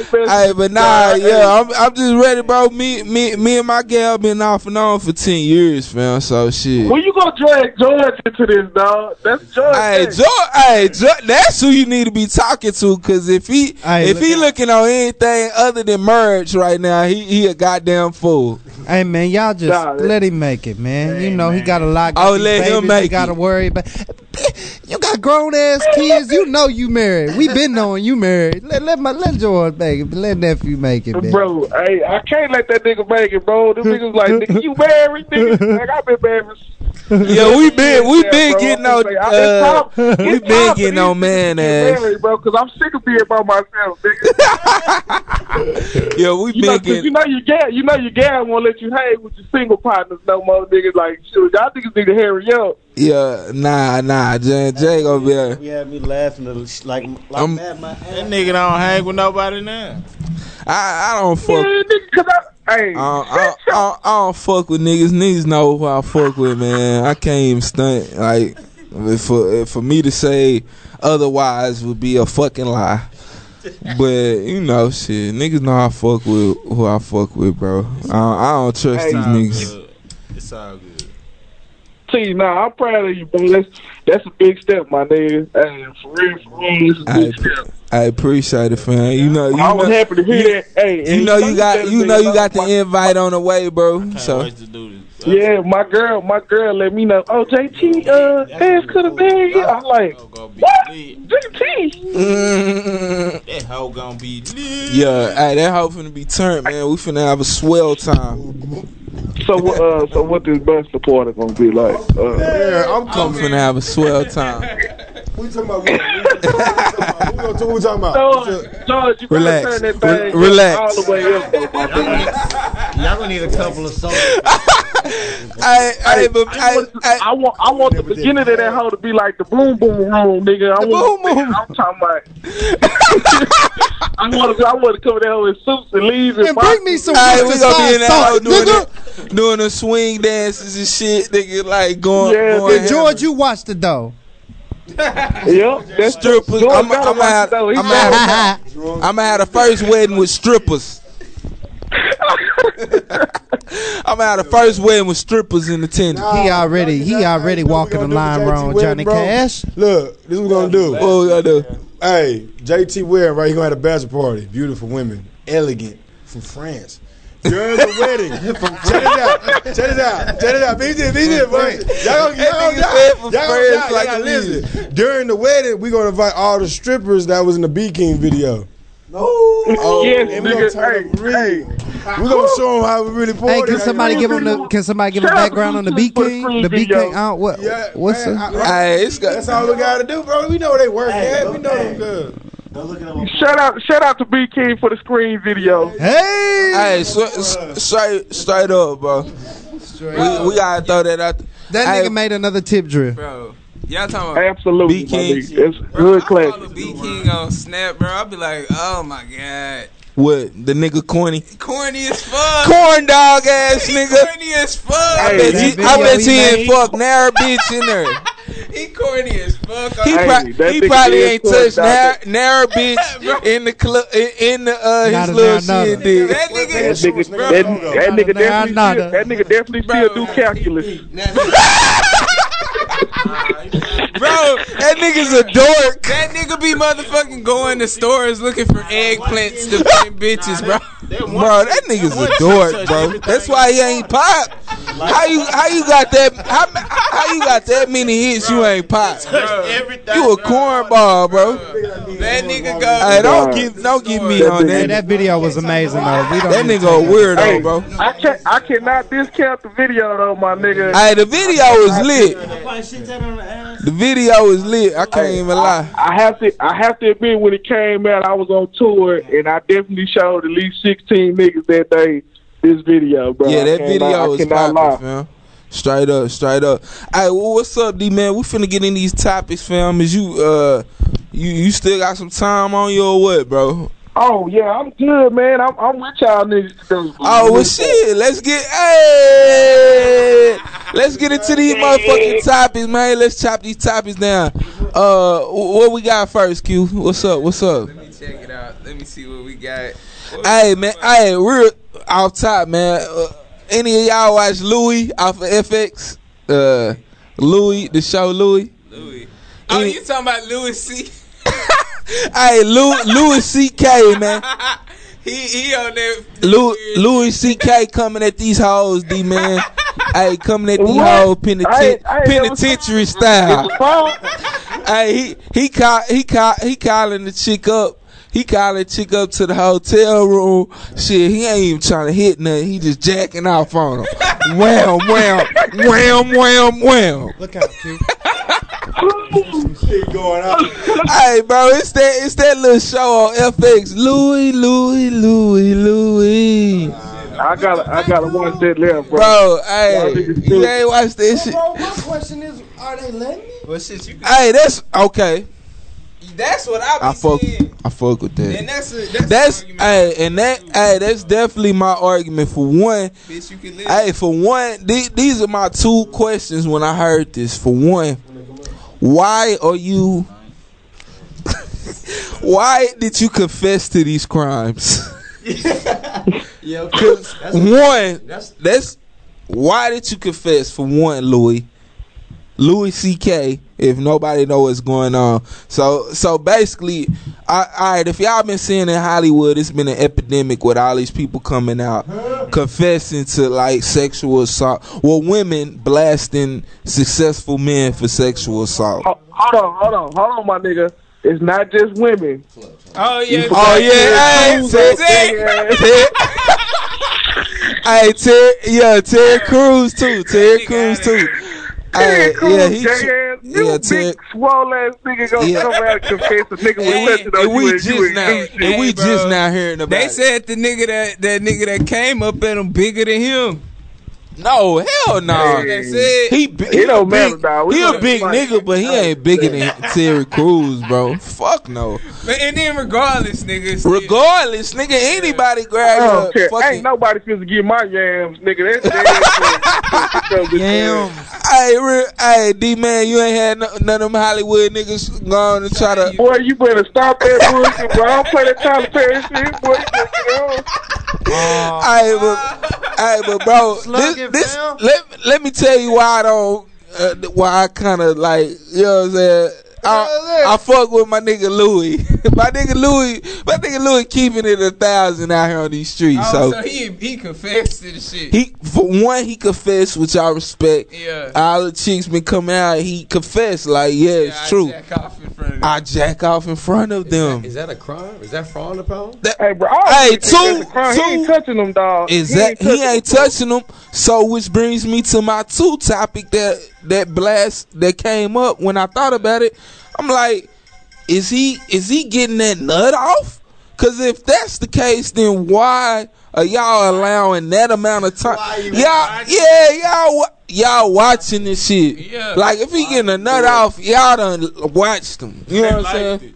Speaker 4: stupid. Hey, but nah, yeah, I'm I'm just ready, bro. Me me me and my gal been off and on for ten years, fam. So shit.
Speaker 15: when you gonna drag George into this, dog? That's George.
Speaker 4: Hey, George, hey, George, that's who you need to be talking to. Cause if he
Speaker 8: Hey,
Speaker 4: if
Speaker 8: look
Speaker 4: he looking on anything other than merge right now, he he a goddamn fool.
Speaker 8: Hey man, y'all just
Speaker 4: Nah, that-
Speaker 8: let him make it, man. you know he got a lot.
Speaker 4: Oh,
Speaker 8: these
Speaker 4: let him
Speaker 8: babies he
Speaker 4: make
Speaker 8: Gotta
Speaker 4: it.
Speaker 8: worry about. You got grown ass kids. You know you married. We been knowing you married. Let let my let George make it. Let nephew make it, man.
Speaker 15: Bro, hey, I can't let that nigga make it, bro. Them niggas like, nigga, you married, nigga. Like, I've been married.
Speaker 4: Yeah, we been we
Speaker 15: Yeah,
Speaker 4: been
Speaker 15: bro.
Speaker 4: getting
Speaker 15: I'm
Speaker 4: on
Speaker 15: just like, it's
Speaker 4: uh,
Speaker 15: time- it's
Speaker 4: we
Speaker 15: time
Speaker 4: been
Speaker 15: for
Speaker 4: getting
Speaker 15: these
Speaker 4: on man
Speaker 15: niggas to
Speaker 4: uh,
Speaker 15: get
Speaker 4: ass.
Speaker 15: married, bro, because I'm sick of being by myself, nigga.
Speaker 4: Yeah, we
Speaker 15: You know,
Speaker 4: been
Speaker 15: 'cause you
Speaker 4: getting.
Speaker 15: know your gal, you know your gal won't let you hang with your single partners no more, nigga. Like, shoot, y'all niggas need to hurry up.
Speaker 4: Yeah, nah, nah, Jay, Jay over there.
Speaker 5: You had me laughing at- like like
Speaker 12: Um,
Speaker 5: mad
Speaker 4: I'm-
Speaker 5: my ass.
Speaker 7: That nigga don't hang with nobody now.
Speaker 4: I I don't
Speaker 15: Cause
Speaker 4: fuck.
Speaker 15: I, hey,
Speaker 4: I, I, I, I don't fuck with niggas. Niggas know who I fuck with, man. I can't even stunt. Like for for me to say otherwise would be a fucking lie. But you know, shit, niggas know I fuck with who I fuck with, bro. I, I don't trust
Speaker 15: Hey.
Speaker 4: these niggas.
Speaker 7: It's all good.
Speaker 15: T, nah, I'm proud of you, bro. That's that's a big step, my nigga. Hey, for real, for real, this is a
Speaker 4: I,
Speaker 15: big step.
Speaker 4: I appreciate it, fam. You know, you
Speaker 15: I was
Speaker 4: know,
Speaker 15: happy to hear that. Hey,
Speaker 4: you
Speaker 15: and
Speaker 4: know,
Speaker 15: some
Speaker 4: you got
Speaker 15: better
Speaker 4: you
Speaker 15: than
Speaker 4: know you
Speaker 15: some.
Speaker 4: got the invite on the way, bro. So
Speaker 15: Yeah, my girl, my girl let me know. Oh, JT, uh, ass could have been here. I'm like, what? JT?
Speaker 7: That hoe gonna be lit.
Speaker 4: yeah, hey, that hoe finna be turned, man. We finna have a swell time.
Speaker 15: So, uh, so what this bus supporter gonna be like? Uh,
Speaker 11: Yeah, I'm
Speaker 4: I'm
Speaker 11: coming.
Speaker 4: finna have a swell time.
Speaker 11: Who you talking about? Who you talking about? Who you talking about? Who you talking
Speaker 15: George,
Speaker 11: about? Who you talking about? Who you talking
Speaker 15: you
Speaker 4: Relax.
Speaker 15: gotta turn that
Speaker 4: Re-
Speaker 15: thing
Speaker 4: relax.
Speaker 15: all the way up. my nigga.
Speaker 9: Y'all gonna need a couple of songs.
Speaker 4: Hey, hey, but
Speaker 15: I want, I want, I want the beginning of that hoe to be like the boom boom room, nigga. I
Speaker 4: The
Speaker 15: want,
Speaker 4: boom boom.
Speaker 15: I'm talking about. I want to, I want to come in that hoe in suits and leaves and
Speaker 8: And bring me some
Speaker 4: Hey, we
Speaker 8: Worcestershire
Speaker 4: gonna be in that
Speaker 8: sauce,
Speaker 4: house doing
Speaker 8: nigga.
Speaker 4: the, doing the swing dances and shit, nigga. Like going,
Speaker 15: Yeah,
Speaker 4: going
Speaker 15: nigga.
Speaker 4: George,
Speaker 8: George, you watched it though.
Speaker 15: Yep, that's
Speaker 4: strippers.
Speaker 15: George
Speaker 4: I'm
Speaker 15: gotta
Speaker 4: gonna
Speaker 15: watch
Speaker 4: have,
Speaker 15: it, though. He
Speaker 4: I'm
Speaker 15: gotta
Speaker 4: gonna I'm have the first wedding with strippers. I'm gonna have the first wedding with strippers in attendance.
Speaker 11: about?
Speaker 8: He already he already walking the line wrong, Johnny Cash.
Speaker 11: Look, this is what we're gonna do.
Speaker 4: What we gonna do?
Speaker 11: Hey, JT Ware, right? He gonna have a bachelor party. Beautiful women, elegant, from France. During the wedding, check it out, check it out, check it out. Be there, be there, boy. Y'all gonna, y'all
Speaker 4: That
Speaker 11: gonna,
Speaker 4: nigga said
Speaker 11: y'all,
Speaker 4: from
Speaker 11: y'all gonna,
Speaker 4: France
Speaker 11: y'all,
Speaker 4: like
Speaker 11: y'all
Speaker 4: it
Speaker 11: listen. During the wedding, we gonna invite all the strippers that was in the Bee King video.
Speaker 4: Oh,
Speaker 15: Yes,
Speaker 11: And we gonna
Speaker 15: nigga.
Speaker 11: turn
Speaker 15: Hey,
Speaker 11: up real. We gonna show them how we really party.
Speaker 8: Hey, can somebody give him the can somebody give him
Speaker 15: Shout out to
Speaker 8: background on the B
Speaker 15: Bluetooth for the
Speaker 8: King?
Speaker 15: free
Speaker 8: The B
Speaker 15: video.
Speaker 8: King, uh, what
Speaker 11: Yeah,
Speaker 8: what's
Speaker 11: man,
Speaker 8: the
Speaker 11: I-
Speaker 4: Hey, it's got
Speaker 11: That's all we gotta do, bro. We know they work. yeah, we know them good.
Speaker 15: Shout out, shout out to B King for the screen video.
Speaker 8: Hey,
Speaker 4: Hey, straight, straight, straight up, bro. We, we gotta throw that out. th-
Speaker 8: that
Speaker 4: Hey,
Speaker 8: nigga made another tip drill.
Speaker 16: bro. Y'all talking about
Speaker 15: Absolutely, my
Speaker 4: B-King.
Speaker 15: nigga. It's
Speaker 16: bro,
Speaker 15: good
Speaker 16: I
Speaker 15: class.
Speaker 16: follow B King on Snap, bro. I'll be like, oh my god,
Speaker 4: uh, What the nigga corny?
Speaker 16: corny as fuck.
Speaker 4: Corn dog ass nigga.
Speaker 16: Corny as fuck.
Speaker 4: I
Speaker 15: Hey,
Speaker 4: bet
Speaker 8: that
Speaker 4: you,
Speaker 8: video
Speaker 4: I bet
Speaker 8: he
Speaker 4: you
Speaker 8: made-
Speaker 4: ain't fuck narrow bitch in there.
Speaker 1: he corny as fuck.
Speaker 4: He,
Speaker 1: Hey,
Speaker 4: prob-
Speaker 1: that
Speaker 4: he
Speaker 1: nigga
Speaker 4: probably
Speaker 1: is
Speaker 4: ain't
Speaker 1: cool,
Speaker 4: touched narrow,
Speaker 1: doctor.
Speaker 4: narrow bitch in the club in the uh his little shit dick.
Speaker 15: That
Speaker 1: That nigga,
Speaker 15: nigga, that, that nigga definitely, still, that nigga definitely still do calculus.
Speaker 1: bro, that nigga's a dork. That nigga be motherfucking going to stores looking for eggplants to pay bitches, bro.
Speaker 4: Bro, that nigga's a dork, bro. That's why he ain't pop. How you how you got that how, how you got that many hits you ain't pop? You a cornball, bro.
Speaker 1: That nigga go.
Speaker 4: Hey, don't give don't give me on
Speaker 8: Hey,
Speaker 4: that.
Speaker 8: that video was amazing though. We don't
Speaker 4: That
Speaker 8: need to
Speaker 4: nigga a
Speaker 8: take
Speaker 4: weirdo,
Speaker 8: that.
Speaker 4: bro.
Speaker 15: I can not I cannot discount the video though, my nigga.
Speaker 4: Hey, the video is lit. The video is lit. I can't even lie.
Speaker 15: I have to I have to admit when it came out I was on tour and I definitely showed at least sixteen niggas that day this video, bro.
Speaker 4: Yeah,
Speaker 15: I
Speaker 4: that
Speaker 15: cannot-
Speaker 4: video
Speaker 15: I
Speaker 4: was
Speaker 15: cannot
Speaker 4: popping,
Speaker 15: lie.
Speaker 4: fam. Straight up, straight up. Hey, well, what's up, D man? We finna get in these topics, fam. Is you uh you you still got some time on you or what, bro?
Speaker 15: Oh yeah, I'm good, man. I'm I'm with y'all niggas. Today.
Speaker 4: Oh well, shit. Let's get hey. Let's get into these motherfucking topics, man. Let's chop these topics down. Uh, wh- what we got first, Q? What's up? What's up?
Speaker 1: Let me check it out. Let me see what we got.
Speaker 4: Hey man, hey, real off top, man. Uh, any of y'all watch Louis off of FX? Uh, Louis, the show Louis.
Speaker 1: Louis. Oh, you talking about Louis C?
Speaker 4: Hey, Lou, Louis C.K. man,
Speaker 1: He he on that.
Speaker 4: Lou, Louis C.K. coming at these hoes, D man. Hey, coming at these hoes peniten-
Speaker 15: I ain't never seen-
Speaker 4: penitentiary style.
Speaker 15: It's a phone.
Speaker 4: hey, he he call he call he calling the chick up. He calling chick up to the hotel room. Shit, he ain't even trying to hit nothing. He just jacking off on him. wham, wham, wham, wham, wham.
Speaker 12: Look out, Q.
Speaker 11: shit going on.
Speaker 4: hey, bro, it's that it's that little show on FX. Louis, Louis, Louis, Louis.
Speaker 15: I got I got to watch that left, bro.
Speaker 4: Bro, hey,
Speaker 15: Y'all niggas
Speaker 4: you
Speaker 15: stupid.
Speaker 4: ain't watched this shit.
Speaker 12: Bro, my question is, are they letting me?
Speaker 1: Well, shit, you.
Speaker 4: Hey, that's okay.
Speaker 1: That's what I be
Speaker 4: I fuck,
Speaker 1: seeing.
Speaker 4: I fuck with
Speaker 1: And
Speaker 4: that.
Speaker 1: that's a, that's,
Speaker 4: That's hey, and that hey, that's definitely my argument for one.
Speaker 1: bitch you can live.
Speaker 4: Hey, for one, the- these are my two questions when I heard this. For one, why are you? why did you confess to these crimes?
Speaker 13: Yeah, okay.
Speaker 4: Cause
Speaker 13: That's-
Speaker 4: one,
Speaker 13: that's-
Speaker 4: that's, why did you confess for one, Louis? Louis C.K. If nobody know what's going on, so so basically, I, all right. If y'all been seeing in Hollywood, it's been an epidemic with all these people coming out confessing to like sexual assault. Well, women blasting successful men for sexual assault.
Speaker 15: Ho- Hold on, hold on, hold on, my nigga. It's not just women.
Speaker 1: Oh yeah.
Speaker 4: Oh yeah, hey, Ted,
Speaker 15: Ted.
Speaker 4: hey, Ted, yeah, Ted Cruz too, Ted Cruz too. Hey,
Speaker 15: Ted Cruz,
Speaker 4: yeah, he,
Speaker 15: gay ass, you
Speaker 4: yeah,
Speaker 15: big
Speaker 4: Ted.
Speaker 15: swole ass nigga gonna
Speaker 4: Yeah.
Speaker 15: come out and confess a nigga
Speaker 4: And-
Speaker 15: was touching on
Speaker 4: and
Speaker 15: you
Speaker 4: we
Speaker 15: and you
Speaker 4: just
Speaker 15: ain't
Speaker 4: now-
Speaker 15: do shit.
Speaker 4: and we
Speaker 1: bro.
Speaker 4: just now hearing about
Speaker 1: They
Speaker 4: it.
Speaker 1: said the nigga that that nigga that came up at him bigger than him.
Speaker 4: No, hell no.
Speaker 1: That's what they said.
Speaker 4: He, bi-
Speaker 1: It
Speaker 4: he
Speaker 1: don't
Speaker 4: a
Speaker 1: matter,
Speaker 4: big,
Speaker 1: dog. We
Speaker 4: he a
Speaker 1: gonna
Speaker 4: big
Speaker 1: fight.
Speaker 4: nigga, but he
Speaker 15: Oh,
Speaker 4: ain't bigger than Terry Crews, bro. Fuck no.
Speaker 1: But and then regardless, niggas.
Speaker 4: Regardless, nigga, anybody
Speaker 15: I
Speaker 4: grab
Speaker 15: don't
Speaker 4: your
Speaker 15: care.
Speaker 4: fucking
Speaker 15: Ain't nobody supposed to get my yams, nigga. That's that
Speaker 8: Yams.
Speaker 4: Hey, real, hey, D man, you ain't had no, none of them Hollywood niggas gone and try to.
Speaker 15: Boy, you better stop that bullshit, bro. I don't play that Tyler Perry shit, boy. You better get on.
Speaker 4: Hey, but, hey, but bro,
Speaker 12: Slug
Speaker 4: this,
Speaker 12: it,
Speaker 4: this
Speaker 12: fam.
Speaker 4: let let me tell you why I don't, uh, why I kind of like, you know what I'm saying. I, I fuck with my nigga Louis. my nigga Louis, my nigga Louis keeping it a thousand out here on these streets.
Speaker 1: Oh,
Speaker 4: so
Speaker 1: so he he confessed to the shit.
Speaker 4: He for one, he confessed, which I respect.
Speaker 1: Yeah.
Speaker 4: All the chicks been coming out. He confessed, like, yeah,
Speaker 1: I
Speaker 4: it's true.
Speaker 1: jack off in front of
Speaker 4: I jack off in front of them.
Speaker 9: Is that a crime? Is that fraud upon?
Speaker 15: Hey, bro. I don't Oh, think
Speaker 4: Hey,
Speaker 15: that's a crime.
Speaker 4: two-
Speaker 15: He ain't
Speaker 4: two-
Speaker 15: touching them, dog.
Speaker 4: Is
Speaker 15: He
Speaker 4: that
Speaker 15: ain't touching
Speaker 4: he ain't touching them? So, which brings me to my two topic that that blast that came up when I thought about it. I'm like, is he is he getting that nut off? Cause if that's the case, then why are y'all allowing that amount of time? Y'all, yeah, y'all, wa- y'all watching this shit.
Speaker 1: Yeah.
Speaker 4: Like if he getting a nut off, y'all done watched him. You know what I'm saying?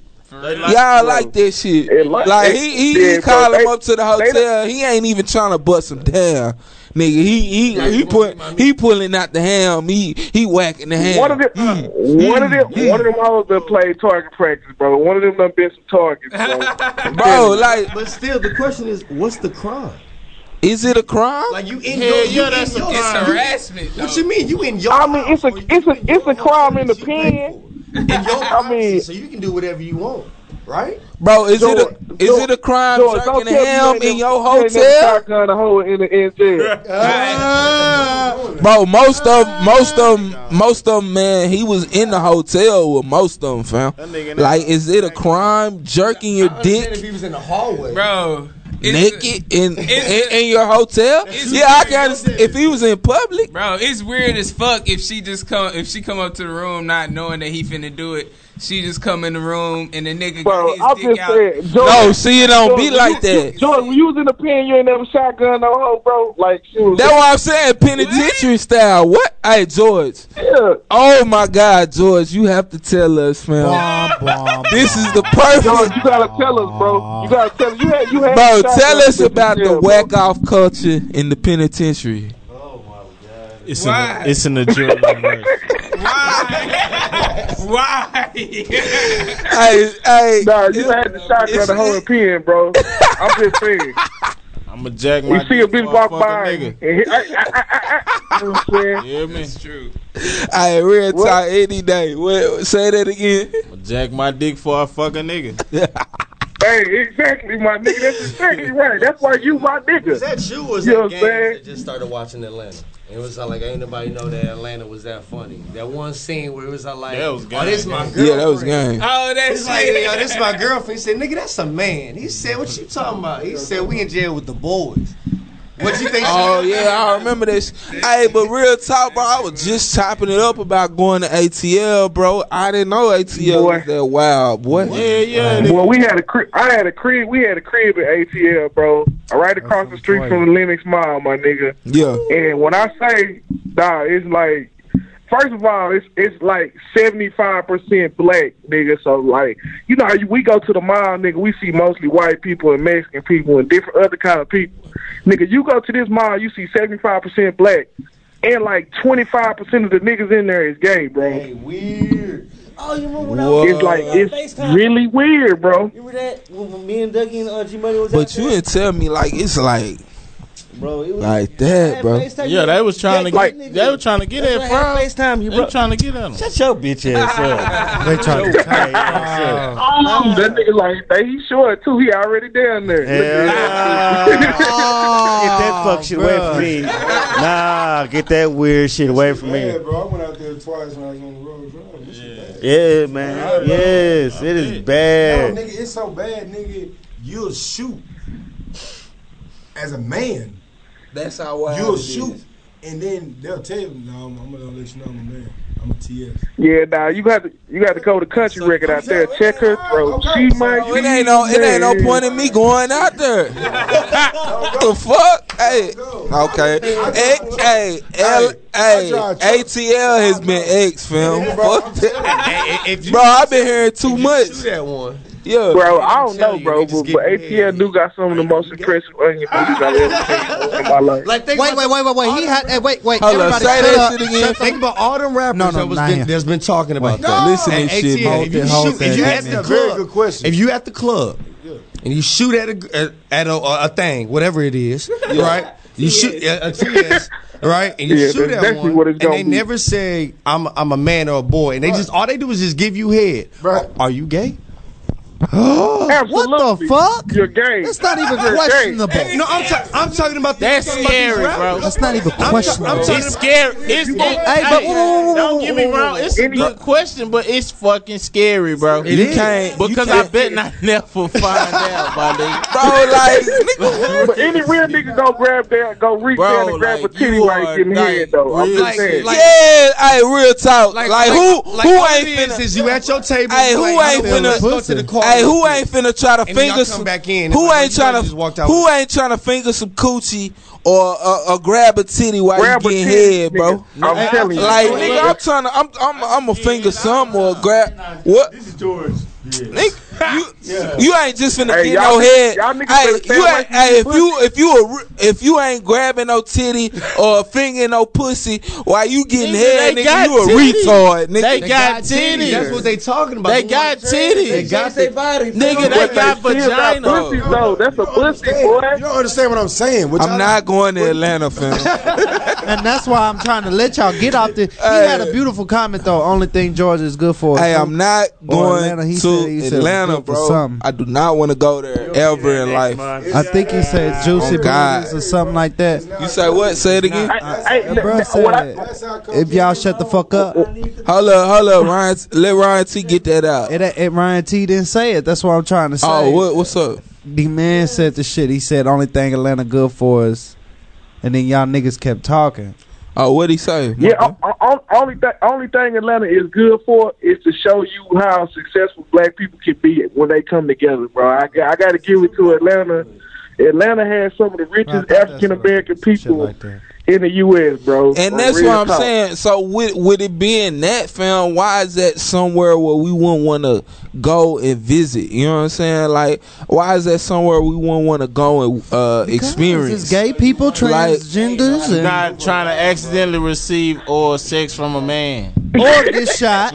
Speaker 4: Y'all like this shit.
Speaker 15: It like-
Speaker 4: Like
Speaker 15: it-
Speaker 4: he he
Speaker 15: yeah,
Speaker 4: call
Speaker 15: bro,
Speaker 4: him
Speaker 15: they-
Speaker 4: up to the
Speaker 15: they
Speaker 4: hotel. He ain't even trying to bust him down. nigga. He he he put he pulling out the ham. He he whacking the ham.
Speaker 15: One of them, one of them,
Speaker 4: Mm-hmm.
Speaker 15: one of them hoes that played target practice, bro. One of them done been some targets, bro.
Speaker 4: Bro, like,
Speaker 9: but still, the question is, what's the crime?
Speaker 4: Is it a crime?
Speaker 9: Like you in
Speaker 17: Hell
Speaker 9: your,
Speaker 17: yeah,
Speaker 9: you
Speaker 17: that's
Speaker 9: in
Speaker 17: a-
Speaker 9: your
Speaker 17: it's
Speaker 9: house.
Speaker 17: harassment,
Speaker 9: You- What
Speaker 17: dog.
Speaker 9: you mean? You in your?
Speaker 15: I mean, it's a
Speaker 9: house,
Speaker 15: it's a it's a crime in the pen.
Speaker 9: in your
Speaker 15: I mean,
Speaker 9: so you can do whatever you want, right?
Speaker 4: Bro, is it
Speaker 15: George,
Speaker 4: a is
Speaker 15: George,
Speaker 4: it a crime
Speaker 15: George, don't
Speaker 4: jerking a
Speaker 15: tell me you
Speaker 4: ham
Speaker 15: ain't never-
Speaker 4: in your
Speaker 15: you ain't never
Speaker 4: hotel?
Speaker 15: Shotgun a hoe in the in jail.
Speaker 4: Bro, most of most of 'em- most of 'em, man, he was in the hotel with most of them, fam. Like, is it a crime jerking your dick
Speaker 9: If he was in the hallway,
Speaker 17: Bro.
Speaker 4: naked in in, in your hotel? Yeah, I can understand. If he was in public,
Speaker 17: Bro, it's weird as fuck if she just come if she come up to the room not knowing that he finna do it. She just come in the room and the nigga
Speaker 15: Bro,
Speaker 17: got
Speaker 15: I'm
Speaker 17: his dick
Speaker 15: just
Speaker 17: out.
Speaker 15: saying. George,
Speaker 4: no, see, it don't be
Speaker 15: George,
Speaker 4: like
Speaker 15: you-
Speaker 4: that.
Speaker 15: George, when you was in the pen, you ain't never shotgun no hoe, bro. Like she was.
Speaker 4: That's what I'm saying, penitentiary style. What? Hey, George.
Speaker 15: Yeah.
Speaker 4: Oh my God, George, you have to tell us, man. this is the
Speaker 15: George,
Speaker 4: perfect.
Speaker 15: you gotta tell us, bro. You gotta tell us. You had, you had
Speaker 4: Bro,
Speaker 15: shotgun
Speaker 4: tell us
Speaker 15: in
Speaker 4: about
Speaker 15: jail,
Speaker 4: the
Speaker 15: bro.
Speaker 4: whack off culture in the penitentiary.
Speaker 7: It's in the, it's in the jury.
Speaker 17: Why?
Speaker 4: Hey, hey.
Speaker 15: Nah, you had the shotgun the whole pen, bro. I'm just saying.
Speaker 7: I'm a jack
Speaker 15: You
Speaker 7: my
Speaker 15: see a
Speaker 7: dick
Speaker 15: bitch
Speaker 7: for
Speaker 15: walk
Speaker 7: fucking
Speaker 15: by, and
Speaker 7: nigga.
Speaker 15: hit- I- I- I- I- I- you know what I'm saying?
Speaker 7: Yeah, man.
Speaker 17: True.
Speaker 4: Hey, real
Speaker 15: What?
Speaker 4: talk any day. Well, say that again.
Speaker 7: I'm a jack my dick for a fucking nigga.
Speaker 15: Hey, exactly, my nigga. That's exactly right. That's why you my
Speaker 9: Was
Speaker 15: nigga.
Speaker 9: that you? or Was
Speaker 15: You know what
Speaker 9: that
Speaker 15: I'm
Speaker 9: games
Speaker 15: saying?
Speaker 9: that just started watching Atlanta? It was uh, like ain't nobody know that Atlanta was that funny. That one scene where it was uh, like,
Speaker 7: That was
Speaker 9: oh, this
Speaker 7: gang,
Speaker 9: my girlfriend.
Speaker 4: Yeah, that was game.
Speaker 17: Oh, that's
Speaker 9: He's like,
Speaker 17: shit.
Speaker 9: yo, this is my girlfriend. He said, nigga, that's a man. He said, what you talking about? He said, we in jail with the boys. What you think?
Speaker 4: Oh yeah, I remember this. Hey, but real talk, bro. I was just chopping it up about going to ATL, bro. I didn't know ATL
Speaker 15: Boy.
Speaker 4: was that wild, boy.
Speaker 7: Yeah, yeah. nigga.
Speaker 15: Well, we had a crib. I had a crib. We had a crib at ATL, bro. Right across the street from the Lennox Mall, my nigga.
Speaker 4: Yeah,
Speaker 15: And when I say, nah, it's like, first of all, it's it's like seventy five percent black, nigga. So like, you know, how you- we go to the mall, nigga. We see mostly white people and Mexican people and different other kind of people, nigga. You go to this mall, you see seventy five percent black, and like twenty five percent of the niggas in there is gay, bro.
Speaker 9: weird. Oh, you remember when I
Speaker 4: Whoa.
Speaker 9: was
Speaker 15: It's like
Speaker 9: uh,
Speaker 15: it's
Speaker 9: FaceTime?
Speaker 15: really weird, bro.
Speaker 9: Remember that when when me and Dougie and uh, G Money was out
Speaker 4: but you
Speaker 9: there?
Speaker 4: didn't tell me like it's like
Speaker 9: bro, it was
Speaker 4: like that, bro.
Speaker 9: FaceTime,
Speaker 7: Yeah,
Speaker 9: you-
Speaker 7: they was trying to get.
Speaker 9: that nigga-
Speaker 7: They were trying to get
Speaker 9: That's
Speaker 7: at
Speaker 9: why
Speaker 7: Frown.
Speaker 9: I FaceTime you,
Speaker 7: They were
Speaker 9: bro.
Speaker 7: trying to get at him.
Speaker 9: Shut your bitch ass up.
Speaker 12: They trying to tie it up.
Speaker 15: Oh, that nigga like they he short too. He already down there.
Speaker 5: Get that fuck shit away from me. Nah, get that weird shit away from me.
Speaker 11: Yeah, bro. I went out there twice when I was on the road driving. This shit bad.
Speaker 5: Yeah, man. Yes, it is
Speaker 11: No,
Speaker 5: bad.
Speaker 11: nigga, it's so bad, nigga. You'll shoot as a man.
Speaker 4: That's how wild.
Speaker 11: You'll shoot, and then they'll tell you, "No, I'm, I'm gonna let you know I'm a man. I'm a TS."
Speaker 15: Yeah, nah, you got to you got to go to country record out there. Check her throat. She might.
Speaker 4: It ain't no, it ain't no
Speaker 15: be
Speaker 4: point in me going out there. the fuck, hey, okay, X, hey, L, hey, ATL has been X, fam. Fuck that,
Speaker 9: If you-
Speaker 4: bro. I've been hearing too
Speaker 9: if you
Speaker 4: much.
Speaker 9: shoot that one.
Speaker 4: Yeah,
Speaker 15: Bro, I don't
Speaker 9: tell
Speaker 15: know,
Speaker 9: you,
Speaker 15: bro,
Speaker 9: they just
Speaker 15: but,
Speaker 9: get
Speaker 15: but
Speaker 9: mad.
Speaker 15: ATL do got some of the most impressive onion bitches I've ever seen in my life.
Speaker 9: Like, think
Speaker 12: Wait,
Speaker 9: about-
Speaker 12: wait, wait, wait, wait. He had.
Speaker 8: eh,
Speaker 12: Hey, wait, wait.
Speaker 4: Hold on,
Speaker 12: Everybody,
Speaker 4: say
Speaker 12: shut
Speaker 4: that
Speaker 12: up.
Speaker 4: shit again.
Speaker 12: Shut-
Speaker 9: Think about all them rappers
Speaker 12: No, no,
Speaker 9: that was
Speaker 12: not
Speaker 9: been,
Speaker 12: him.
Speaker 9: that's been talking about
Speaker 12: Wait,
Speaker 9: that.
Speaker 4: listen to this
Speaker 9: Hey,
Speaker 4: shit,
Speaker 9: ATL,
Speaker 4: man.
Speaker 9: if
Speaker 12: Hold that,
Speaker 9: you shoot, if
Speaker 12: hold
Speaker 9: you
Speaker 12: that,
Speaker 9: at
Speaker 12: man.
Speaker 9: the
Speaker 11: Very
Speaker 9: club,
Speaker 11: good question.
Speaker 9: if you at the club, and you shoot at a at a, a thing, whatever it is, right? You shoot a, a TS, right? And you
Speaker 15: Yeah,
Speaker 9: shoot
Speaker 15: that's
Speaker 9: at
Speaker 15: definitely
Speaker 9: one,
Speaker 15: what it's
Speaker 9: and
Speaker 15: gonna
Speaker 9: they
Speaker 15: be.
Speaker 9: never say I'm I'm a man or a boy, and they just all they do is just give you head.
Speaker 11: Right.
Speaker 9: Are you gay?
Speaker 15: Absolutely.
Speaker 12: What the fuck?
Speaker 15: You're gay.
Speaker 12: That's not even
Speaker 15: You're gay.
Speaker 12: questionable.
Speaker 9: No, I'm ta- I'm talking about the-
Speaker 7: That's
Speaker 9: I'm talking about these
Speaker 7: scary, bro.
Speaker 9: rappers.
Speaker 12: That's not even
Speaker 9: I'm, ta-
Speaker 12: questionable.
Speaker 9: I'm talking
Speaker 7: It's scary. It's it,
Speaker 12: Hey, but
Speaker 7: hey,
Speaker 12: whoa, whoa, whoa,
Speaker 7: don't
Speaker 12: whoa,
Speaker 7: get me
Speaker 12: whoa,
Speaker 7: wrong. It's a
Speaker 15: Any-
Speaker 7: good question, but it's fucking scary, bro.
Speaker 9: It
Speaker 4: you
Speaker 9: is.
Speaker 4: can't you
Speaker 7: because I
Speaker 4: can't-
Speaker 7: bet I never find out, my nigga.
Speaker 4: bro, like, nigga,
Speaker 15: But any real nigga go grab that, go reach
Speaker 4: Bro,
Speaker 15: down and grab
Speaker 4: like,
Speaker 15: a titty
Speaker 4: you
Speaker 15: while he's
Speaker 4: are,
Speaker 15: getting
Speaker 4: like,
Speaker 15: head, though. I'm
Speaker 4: real-
Speaker 15: just
Speaker 9: like-
Speaker 15: saying.
Speaker 9: like-
Speaker 4: yeah, hey, real talk, like, who,
Speaker 9: like,
Speaker 4: who
Speaker 9: all
Speaker 4: ain't
Speaker 9: it is
Speaker 4: finna,
Speaker 9: is you at your table.
Speaker 4: Hey,
Speaker 9: you
Speaker 4: who
Speaker 9: like,
Speaker 4: ain't
Speaker 9: "I'm gonna
Speaker 4: finna-
Speaker 9: go to the car
Speaker 4: Hey,
Speaker 9: real
Speaker 4: who
Speaker 9: quick."
Speaker 4: ain't finna try to
Speaker 9: And then y'all
Speaker 4: finger
Speaker 9: come
Speaker 4: some?
Speaker 9: back in.
Speaker 4: Who
Speaker 9: Like,
Speaker 4: ain't
Speaker 9: you
Speaker 4: trying
Speaker 9: just walked
Speaker 4: to?
Speaker 9: out
Speaker 4: Who
Speaker 9: with-
Speaker 4: ain't trying to finger some coochie or uh, or grab a titty while
Speaker 15: Grab a
Speaker 4: you getting
Speaker 15: titty,
Speaker 4: head,
Speaker 15: nigga.
Speaker 4: bro.
Speaker 15: I'm Hey, telling you.
Speaker 4: Like
Speaker 15: George.
Speaker 4: nigga, I'm trying to I'm I'm I'm a finger some or grab what? This is George. Nigga, you, you ain't just finna
Speaker 15: Hey,
Speaker 4: get
Speaker 15: y'all
Speaker 4: no
Speaker 15: niggas-
Speaker 4: head.
Speaker 15: y'all niggas
Speaker 4: Hey,
Speaker 15: better stay
Speaker 4: you
Speaker 15: away
Speaker 4: ain't,
Speaker 15: from
Speaker 4: hey,
Speaker 15: these
Speaker 4: if you if you a, re- if you ain't grabbing no titty or a finger in no pussy while you getting
Speaker 7: Nigga,
Speaker 4: head,
Speaker 7: they
Speaker 4: nigga,
Speaker 7: got
Speaker 4: you a
Speaker 7: titties.
Speaker 4: retard, nigga.
Speaker 7: They They got got titties. titties. That's what
Speaker 13: they talking
Speaker 7: about. They They got titties.
Speaker 13: They got their body.
Speaker 7: Nigga, they got vagina.
Speaker 15: though. That's a pussy,
Speaker 11: boy. You don't understand what I'm saying. What
Speaker 4: I'm
Speaker 11: y'all-
Speaker 4: not going to Atlanta, fam.
Speaker 8: and that's why I'm trying to let y'all get off the. He
Speaker 4: Hey.
Speaker 8: had a beautiful comment though. Only thing Georgia is good for. is
Speaker 4: Hey,
Speaker 8: food.
Speaker 4: I'm not
Speaker 8: Or
Speaker 4: going
Speaker 8: Atlanta, he said- he
Speaker 4: to
Speaker 8: said it was
Speaker 4: Atlanta,
Speaker 8: good for
Speaker 4: bro.
Speaker 8: something.
Speaker 4: I do not want to go there ever in life.
Speaker 8: I think he said
Speaker 4: Oh,
Speaker 8: juicy
Speaker 4: God.
Speaker 8: burgers or something like that.
Speaker 4: You say what? Say it again.
Speaker 8: That bro said, if y'all shut the fuck up,
Speaker 4: Hold up, hold up, Ryan. Let Ryan T get that out.
Speaker 8: It, it Ryan T didn't say it. That's what I'm trying to say.
Speaker 4: Oh, what, what's up?
Speaker 8: The man said the shit. He said only thing Atlanta good for is, and then y'all niggas kept talking.
Speaker 4: Oh, what he say?
Speaker 15: Yeah, o- o- o- only thing only thing Atlanta is good for is to show you how successful black people can be when they come together, bro. I, got- I got to give it to Atlanta. Atlanta has some of the richest African American people in the U.S., bro.
Speaker 4: And
Speaker 15: On
Speaker 4: that's
Speaker 15: real
Speaker 4: what I'm
Speaker 15: talk.
Speaker 4: saying. So with with it being that fam, why is that somewhere where we wouldn't want to go and visit? You know what I'm saying? Like, why is that somewhere we wouldn't want to go and uh, experience?
Speaker 8: It's gay people,
Speaker 4: Like-
Speaker 8: transgenders,
Speaker 7: You're
Speaker 8: and
Speaker 7: not trying to accidentally receive oral sex from a man.
Speaker 8: or get shot.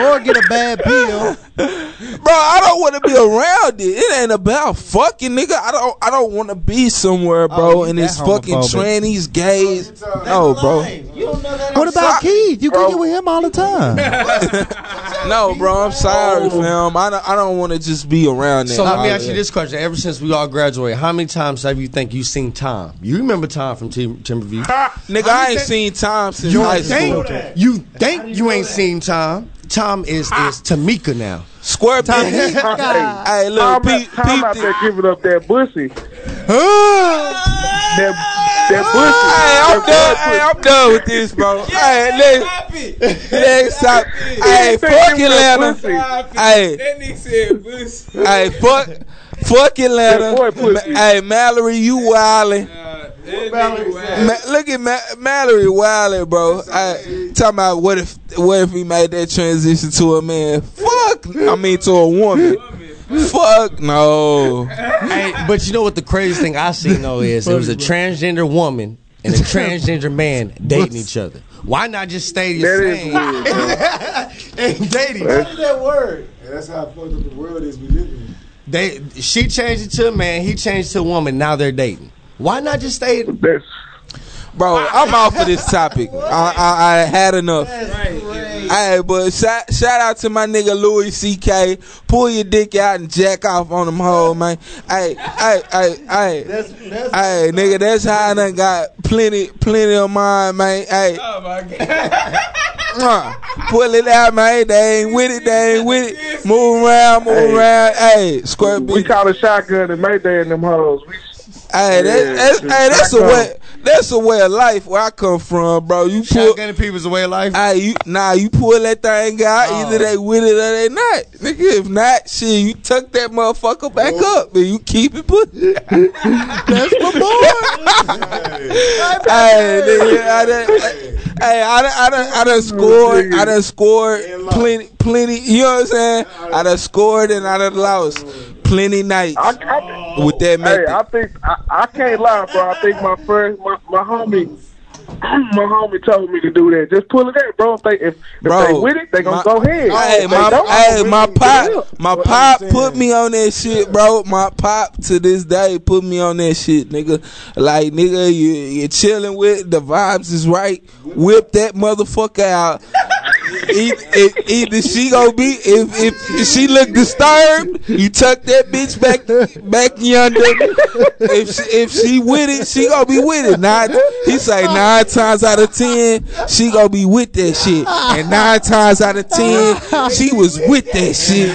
Speaker 8: or get a bad pill.
Speaker 4: Bro, I don't want to be around it. It ain't about fucking nigga. I don't. I don't want to be somewhere, bro.
Speaker 8: Oh, you
Speaker 4: and
Speaker 8: that
Speaker 4: it's fucking
Speaker 8: homophobic.
Speaker 4: trannies, gays. No, bro.
Speaker 8: What about Keith? You can get with him all the time.
Speaker 4: No, bro. I'm sorry, fam. I don't. I don't want to just be around that.
Speaker 9: So let me
Speaker 4: all
Speaker 9: ask you
Speaker 4: that.
Speaker 9: this question: Ever since we all graduated, how many times have you think you seen Tom? You remember Tom from Tim, Timberview?
Speaker 4: Nigga,
Speaker 9: How
Speaker 4: I
Speaker 9: you
Speaker 4: ain't
Speaker 9: think-
Speaker 4: seen Tom since
Speaker 9: you
Speaker 4: high
Speaker 9: think
Speaker 4: school.
Speaker 9: you think you, ain't seen Tom? Tom is is Tamika now.
Speaker 4: Squirt
Speaker 9: Tom.
Speaker 15: Hey,
Speaker 4: hey, look,
Speaker 15: Tom, Tom out there giving up that pussy. that that pussy.
Speaker 4: Hey, I'm done. Hey, I'm done with this, bro. Hey, let's, let's stop. Hey, fuck Atlanta. Hey,
Speaker 17: That nigga said pussy.
Speaker 4: hey, fuck, fuck Atlanta.
Speaker 17: That boy pussy.
Speaker 4: Ma- Hey, Mallory, you wildin'.
Speaker 17: That nigga wild.
Speaker 4: Ma- look at Ma- Mallory Wilder, bro. I, talking about what if what if we made that transition to a man? Fuck, I mean to a woman. Fuck no.
Speaker 9: Hey, but you know what the craziest thing I seen though is it was a transgender woman and a transgender man dating each other. Why not just stay the
Speaker 11: That is weird,
Speaker 9: same? and dating.
Speaker 11: What is that word? Yeah, that's how fucked up the world is we live in.
Speaker 9: They she changed it to a man, he changed it to a woman. Now they're dating. Why not just stay?
Speaker 4: Bro, I'm off of this topic. I, I, I had enough. Hey, but shout, shout out to my nigga Louis C.K. Pull your dick out and jack off on them hoes, man. Hey, hey, hey, hey. Hey, nigga, that's how I done got plenty, plenty of mine, man. Hey.
Speaker 17: Oh my god.
Speaker 4: Uh, pull it out, man. They ain't with it. They ain't with it. Move around, move around. Hey, squirt
Speaker 15: We
Speaker 4: bitch.
Speaker 15: call it shotgun and Mayday and them hoes. We,
Speaker 4: Hey,
Speaker 15: Yeah,
Speaker 4: that, that's, hey,
Speaker 15: shit.
Speaker 4: that's a
Speaker 15: Shotgun.
Speaker 4: way. That's a way of life where I come from, bro. You pull.
Speaker 9: Shotgunning people's a way of life. Oh.
Speaker 4: Hey, you, nah, you pull that thing out. Either they with it or they not, nigga. If not, shit, you tuck that motherfucker back
Speaker 9: Oh.
Speaker 4: up and you keep it put. that's my boy. hey, nigga, I done, hey, I done, I done, I done scored. I done scored plenty, plenty. You know what I'm saying? I done scored and I done lost plenty nights with that
Speaker 15: hey,
Speaker 4: method.
Speaker 15: I think I, I can't lie, bro. I think my first my, my homie. My homie told me to do that. Just pull it out, bro. If they if, if they with it, they gonna
Speaker 4: my-
Speaker 15: go ahead.
Speaker 4: Hey,
Speaker 15: If they
Speaker 4: my,
Speaker 15: don't,
Speaker 4: hey, my
Speaker 15: get
Speaker 4: pop,
Speaker 15: up.
Speaker 4: my pop put me on that shit, bro. My pop to this day put me on that shit, nigga. Like, nigga, you you chilling with the vibes is right. Whip that motherfucker out. E- e- Either she gonna be if, if if she look disturbed, you tuck that bitch back back yonder. If she, if she with it, she gonna be with it. Nine, he say nine times out of ten, she gonna be with that shit, and nine times out of ten, she was with that shit.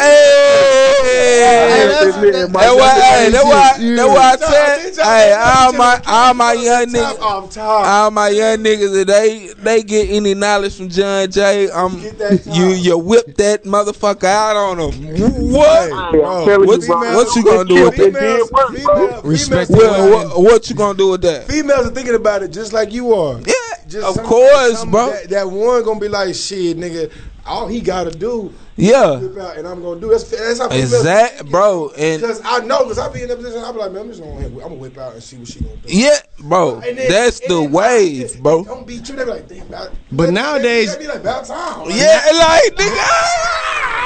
Speaker 4: Hey, that's why, hey, that's why, that's why I said, hey, all my all my young niggas, all my young niggas if they they get any knowledge from John Jay, um, you you whip that motherfucker out on them. What? what, you, what you gonna do with that?
Speaker 11: Respect.
Speaker 4: Well, what, what you gonna do with that?
Speaker 11: Females are thinking about it just like you are. Yeah, just
Speaker 4: of
Speaker 11: some-
Speaker 4: course,
Speaker 11: some-
Speaker 4: bro.
Speaker 11: That, that one gonna be like, shit, nigga. All he gotta do, is
Speaker 4: Yeah.
Speaker 11: flip out and I'm gonna do. That's that's how females.
Speaker 4: Exact, bro. And
Speaker 11: Because I know, because I be in that position, I be like, man, I'm just gonna, I'm gonna whip out and see what she gonna do.
Speaker 4: yeah, bro,
Speaker 11: And then-
Speaker 4: that's
Speaker 11: and
Speaker 4: the
Speaker 11: then-
Speaker 4: wave, bro.
Speaker 11: Don't be true. They be like, damn, about,
Speaker 5: But nowadays,
Speaker 11: they be like, about time. Like,
Speaker 4: Yeah, like nigga.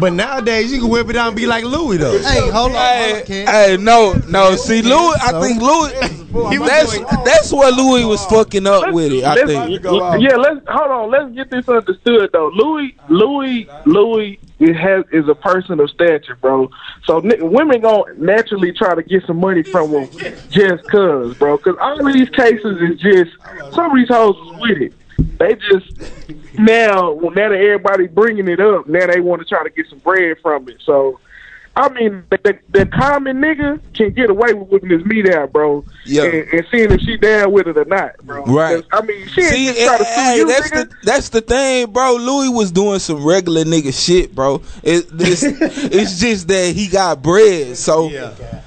Speaker 5: but nowadays you can whip it out and be like Louis though.
Speaker 12: Hey, hold on.
Speaker 4: Hey, hey, no, no. See, Louis, I think Louis. That's that's what Louis was fucking up with it. I
Speaker 15: Let's-
Speaker 4: think.
Speaker 15: Yeah, let's hold on. Let's get this understood though. Louis, Louis, Louis is has is a person of stature, bro. So ni- women gonna naturally try to get some money from him just cause, bro. Cause all of these cases is just some of these hoes is with it. They just now well, now that everybody bringing it up, now they want to try to get some bread from it. So. I mean, the, the, the common nigga can get away with whipping his meat out, bro,
Speaker 4: Yeah.
Speaker 15: and, and seeing if she down with it or not, bro.
Speaker 4: Right.
Speaker 15: I mean, she
Speaker 4: See,
Speaker 15: ain't try to sue
Speaker 4: hey,
Speaker 15: you,
Speaker 4: that's
Speaker 15: nigga.
Speaker 4: the that's the thing, bro. Louis was doing some regular nigga shit, bro. It, it's, it's just that he got bread, so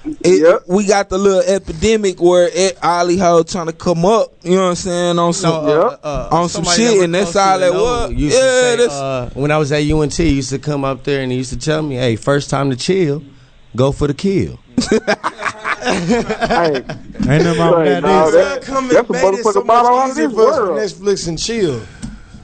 Speaker 4: it, we got the little epidemic where it Ollie Ho trying to come up. You know what I'm saying on some on some
Speaker 9: uh, somebody
Speaker 4: shit,
Speaker 9: that
Speaker 4: and that's
Speaker 9: was close to
Speaker 4: all
Speaker 9: me
Speaker 4: that
Speaker 9: know
Speaker 4: was.
Speaker 9: used
Speaker 4: Yeah,
Speaker 9: to say,
Speaker 4: that's
Speaker 9: uh, when I was at UNT, he used to come up there and he used to tell me, "Hey, first time to chill, go for the kill."
Speaker 15: Hey,
Speaker 5: Ain't nothing wrong with
Speaker 15: Hey,
Speaker 5: that.
Speaker 15: nah,
Speaker 5: either.
Speaker 15: that-
Speaker 11: come
Speaker 15: that's
Speaker 11: and
Speaker 15: a
Speaker 11: made it so
Speaker 15: motherfucking
Speaker 11: much
Speaker 15: bottle out of
Speaker 11: easier
Speaker 15: this
Speaker 11: for us for
Speaker 15: world.
Speaker 11: Netflix and chill.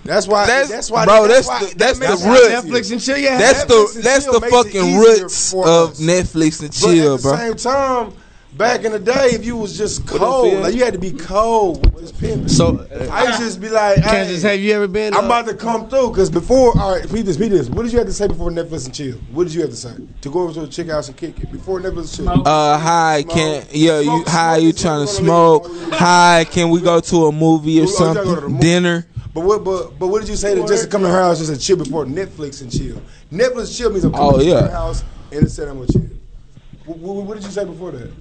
Speaker 11: That's why.
Speaker 4: That's-
Speaker 11: That's, why.
Speaker 4: bro, that's
Speaker 11: why-
Speaker 4: the-
Speaker 11: that
Speaker 4: that's
Speaker 11: makes
Speaker 4: the
Speaker 11: it
Speaker 4: root.
Speaker 11: easier.
Speaker 9: Netflix and chill, yeah.
Speaker 4: that's
Speaker 11: Netflix
Speaker 4: the
Speaker 11: and
Speaker 4: that's
Speaker 11: chill
Speaker 4: the
Speaker 11: makes it
Speaker 4: fucking
Speaker 11: easier
Speaker 4: roots
Speaker 11: for
Speaker 4: of
Speaker 11: us.
Speaker 4: Netflix and
Speaker 11: But
Speaker 4: chill,
Speaker 11: at the
Speaker 4: bro.
Speaker 11: same time, back in the day, if you was just cold,
Speaker 9: feel?
Speaker 11: like you had to be cold with this pimping.
Speaker 9: So,
Speaker 11: I used to just be like, hey,
Speaker 9: Kansas, have you ever been?
Speaker 11: I'm
Speaker 9: uh,
Speaker 11: about to come through because before, all right, read this, read this. What did you have to say before Netflix and chill? What did you have to say to go over to a chick house and kick it before Netflix and chill?
Speaker 4: Uh, hi, can yeah, you hi, you trying to smoke? Hi, can we go to a movie or
Speaker 11: We- oh, you gotta go to the
Speaker 4: something?
Speaker 11: movie.
Speaker 4: Dinner?
Speaker 11: But what, but, but what did you say to just to come to her house just to chill before Netflix and chill? Netflix chill means I'm coming
Speaker 4: Oh,
Speaker 11: to
Speaker 4: yeah.
Speaker 11: her house and said I'm gonna chill. What, what, what did you say before that?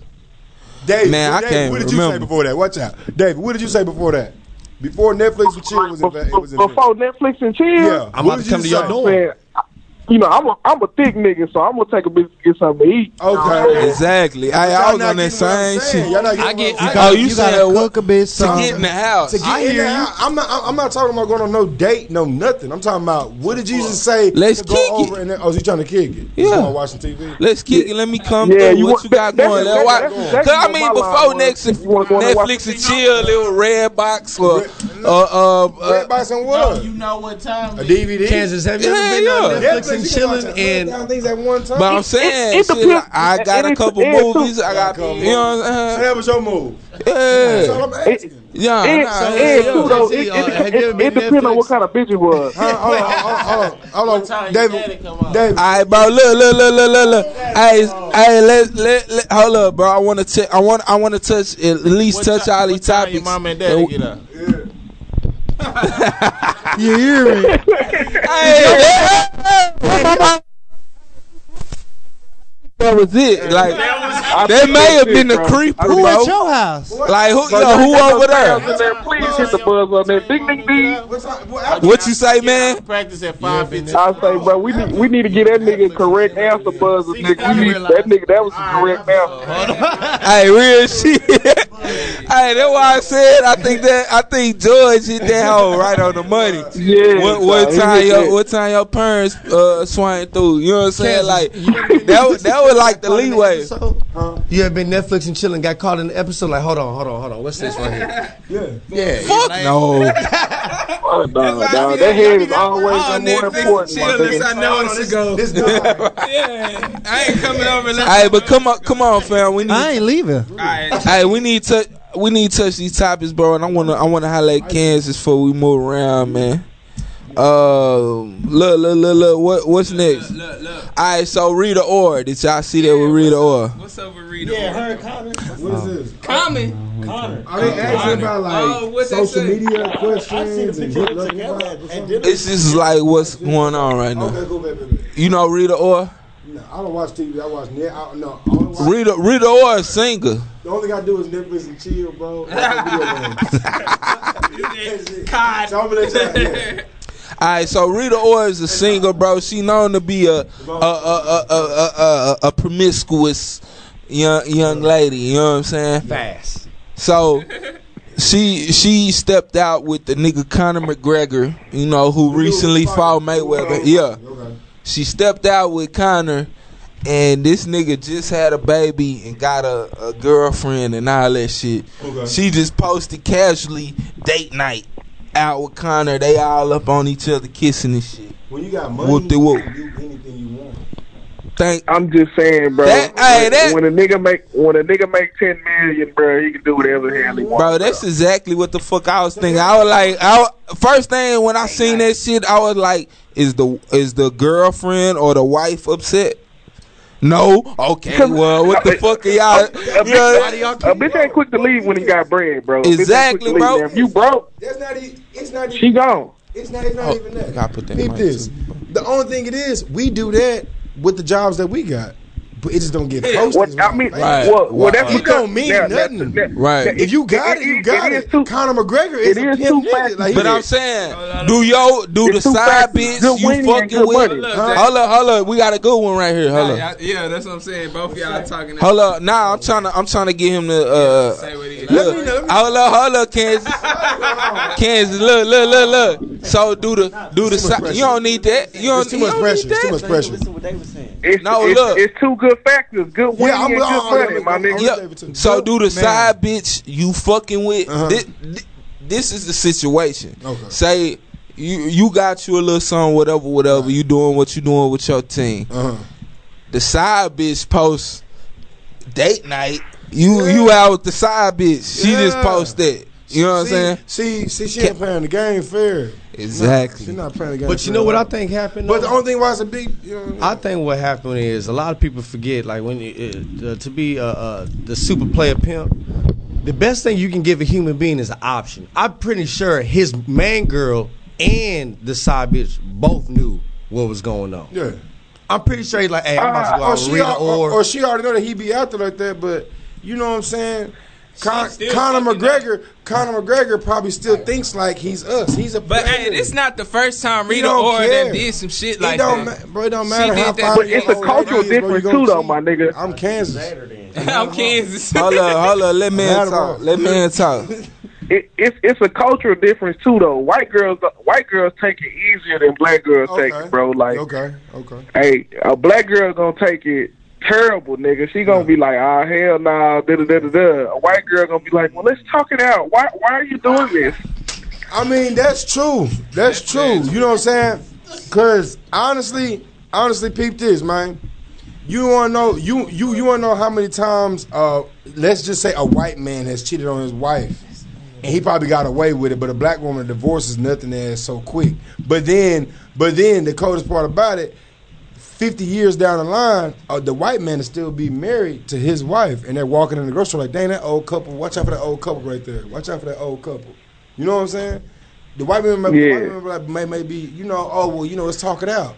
Speaker 11: Dave,
Speaker 4: Man, I
Speaker 11: Dave,
Speaker 4: can't
Speaker 11: what did you say
Speaker 4: remember.
Speaker 11: before that? Watch out, Dave. What did you say before that? Before Netflix and chill was in, it was in
Speaker 15: Before Netflix and chill,
Speaker 11: Yeah, I'm about to come to your door.
Speaker 15: Man, I- you know, I'm a, I'm a thick nigga, so I'm gonna take a bitch to get something to eat.
Speaker 11: Okay.
Speaker 4: Exactly. Hey, I
Speaker 11: Y'all
Speaker 4: was
Speaker 11: not
Speaker 4: on that
Speaker 11: getting what
Speaker 4: same
Speaker 11: I'm saying.
Speaker 4: shit.
Speaker 11: Y'all not getting
Speaker 17: I get-
Speaker 11: what I'm
Speaker 17: I
Speaker 11: saying.
Speaker 4: Oh, you
Speaker 8: You gotta
Speaker 4: said what?
Speaker 8: cook a bitch
Speaker 4: To get
Speaker 8: something.
Speaker 4: in the house.
Speaker 11: To get
Speaker 4: I
Speaker 11: in
Speaker 4: hear
Speaker 11: the
Speaker 4: you.
Speaker 11: house. I'm not. I'm- I'm not talking about going on no date, no nothing. I'm talking about what did Jesus say?
Speaker 4: Let's
Speaker 11: to go
Speaker 4: kick
Speaker 11: over And then, oh, you trying to kick it?
Speaker 4: Yeah.
Speaker 11: You want watching TV?
Speaker 4: Let's kick it. Let me come
Speaker 15: Yeah,
Speaker 4: through.
Speaker 15: you
Speaker 4: what
Speaker 15: want-
Speaker 4: you got
Speaker 15: that-
Speaker 4: going?
Speaker 15: that-
Speaker 4: That's why.
Speaker 15: that's
Speaker 4: Cause
Speaker 15: exactly
Speaker 4: I
Speaker 15: what
Speaker 4: mean,
Speaker 15: my
Speaker 4: before
Speaker 15: line was.
Speaker 4: next
Speaker 15: You wanna go on and watch
Speaker 4: Netflix and chill, little red box or uh uh, uh
Speaker 11: Everybody's in
Speaker 7: No,
Speaker 11: what?
Speaker 7: you know what time?
Speaker 11: A
Speaker 7: it is.
Speaker 11: DVD.
Speaker 9: Kansas, have you
Speaker 4: Yeah,
Speaker 9: ever been on
Speaker 4: yeah.
Speaker 9: Netflix
Speaker 11: Netflix,
Speaker 9: and
Speaker 11: you can watch a
Speaker 9: chilling
Speaker 11: hundred
Speaker 9: and
Speaker 11: thousand things at one time.
Speaker 4: But I'm
Speaker 15: it-
Speaker 4: saying,
Speaker 15: it
Speaker 4: shit,
Speaker 15: depends-
Speaker 4: like, I got
Speaker 15: it-
Speaker 4: a
Speaker 15: it-
Speaker 4: couple
Speaker 15: it- too.
Speaker 4: movies. I got,
Speaker 11: Come
Speaker 4: you know, what
Speaker 11: So
Speaker 4: I'm
Speaker 11: that was your move.
Speaker 4: saying?
Speaker 11: That's all
Speaker 4: yeah,
Speaker 11: I'm asking.
Speaker 4: yeah.
Speaker 15: And,
Speaker 4: nah,
Speaker 15: and
Speaker 4: yeah.
Speaker 15: too, though, it,
Speaker 9: Jay-Z,
Speaker 15: it,
Speaker 9: uh, have
Speaker 15: it,
Speaker 9: you ever been
Speaker 15: depends on
Speaker 9: Netflix?
Speaker 15: what kind of bitch it was.
Speaker 11: Huh? Hold on, hold on, hold on, hold on.
Speaker 7: time your daddy
Speaker 11: David,
Speaker 7: come out?
Speaker 11: David,
Speaker 4: All right, bro. Look, look, look, look, look, look. Hey, hey, let, let, let, hold up, bro. I want to, t- I want, I want to touch at least
Speaker 7: What
Speaker 4: touch
Speaker 7: ti-
Speaker 4: all these
Speaker 7: what time
Speaker 4: topics.
Speaker 7: Your mom and daddy get up.
Speaker 8: You hear me?
Speaker 4: Hey, that was it. Like
Speaker 15: I
Speaker 4: that
Speaker 15: feel
Speaker 4: may have
Speaker 15: shit,
Speaker 4: been the
Speaker 15: bro.
Speaker 4: creeper,
Speaker 8: Who at
Speaker 4: bro.
Speaker 8: your house?
Speaker 4: Like who,
Speaker 15: Bro,
Speaker 4: yo,
Speaker 15: you
Speaker 4: who
Speaker 15: got
Speaker 4: over
Speaker 15: those sounds
Speaker 4: there?
Speaker 15: in there. Please hit the buzz on that. Ding, ding, ding.
Speaker 11: what's up? What happened?
Speaker 4: What you say, man?
Speaker 7: Practice at five fifteen.
Speaker 15: I say, bro, we need we need to get that nigga correct answer buzz. Nigga, we need that nigga. That was the correct answer.
Speaker 4: Hey, real shit. hey, that's why I said I think that I think George hit that hoe right on the money.
Speaker 15: Yeah.
Speaker 4: What what
Speaker 15: bro,
Speaker 4: time
Speaker 15: he
Speaker 4: your
Speaker 15: did
Speaker 4: what time your parents uh swine through? You know what I'm saying? Like that was that was like the leeway.
Speaker 9: You have been Netflix and chilling, got caught in an episode like, hold on, hold on, hold on, what's this right here? Yeah, yeah.
Speaker 4: Fuck no.
Speaker 15: that. Oh, dog, dog, That head is always
Speaker 17: Oh,
Speaker 15: the more
Speaker 17: Netflix
Speaker 15: important. my
Speaker 17: chill.
Speaker 15: nigga.
Speaker 17: I know it's a go.
Speaker 11: This guy.
Speaker 17: Yeah, I ain't coming over. unless-
Speaker 4: Hey, but come on, come on, fam. We need
Speaker 8: I ain't leaving.
Speaker 17: All right.
Speaker 4: Hey, we need to we need to touch these topics, bro. And I wanna I wanna highlight Kansas before we move around, man. Um, look, look, look, look. What what's next?
Speaker 17: Look, look.
Speaker 4: All right, so Rita Ora. Did y'all see that with Rita Ora?
Speaker 17: What's up with Rita? Yeah,
Speaker 13: Her comment.
Speaker 11: What is this?
Speaker 17: Common.
Speaker 11: Are they asking about
Speaker 17: Oh,
Speaker 11: like
Speaker 17: what they
Speaker 11: social
Speaker 17: say?
Speaker 11: media questions and good luck vibes or something?
Speaker 4: It's just like what's going on right now.
Speaker 11: Okay, cool, baby. baby.
Speaker 4: You know Rita Ora?
Speaker 11: No, I don't watch TV. I watch net. I, no, I only watch
Speaker 4: Rita Rita Ora is singer.
Speaker 11: The only thing I do is Netflix and chill, bro. and video games. That's it. So I'm gonna let y'all- yeah.
Speaker 4: All right, so Rita Ora is a singer, bro. She known to be a a a a a, a, a, a promiscuous young young lady. You know what I'm saying?
Speaker 13: Fast.
Speaker 4: So she she stepped out with the nigga Conor McGregor, you know, who recently fought Mayweather. Yeah, she stepped out with Conor, and this nigga just had a baby and got a, a girlfriend and all that shit.
Speaker 16: Okay.
Speaker 4: She just posted casually date night out with Connor. They all up on each other kissing and shit.
Speaker 11: When you got money,
Speaker 4: Whoop de whoop.
Speaker 11: you can do anything you want.
Speaker 4: Thank.
Speaker 15: I'm just saying, bro.
Speaker 4: That- hey, that-
Speaker 15: when a nigga make when a nigga make ten million, bro, he can do whatever the hell he wants.
Speaker 4: Bro, that's exactly what the fuck I was thinking. I was like, I was- first thing when I seen that shit, I was like, is the is the girlfriend or the wife upset? No. Okay. Well, what the fuck are y'all?
Speaker 15: A bitch, a bitch ain't quick to leave when he got bread, bro. A bitch ain't quick to
Speaker 4: Exactly,
Speaker 15: leave.
Speaker 4: bro.
Speaker 15: Now, If you broke,
Speaker 11: That's not. e- It's not. even-
Speaker 15: she gone.
Speaker 11: It's not. It's not
Speaker 4: Oh,
Speaker 11: even that.
Speaker 4: I put that.
Speaker 11: Peep
Speaker 4: mic
Speaker 11: this. The only thing it is, we do that with the jobs that we got, but it just don't get posted.
Speaker 15: What, I mean, well, well, that's
Speaker 11: it don't mean
Speaker 15: now, that's-
Speaker 11: nothing.
Speaker 15: that- that-
Speaker 11: If you got it, you got it. Conor McGregor is
Speaker 15: it
Speaker 11: a
Speaker 15: is
Speaker 11: pimp
Speaker 15: too
Speaker 11: nigga.
Speaker 15: fast.
Speaker 11: Like, he
Speaker 4: But
Speaker 11: is.
Speaker 4: I'm saying, do yo do the
Speaker 15: It's two
Speaker 4: side
Speaker 15: factors.
Speaker 4: bitch
Speaker 15: Good
Speaker 4: you
Speaker 15: winning and
Speaker 4: fucking
Speaker 15: good
Speaker 4: with?
Speaker 15: money.
Speaker 4: Huh? Hold up, hold up. We got a good one right here. Hold up.
Speaker 17: Y'all- Yeah, that's what I'm saying. Both of y'all talking.
Speaker 4: Hold up, nah, I'm trying to, I'm trying to get him to. Uh,
Speaker 17: Let
Speaker 4: look, hold up, hold up, Kansas, Kansas, look, look, look, look. So do the, do the, si- you don't need that. You don't,
Speaker 11: It's too
Speaker 4: you
Speaker 11: much
Speaker 4: don't
Speaker 11: pressure.
Speaker 4: Need
Speaker 11: It's
Speaker 4: that.
Speaker 11: too much pressure.
Speaker 15: It's,
Speaker 4: No,
Speaker 15: it's,
Speaker 4: look.
Speaker 15: it's two good factors: good winning
Speaker 11: Yeah, I'm-
Speaker 15: and
Speaker 11: I'm-
Speaker 15: good money,
Speaker 11: I'm-
Speaker 15: my
Speaker 11: I'm-
Speaker 15: nigga.
Speaker 11: I'm-
Speaker 4: Yep. So do the side bitch you fucking with. This, this is the situation.
Speaker 11: Uh-huh. Okay.
Speaker 4: Say you you got you a little something, whatever, whatever. You doing what you doing with your team.
Speaker 11: Uh-huh.
Speaker 4: The side bitch posts date night. You you out with the side bitch. She just
Speaker 11: Yeah.
Speaker 4: post that. You know what I'm saying?
Speaker 11: See, see, she ain't playing the game fair.
Speaker 4: Exactly.
Speaker 11: She's not playing the game.
Speaker 9: But you know what I think happened?
Speaker 11: But the
Speaker 9: though?
Speaker 11: only thing why it's a big, you know,
Speaker 9: I think what happened is a lot of people forget, like when it, uh, to be uh, uh, the super player pimp, the best thing you can give a human being is an option. I'm pretty sure his man girl and the side bitch both knew what was going on.
Speaker 11: yeah. Ah,
Speaker 9: I'm pretty sure he's like, hey, I'm about to go
Speaker 11: or,
Speaker 9: out
Speaker 11: she
Speaker 9: with Rita
Speaker 11: al-
Speaker 9: or,
Speaker 11: or, or she already know that he be out there like that, but you know what I'm saying? Con-
Speaker 17: still
Speaker 11: Conor McGregor, Conor McGregor probably still thinks like he's us. He's a
Speaker 17: But hey, this not the first time
Speaker 11: He
Speaker 17: Rita
Speaker 11: don't
Speaker 17: Ora
Speaker 11: care.
Speaker 17: done did some shit
Speaker 11: It
Speaker 17: like
Speaker 11: don't,
Speaker 17: that.
Speaker 11: ma- bro, it don't
Speaker 17: She
Speaker 11: matter
Speaker 17: did
Speaker 11: how
Speaker 17: that-
Speaker 11: far
Speaker 17: But it's
Speaker 15: a cultural difference too, though, my nigga.
Speaker 11: I'm Kansas.
Speaker 17: I'm Kansas.
Speaker 4: Hold up, hold up. Let man
Speaker 11: Matter
Speaker 4: talk.
Speaker 11: what.
Speaker 4: Let man talk.
Speaker 15: It, it's it's a cultural difference too, though. White girls, uh, white girls take it easier than black girls take it, bro. Like,
Speaker 11: Okay, okay.
Speaker 15: hey, a black girl gonna take it terrible, nigga. She gonna be like, ah, hell nah, da da da da da. A white girl gonna be like, well, let's talk it out. Why why are you doing this?
Speaker 11: I mean, that's true. That's true. You know what I'm saying? Cause honestly, honestly, peep this, man. You wanna know you you you wanna know how many times uh let's just say a white man has cheated on his wife. And he probably got away with it, but a black woman divorces nothing as so quick. But then but then the coldest part about it, fifty years down the line, uh, the white man is still be married to his wife and they're walking in the grocery store like, dang that old couple, watch out for that old couple right there. Watch out for that old couple. You know what I'm saying? The white women, may,
Speaker 15: Yeah.
Speaker 11: the white women like, may, may be, you know, oh well, you know, let's talk it out.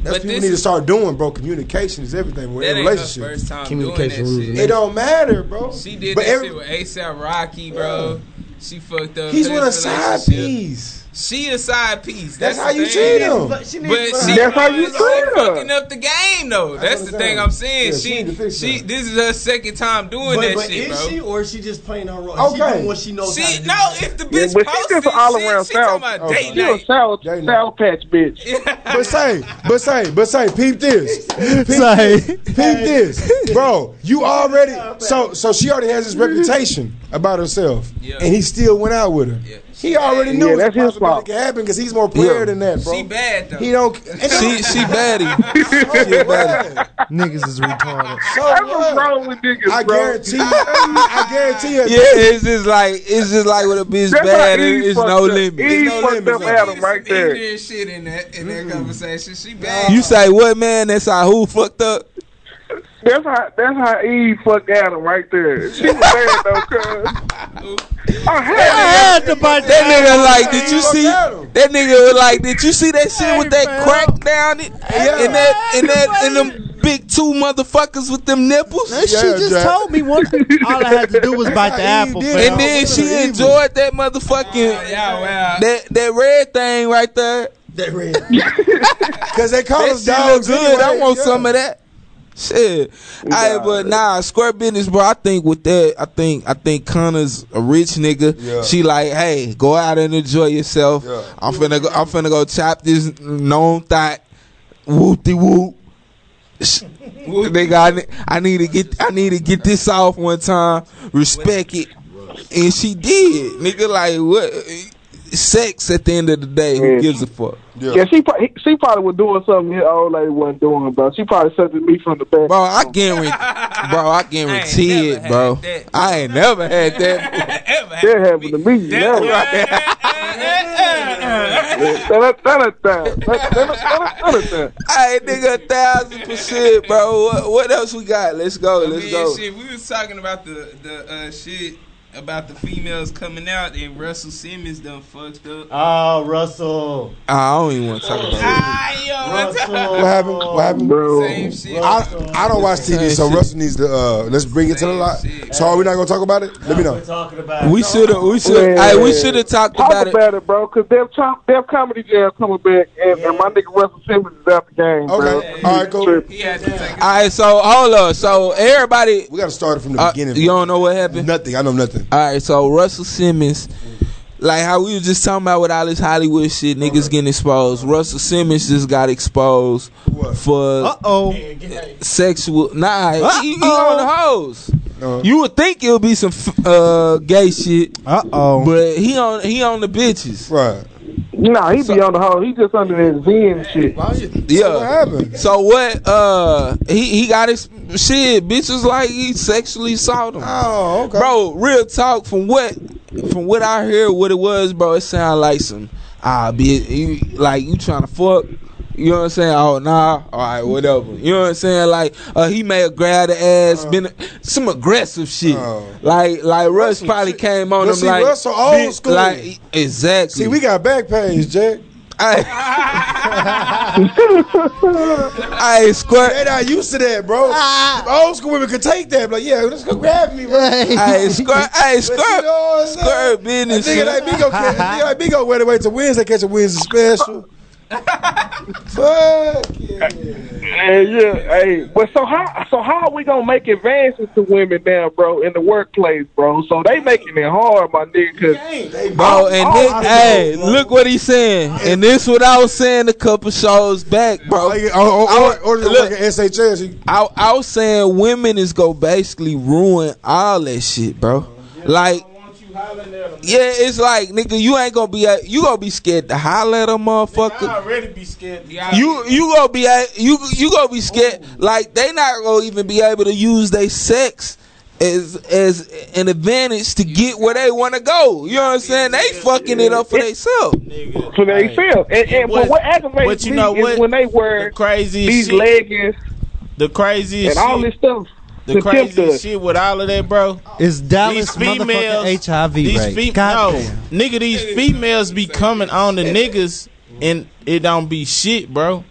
Speaker 11: That's
Speaker 17: But
Speaker 11: what people
Speaker 17: this-
Speaker 11: need to start doing, bro. Communication is everything. We're
Speaker 17: That
Speaker 11: in
Speaker 17: ain't her
Speaker 11: relationships.
Speaker 17: first time Communication doing that rules shit.
Speaker 11: It don't matter, bro.
Speaker 17: She did
Speaker 11: But
Speaker 17: that
Speaker 11: every-
Speaker 17: shit with ASAP Rocky, bro. She fucked up.
Speaker 11: He's
Speaker 17: his
Speaker 11: with a side
Speaker 17: relationship.
Speaker 11: piece.
Speaker 17: She a side piece. That's,
Speaker 11: That's how
Speaker 17: the
Speaker 11: you
Speaker 17: thing.
Speaker 11: treat him. But she
Speaker 17: But
Speaker 11: needs-
Speaker 17: she,
Speaker 11: That's how
Speaker 15: you
Speaker 17: she
Speaker 15: treat her.
Speaker 17: fucking up the game though. That's,
Speaker 11: what
Speaker 17: the thing
Speaker 11: I'm saying.
Speaker 17: I'm saying.
Speaker 11: Yeah, she need to
Speaker 17: she,
Speaker 11: fix
Speaker 17: she,
Speaker 11: that.
Speaker 17: this is her second time doing
Speaker 9: But-
Speaker 17: that
Speaker 9: but
Speaker 17: shit,
Speaker 9: is
Speaker 17: bro.
Speaker 9: she,
Speaker 17: or she
Speaker 9: just playing her role.
Speaker 11: Okay.
Speaker 9: She doing what she knows. how to
Speaker 17: She
Speaker 9: do.
Speaker 17: no, if the bitch
Speaker 15: but she's
Speaker 17: posted
Speaker 15: just an all around
Speaker 17: shit, she talking
Speaker 15: South.
Speaker 17: about date
Speaker 15: She a
Speaker 17: night.
Speaker 15: South, South Patch bitch.
Speaker 11: but say, but say, but say, peep this. Peep
Speaker 5: Say.
Speaker 11: this. Peep this. Bro, you already so so she already has this reputation about herself. And he still went out with her. He already
Speaker 15: Yeah,
Speaker 11: knew it was
Speaker 15: that's
Speaker 11: a
Speaker 15: his
Speaker 11: possibility
Speaker 15: fault.
Speaker 11: could happen because he's more player
Speaker 4: Yeah.
Speaker 11: than that, bro.
Speaker 17: She bad though.
Speaker 11: He don't. And
Speaker 4: She she baddie. She a baddie.
Speaker 12: Niggas is retarded.
Speaker 11: So
Speaker 15: That's
Speaker 11: what?
Speaker 15: what's wrong with niggas,
Speaker 11: I
Speaker 15: bro.
Speaker 11: guarantee. you- I guarantee you.
Speaker 4: Yeah, it's just like it's just like when a bitch
Speaker 15: That's
Speaker 4: bad,
Speaker 15: how
Speaker 4: it-
Speaker 15: Eve
Speaker 4: it's
Speaker 15: fucked
Speaker 4: no
Speaker 15: up.
Speaker 4: limit.
Speaker 15: Eve
Speaker 11: no
Speaker 15: fucked
Speaker 11: limit.
Speaker 15: up Adam
Speaker 17: Some
Speaker 15: right there.
Speaker 17: ignorant shit in that in that conversation. She bad.
Speaker 4: You say what, man? That's how who fucked up.
Speaker 15: That's how that's how Eve fucked Adam right there. She was bad though, cuz. I had
Speaker 5: had to bite
Speaker 4: That nigga like, did
Speaker 11: Eve
Speaker 4: you
Speaker 11: fucked
Speaker 4: see?
Speaker 11: Adam.
Speaker 4: That nigga was like, did you see that shit with that
Speaker 5: fam.
Speaker 4: crack down it? And that and that and them big two motherfuckers with them nipples?
Speaker 8: she just told me one. All I had to do was bite the apple. fam.
Speaker 4: And then she enjoyed that motherfucking that that red thing right there.
Speaker 11: That red. Cause they call us dogs
Speaker 4: Good. I
Speaker 11: anyway,
Speaker 4: want
Speaker 11: yeah.
Speaker 4: some of that. Shit. Hey, but nah, square business, bro. I think with that, I think I think Connor's a rich nigga.
Speaker 16: Yeah.
Speaker 4: She like, hey, go out and enjoy yourself.
Speaker 16: Yeah.
Speaker 4: I'm finna go, I'm finna go chop this known thought. Whoop de whoop. Sh- Nigga, I, ne- I need to get I need to get this off one time. Respect it, and she did. Nigga, like what? Sex at the end of the day, who
Speaker 15: Yeah.
Speaker 4: gives a fuck?
Speaker 15: Yeah, she pro- he- she probably was doing something his old lady wasn't doing, bro. She probably said to me from the back.
Speaker 4: Bro, I guarantee, bro, I guarantee it, bro. I ain't never had that.
Speaker 15: that happened to me. That,
Speaker 4: Hey, nigga, a thousand percent, bro. What, what else we got? Let's go, let's
Speaker 17: Man,
Speaker 4: go.
Speaker 17: shit, we was talking about the the uh, shit about the females coming out, and Russell Simmons done fucked up.
Speaker 5: Oh, Russell.
Speaker 11: Ah,
Speaker 4: I don't even want to talk about it.
Speaker 11: What happened? What happened?
Speaker 17: Same shit.
Speaker 11: I, I don't watch TV, so Russell needs to uh, let's bring it to the light. So are we not gonna talk about it? Let me know.
Speaker 4: We should have, we should, hey, we should have talked
Speaker 15: Talk
Speaker 4: about it.
Speaker 15: about it, bro, because Dev, Chom- Dev Comedy Jam coming back, and, and my nigga Russell Simmons is out the game, bro.
Speaker 11: All right, cool.
Speaker 4: All right, so hold up. So everybody, uh,
Speaker 11: we gotta start it from the beginning.
Speaker 4: You don't know what happened?
Speaker 11: Nothing. I know nothing.
Speaker 4: All right, so Russell Simmons, like how we were just talking about with all this Hollywood shit, niggas getting exposed. Russell Simmons just got exposed for
Speaker 8: oh
Speaker 4: sexual. Nah, he, he
Speaker 8: Uh-oh.
Speaker 4: on the hoes. You would think it would be some f- uh, gay shit.
Speaker 8: Uh oh.
Speaker 4: But he on he on the bitches.
Speaker 11: Right.
Speaker 15: Nah, he be on the hoe. He just under that Zen shit.
Speaker 4: Yeah. So what Uh, he he got his shit. Bitches like he sexually assaulted him.
Speaker 11: Oh, okay.
Speaker 4: Bro, real talk. From what from what I hear, what it was, bro, it sound like some ah, bitch, you, like you trying to fuck. You know what I'm saying? Oh nah, all right, whatever. You know what I'm saying? Like uh, he may have grabbed the ass,
Speaker 11: Uh.
Speaker 4: been some aggressive shit. Like like Russ probably came on
Speaker 11: Oh. But
Speaker 4: him
Speaker 11: see,
Speaker 4: like
Speaker 11: Russell old
Speaker 4: bitch,
Speaker 11: school.
Speaker 4: Like exactly.
Speaker 11: See, we got back page, Jack.
Speaker 4: I ain't squirt. Ah.
Speaker 11: They not used to that, bro. Old school women could take that, but yeah, let's go grab me, bro.
Speaker 4: Hey, squirt, hey, squirt, squirt business.
Speaker 11: Nigga like me go, catch- nigga like me go wait away till Wednesday, catch a Wednesday special. Fuck.
Speaker 15: Hey, yeah, hey, but so how so how are we gonna make advances to women now, bro, in the workplace, bro? So they making it hard, my nigga. 'cause-
Speaker 4: Bro,
Speaker 15: Oh,
Speaker 4: and
Speaker 15: oh,
Speaker 4: then,
Speaker 15: I know,
Speaker 4: hey, look what he's saying. And this what I was saying a couple shows back, bro. I,
Speaker 11: oh, or just
Speaker 4: look,
Speaker 11: like an SHS.
Speaker 4: I, I was saying women is gonna basically ruin all that shit, bro. Like, yeah, it's like, nigga, you ain't gonna be, a, you gonna be scared to holler at a motherfucker.
Speaker 7: already be scared.
Speaker 4: You you gonna be a- you you gonna be scared like they not gonna even be able to use their sex as as an advantage to get where they want to go. You know what I'm saying? They fucking it up for themselves.
Speaker 15: So they feel, and, and but what
Speaker 7: but
Speaker 15: aggravates
Speaker 7: you
Speaker 15: me
Speaker 7: know
Speaker 15: is
Speaker 7: what?
Speaker 15: when they wear
Speaker 7: The craziest
Speaker 15: these
Speaker 7: shit-
Speaker 15: leggings
Speaker 7: The craziest
Speaker 15: and all
Speaker 7: shit-
Speaker 15: this stuff.
Speaker 7: The
Speaker 15: to tempt
Speaker 7: craziest
Speaker 15: us.
Speaker 7: shit with all of that, bro.
Speaker 8: It's Dallas
Speaker 7: These
Speaker 8: motherfucking
Speaker 7: females-
Speaker 8: HIV
Speaker 7: These
Speaker 8: rate.
Speaker 7: fe-
Speaker 8: God
Speaker 7: no, nigga, these females be coming on the niggas, and it don't be shit, bro.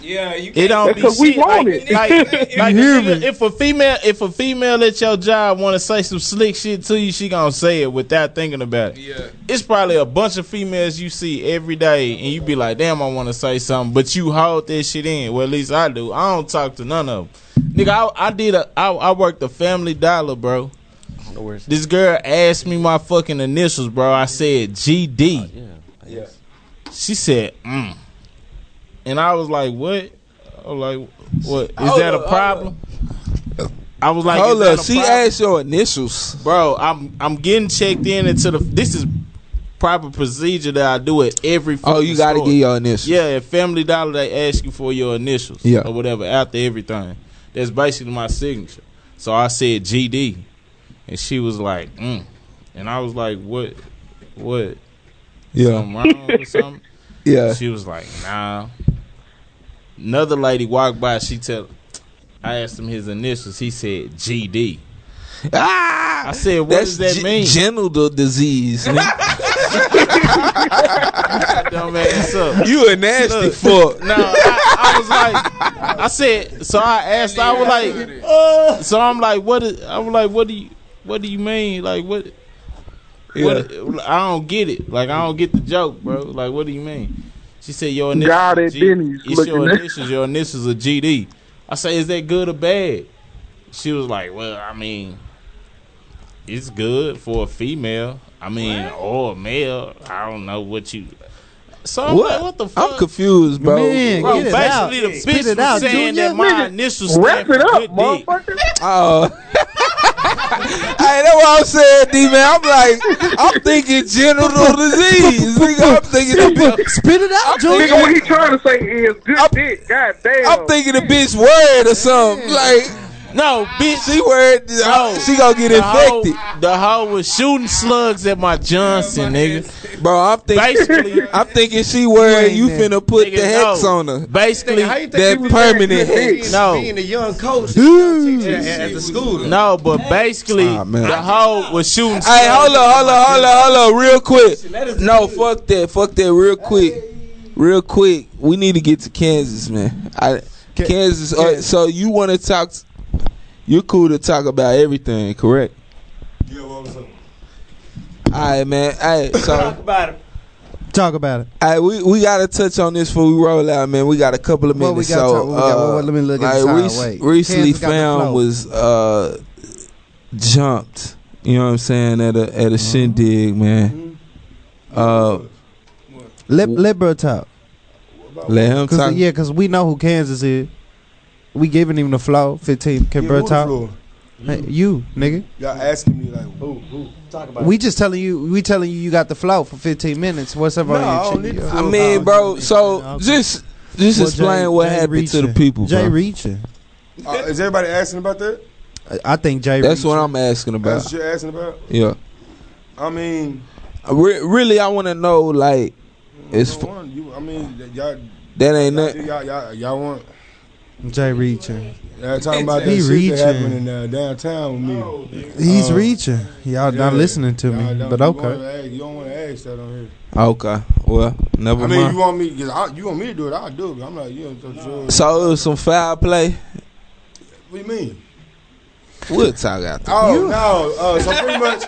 Speaker 17: Yeah, you
Speaker 7: It don't
Speaker 17: That's
Speaker 7: be
Speaker 17: 'cause we
Speaker 7: shit.
Speaker 17: want
Speaker 7: like,
Speaker 17: it.
Speaker 7: Like,
Speaker 17: You
Speaker 7: like
Speaker 17: hear
Speaker 7: nigga, if a female, if a female at your job want to say some slick shit to you, she gonna say it without thinking about it. Yeah, it's probably a bunch of females you see every day, and you be like, "Damn, I want to say something," but you hold that shit in. Well, at least I do. I don't talk to none of them. Nigga, I, I did a, I, I worked a Family Dollar, bro. This girl asked me my fucking initials, bro. I said GD. She said, mm. and I was like, "What?" I was like, "What is
Speaker 4: Hold
Speaker 7: that a
Speaker 4: up,
Speaker 7: problem?" I was like,
Speaker 4: Hold
Speaker 7: "Is that
Speaker 4: up,
Speaker 7: a
Speaker 4: she
Speaker 7: problem?"
Speaker 4: asked your initials.
Speaker 7: bro. I'm I'm getting checked in into the. This is proper procedure that I do at every.
Speaker 4: Oh, you gotta
Speaker 7: fucking
Speaker 4: get your
Speaker 7: store.
Speaker 4: initials.
Speaker 7: Yeah, at Family Dollar they ask you for your initials.
Speaker 4: Yeah.
Speaker 7: or whatever after everything. That's basically my signature. So I said GD, and she was like, mm. and I was like, what, what?
Speaker 4: Yeah.
Speaker 7: Something wrong or something?
Speaker 4: Yeah.
Speaker 7: She was like, nah. Another lady walked by. She tell, I asked him his initials. He said GD.
Speaker 4: Ah,
Speaker 7: I said, what does that
Speaker 4: g-
Speaker 7: mean?
Speaker 4: Genital disease. nigga.
Speaker 7: Dumbass up.
Speaker 4: You a nasty fuck.
Speaker 7: No, I, I was like, I said, so I asked, I was like, uh, so I'm like, what? Is, I was like, what do you, what do you mean? Like what? What? I don't get it. Like I don't get the joke, bro. Like what do you mean? She said your initials.
Speaker 15: God,
Speaker 7: are
Speaker 15: that
Speaker 7: G-
Speaker 15: Denny's
Speaker 7: it's your
Speaker 15: looking at-
Speaker 7: initials. Your initials are GD. I say, is that good or bad? She was like, well, I mean, it's good for a female. I mean, or a male. I don't know what you. So I'm
Speaker 4: What?
Speaker 7: like, what the
Speaker 4: I'm confused, bro.
Speaker 7: Man, Bro, get it basically out. the Spit bitch it was out, saying Junior. that my Nigga, initials stand wrap it for up, good dick. motherfucker.
Speaker 4: Oh. Hey, that's what I'm saying, D man. I'm like, I'm thinking genital disease. Nigga, I'm thinking
Speaker 8: spit it out,
Speaker 15: Nigga, what he trying to say is good dick. God damn.
Speaker 4: I'm thinking the bitch word or something. Like,
Speaker 7: no, bitch,
Speaker 4: she word. she gonna get
Speaker 7: the
Speaker 4: infected.
Speaker 7: Hoe, the hoe was shooting slugs at my Johnson, nigga.
Speaker 4: Bro, I'm
Speaker 7: basically,
Speaker 4: I'm thinking she where you finna put the hex on her.
Speaker 7: Basically,
Speaker 4: Nigga, how you think that he was wearing permanent good hex. dick?
Speaker 7: No,
Speaker 9: Being a young coach at, at the school.
Speaker 7: No, but basically,
Speaker 4: Ah,
Speaker 7: the hoe was shooting.
Speaker 4: Hey, hold up, hold up, hold up, hold up, real quick. No, fuck that, fuck that, real quick, real quick. We need to get to Kansas, man. I, Kansas. Uh, so you want to talk? You're cool to talk about everything, correct? All right, man. Hey, so
Speaker 9: about it.
Speaker 8: Talk about it.
Speaker 4: Hey, we, we gotta touch on this before we roll out, man. We got a couple of
Speaker 8: What
Speaker 4: minutes.
Speaker 8: we got
Speaker 4: so,
Speaker 8: to- what we got-
Speaker 4: uh,
Speaker 8: what- let me look at the
Speaker 4: like,
Speaker 8: time.
Speaker 4: rec-
Speaker 8: Wait.
Speaker 4: Recently
Speaker 8: Kansas got the
Speaker 4: found
Speaker 8: flow.
Speaker 4: was uh, jumped. You know what I'm saying at a at a
Speaker 8: Uh-huh.
Speaker 4: shindig, man.
Speaker 11: Mm-hmm.
Speaker 4: Uh,
Speaker 8: Let let bro talk.
Speaker 4: let him
Speaker 8: Cause,
Speaker 4: talk.
Speaker 8: yeah, because we know who Kansas is. We giving him the flow. Fifteen. Can
Speaker 11: Yeah,
Speaker 8: bro
Speaker 11: who the
Speaker 8: talk?
Speaker 11: floor?
Speaker 8: Hey, you nigga.
Speaker 11: Y'all asking me like, who, who? Talk about
Speaker 8: We just telling you. We telling you you got the flow for fifteen minutes. What's up
Speaker 11: No, I
Speaker 8: on
Speaker 11: don't
Speaker 8: your
Speaker 11: need the
Speaker 8: chin?
Speaker 11: flow.
Speaker 4: I mean, bro. So just just
Speaker 8: Well,
Speaker 4: explain
Speaker 8: Jay-
Speaker 4: what
Speaker 8: Jay
Speaker 4: happened to the
Speaker 8: reaching.
Speaker 4: people,
Speaker 8: Jay
Speaker 4: bro.
Speaker 8: reaching.
Speaker 11: Uh, is everybody asking about that?
Speaker 8: I- I think Jay.
Speaker 4: That's what
Speaker 8: reaching.
Speaker 4: I'm asking
Speaker 11: That's
Speaker 4: about.
Speaker 11: what you're asking about?
Speaker 4: Yeah.
Speaker 11: I mean,
Speaker 4: Re- really, I want to know like, it's
Speaker 11: number one, you, I mean, that y'all,
Speaker 4: that ain't
Speaker 11: y'all,
Speaker 4: nothing.
Speaker 11: y'all, y'all, y'all want
Speaker 8: Jay reaching.
Speaker 11: y'all talking about
Speaker 8: He
Speaker 11: that shit
Speaker 8: reaching.
Speaker 11: that happened in uh, downtown with me.
Speaker 8: He's
Speaker 11: Uh,
Speaker 8: reaching. Y'all
Speaker 11: yeah.
Speaker 8: not listening to me,
Speaker 11: Y'all don't-
Speaker 8: but
Speaker 11: you
Speaker 8: okay.
Speaker 11: wanna ask- you don't want to ask that on here.
Speaker 4: Okay. Well, never
Speaker 11: I
Speaker 4: mind.
Speaker 11: mean, you want me? 'cause I, you want me to do it? I'll do it. But I'm not. You know, so,
Speaker 4: So it was some foul play.
Speaker 11: what do you mean?
Speaker 4: We'll talk after.
Speaker 11: Oh no! Uh, so pretty much,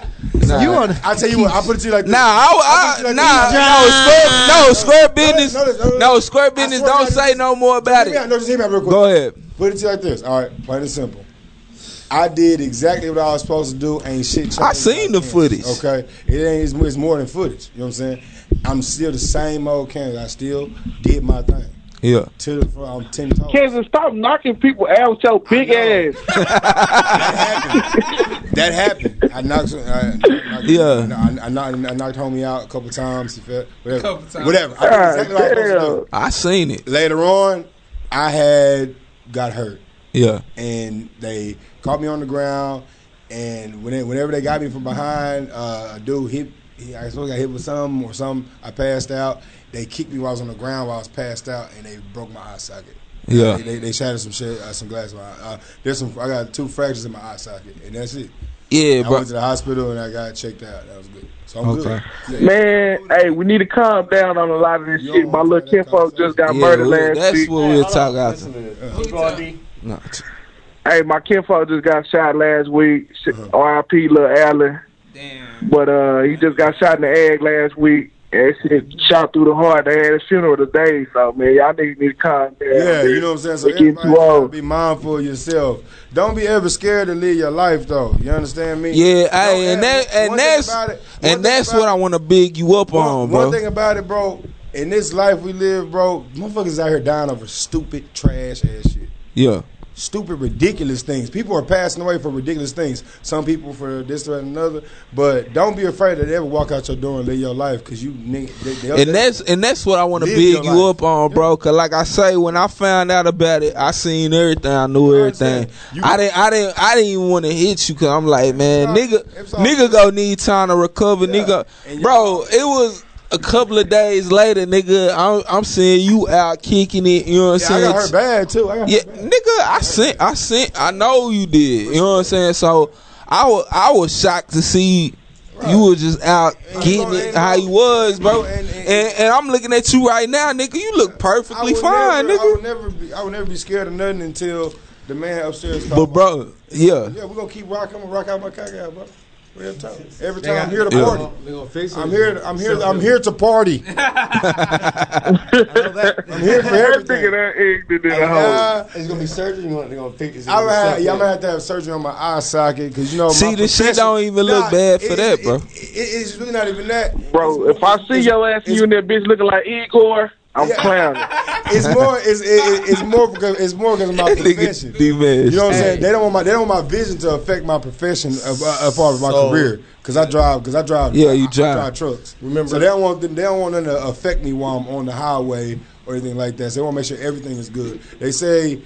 Speaker 4: Nah.
Speaker 11: you on? I tell you what. I put it to you like this.
Speaker 4: Nah,
Speaker 11: I
Speaker 4: I,
Speaker 11: put
Speaker 4: I,
Speaker 11: it to you like
Speaker 4: nah,
Speaker 11: this.
Speaker 4: no, square, no, square business.
Speaker 11: no, no, no.
Speaker 4: No, square business.
Speaker 11: swear to
Speaker 4: Don't
Speaker 11: God,
Speaker 4: say no more
Speaker 11: Just
Speaker 4: about
Speaker 11: hear me out.
Speaker 4: it.
Speaker 11: No, just hear me out real quick.
Speaker 4: Go ahead.
Speaker 11: Put it to you like this. All right, plain and simple. I did exactly what I was supposed to do. Ain't shit changed.
Speaker 4: I seen the footage.
Speaker 11: Okay, it ain't. It's, it's more than footage. You know what I'm saying? I'm still the same old candidate. I still did my thing.
Speaker 4: Yeah.
Speaker 11: To the front, I'm ten toes.
Speaker 15: Kansas, stop knocking people out with your big ass.
Speaker 11: That happened. I knocked. I, I knocked
Speaker 4: Yeah.
Speaker 11: I, I knocked. I knocked homie out a couple times. He felt whatever.
Speaker 17: Couple times.
Speaker 11: Whatever. I did exactly what I was supposed to do.
Speaker 4: I seen it.
Speaker 11: Later on, I had got hurt,
Speaker 4: Yeah.
Speaker 11: and they caught me on the ground. And when they, whenever they got me from behind, uh, a dude hit. He, I suppose I got hit with something or something. I passed out. They kicked me while I was on the ground while I was passed out, and they broke my eye socket.
Speaker 4: Yeah.
Speaker 11: they, they, they shattered some shit, uh, some glass. In my eye. Uh, there's some. I got two fractures in my eye socket, and that's it.
Speaker 4: Yeah,
Speaker 11: I
Speaker 4: bro.
Speaker 11: went to the hospital and I got checked out. That was good. So I'm
Speaker 4: Okay.
Speaker 11: good. Yeah.
Speaker 15: Man, hey, we need to calm down on a lot of this shit. My little kinfolk just got
Speaker 4: Yeah,
Speaker 15: murdered
Speaker 4: we'll-
Speaker 15: last
Speaker 4: that's
Speaker 15: week.
Speaker 4: what we'll talk after. No.
Speaker 15: Hey, my kinfolk just got shot last week. Sh-
Speaker 11: Uh-huh.
Speaker 15: R.I.P. Lil Allen. Damn. But uh, he just got shot in the egg last week. And that shit shot through the heart. They had a funeral today, so man, y'all niggas need to calm down.
Speaker 11: Yeah,
Speaker 15: man.
Speaker 11: you know what I'm saying? So
Speaker 15: They getting
Speaker 11: everybody
Speaker 15: too
Speaker 11: gotta
Speaker 15: old.
Speaker 11: be mindful of yourself. Don't be ever scared to live your life though. You understand me?
Speaker 4: Yeah,
Speaker 11: Don't
Speaker 4: hey, and
Speaker 11: ever-
Speaker 4: that and
Speaker 11: one thing
Speaker 4: that's
Speaker 11: about it- one thing
Speaker 4: and that's
Speaker 11: about
Speaker 4: what I want to big you up
Speaker 11: One-
Speaker 4: on,
Speaker 11: One
Speaker 4: bro.
Speaker 11: thing about it, bro, in this life we live, bro, motherfuckers out here dying over stupid, trash ass shit.
Speaker 4: Yeah.
Speaker 11: Stupid, ridiculous things. People are passing away for ridiculous things. Some people for this, that, and another. But don't be afraid to ever walk out your door and live your life because you nigga. They, they,
Speaker 4: And that's and that's what I want to
Speaker 11: Live
Speaker 4: big
Speaker 11: your
Speaker 4: you
Speaker 11: life.
Speaker 4: up on, bro. Cause like I say, when I found out about it, I seen everything. I knew everything. I didn't. I didn't. I didn't even want to hit you. Cause I'm like, man, nigga, nigga, go need time to recover, nigga. Bro, it was a couple of days later, nigga. I'm, I'm seeing you out kicking it. You know what I'm
Speaker 11: I
Speaker 4: saying?
Speaker 11: got hurt bad too. I got
Speaker 4: Yeah, nigga, I sent, I sent, I know you did. You know what I'm saying? So I was, I was shocked to see You were just out getting it how you was, bro. And, and I'm looking at you right now, nigga. You look perfectly fine,
Speaker 11: never, I
Speaker 4: nigga.
Speaker 11: would never be. I would never be scared of nothing until the man upstairs.
Speaker 4: But
Speaker 11: talk
Speaker 4: bro, yeah.
Speaker 11: Yeah, we're gonna keep rocking. I'm gonna rock out my cock out, bro. Real talk. Every
Speaker 9: They
Speaker 11: time
Speaker 9: got-
Speaker 11: I'm here to
Speaker 9: Yeah.
Speaker 11: party.
Speaker 9: They gonna fix it.
Speaker 11: I'm here. I'm here. I'm here to party. I'm here for everything.
Speaker 15: the
Speaker 11: And
Speaker 15: hole.
Speaker 11: I- It's gonna be surgery. You want? They're gonna fix it.
Speaker 9: gonna
Speaker 11: I'm
Speaker 9: be
Speaker 11: gonna, have,
Speaker 9: something.
Speaker 11: yeah, I'm gonna have to have surgery on my eye socket because you know.
Speaker 4: See,
Speaker 11: Oh, my
Speaker 4: this shit
Speaker 11: profession-
Speaker 4: don't even look
Speaker 11: Nah,
Speaker 4: bad for
Speaker 11: it-
Speaker 4: that,
Speaker 11: it-
Speaker 4: bro.
Speaker 11: it- it's really not even that.
Speaker 15: Bro, if I see your ass and you in that bitch looking like Igor, I'm
Speaker 11: Yeah.
Speaker 15: clowning.
Speaker 11: It's more. It's it, it- it's more because it's more because of my profession.
Speaker 4: You
Speaker 11: You know what I'm saying? They don't want my they don't want my vision to affect my profession of, uh, as far as my
Speaker 4: So-
Speaker 11: career because I drive because I drive
Speaker 4: Yeah, you
Speaker 11: I- I
Speaker 4: drive.
Speaker 11: trucks. Remember? So they don't want them, they don't want them to affect me while I'm on the highway or anything like that. So they want to make sure everything is good. They say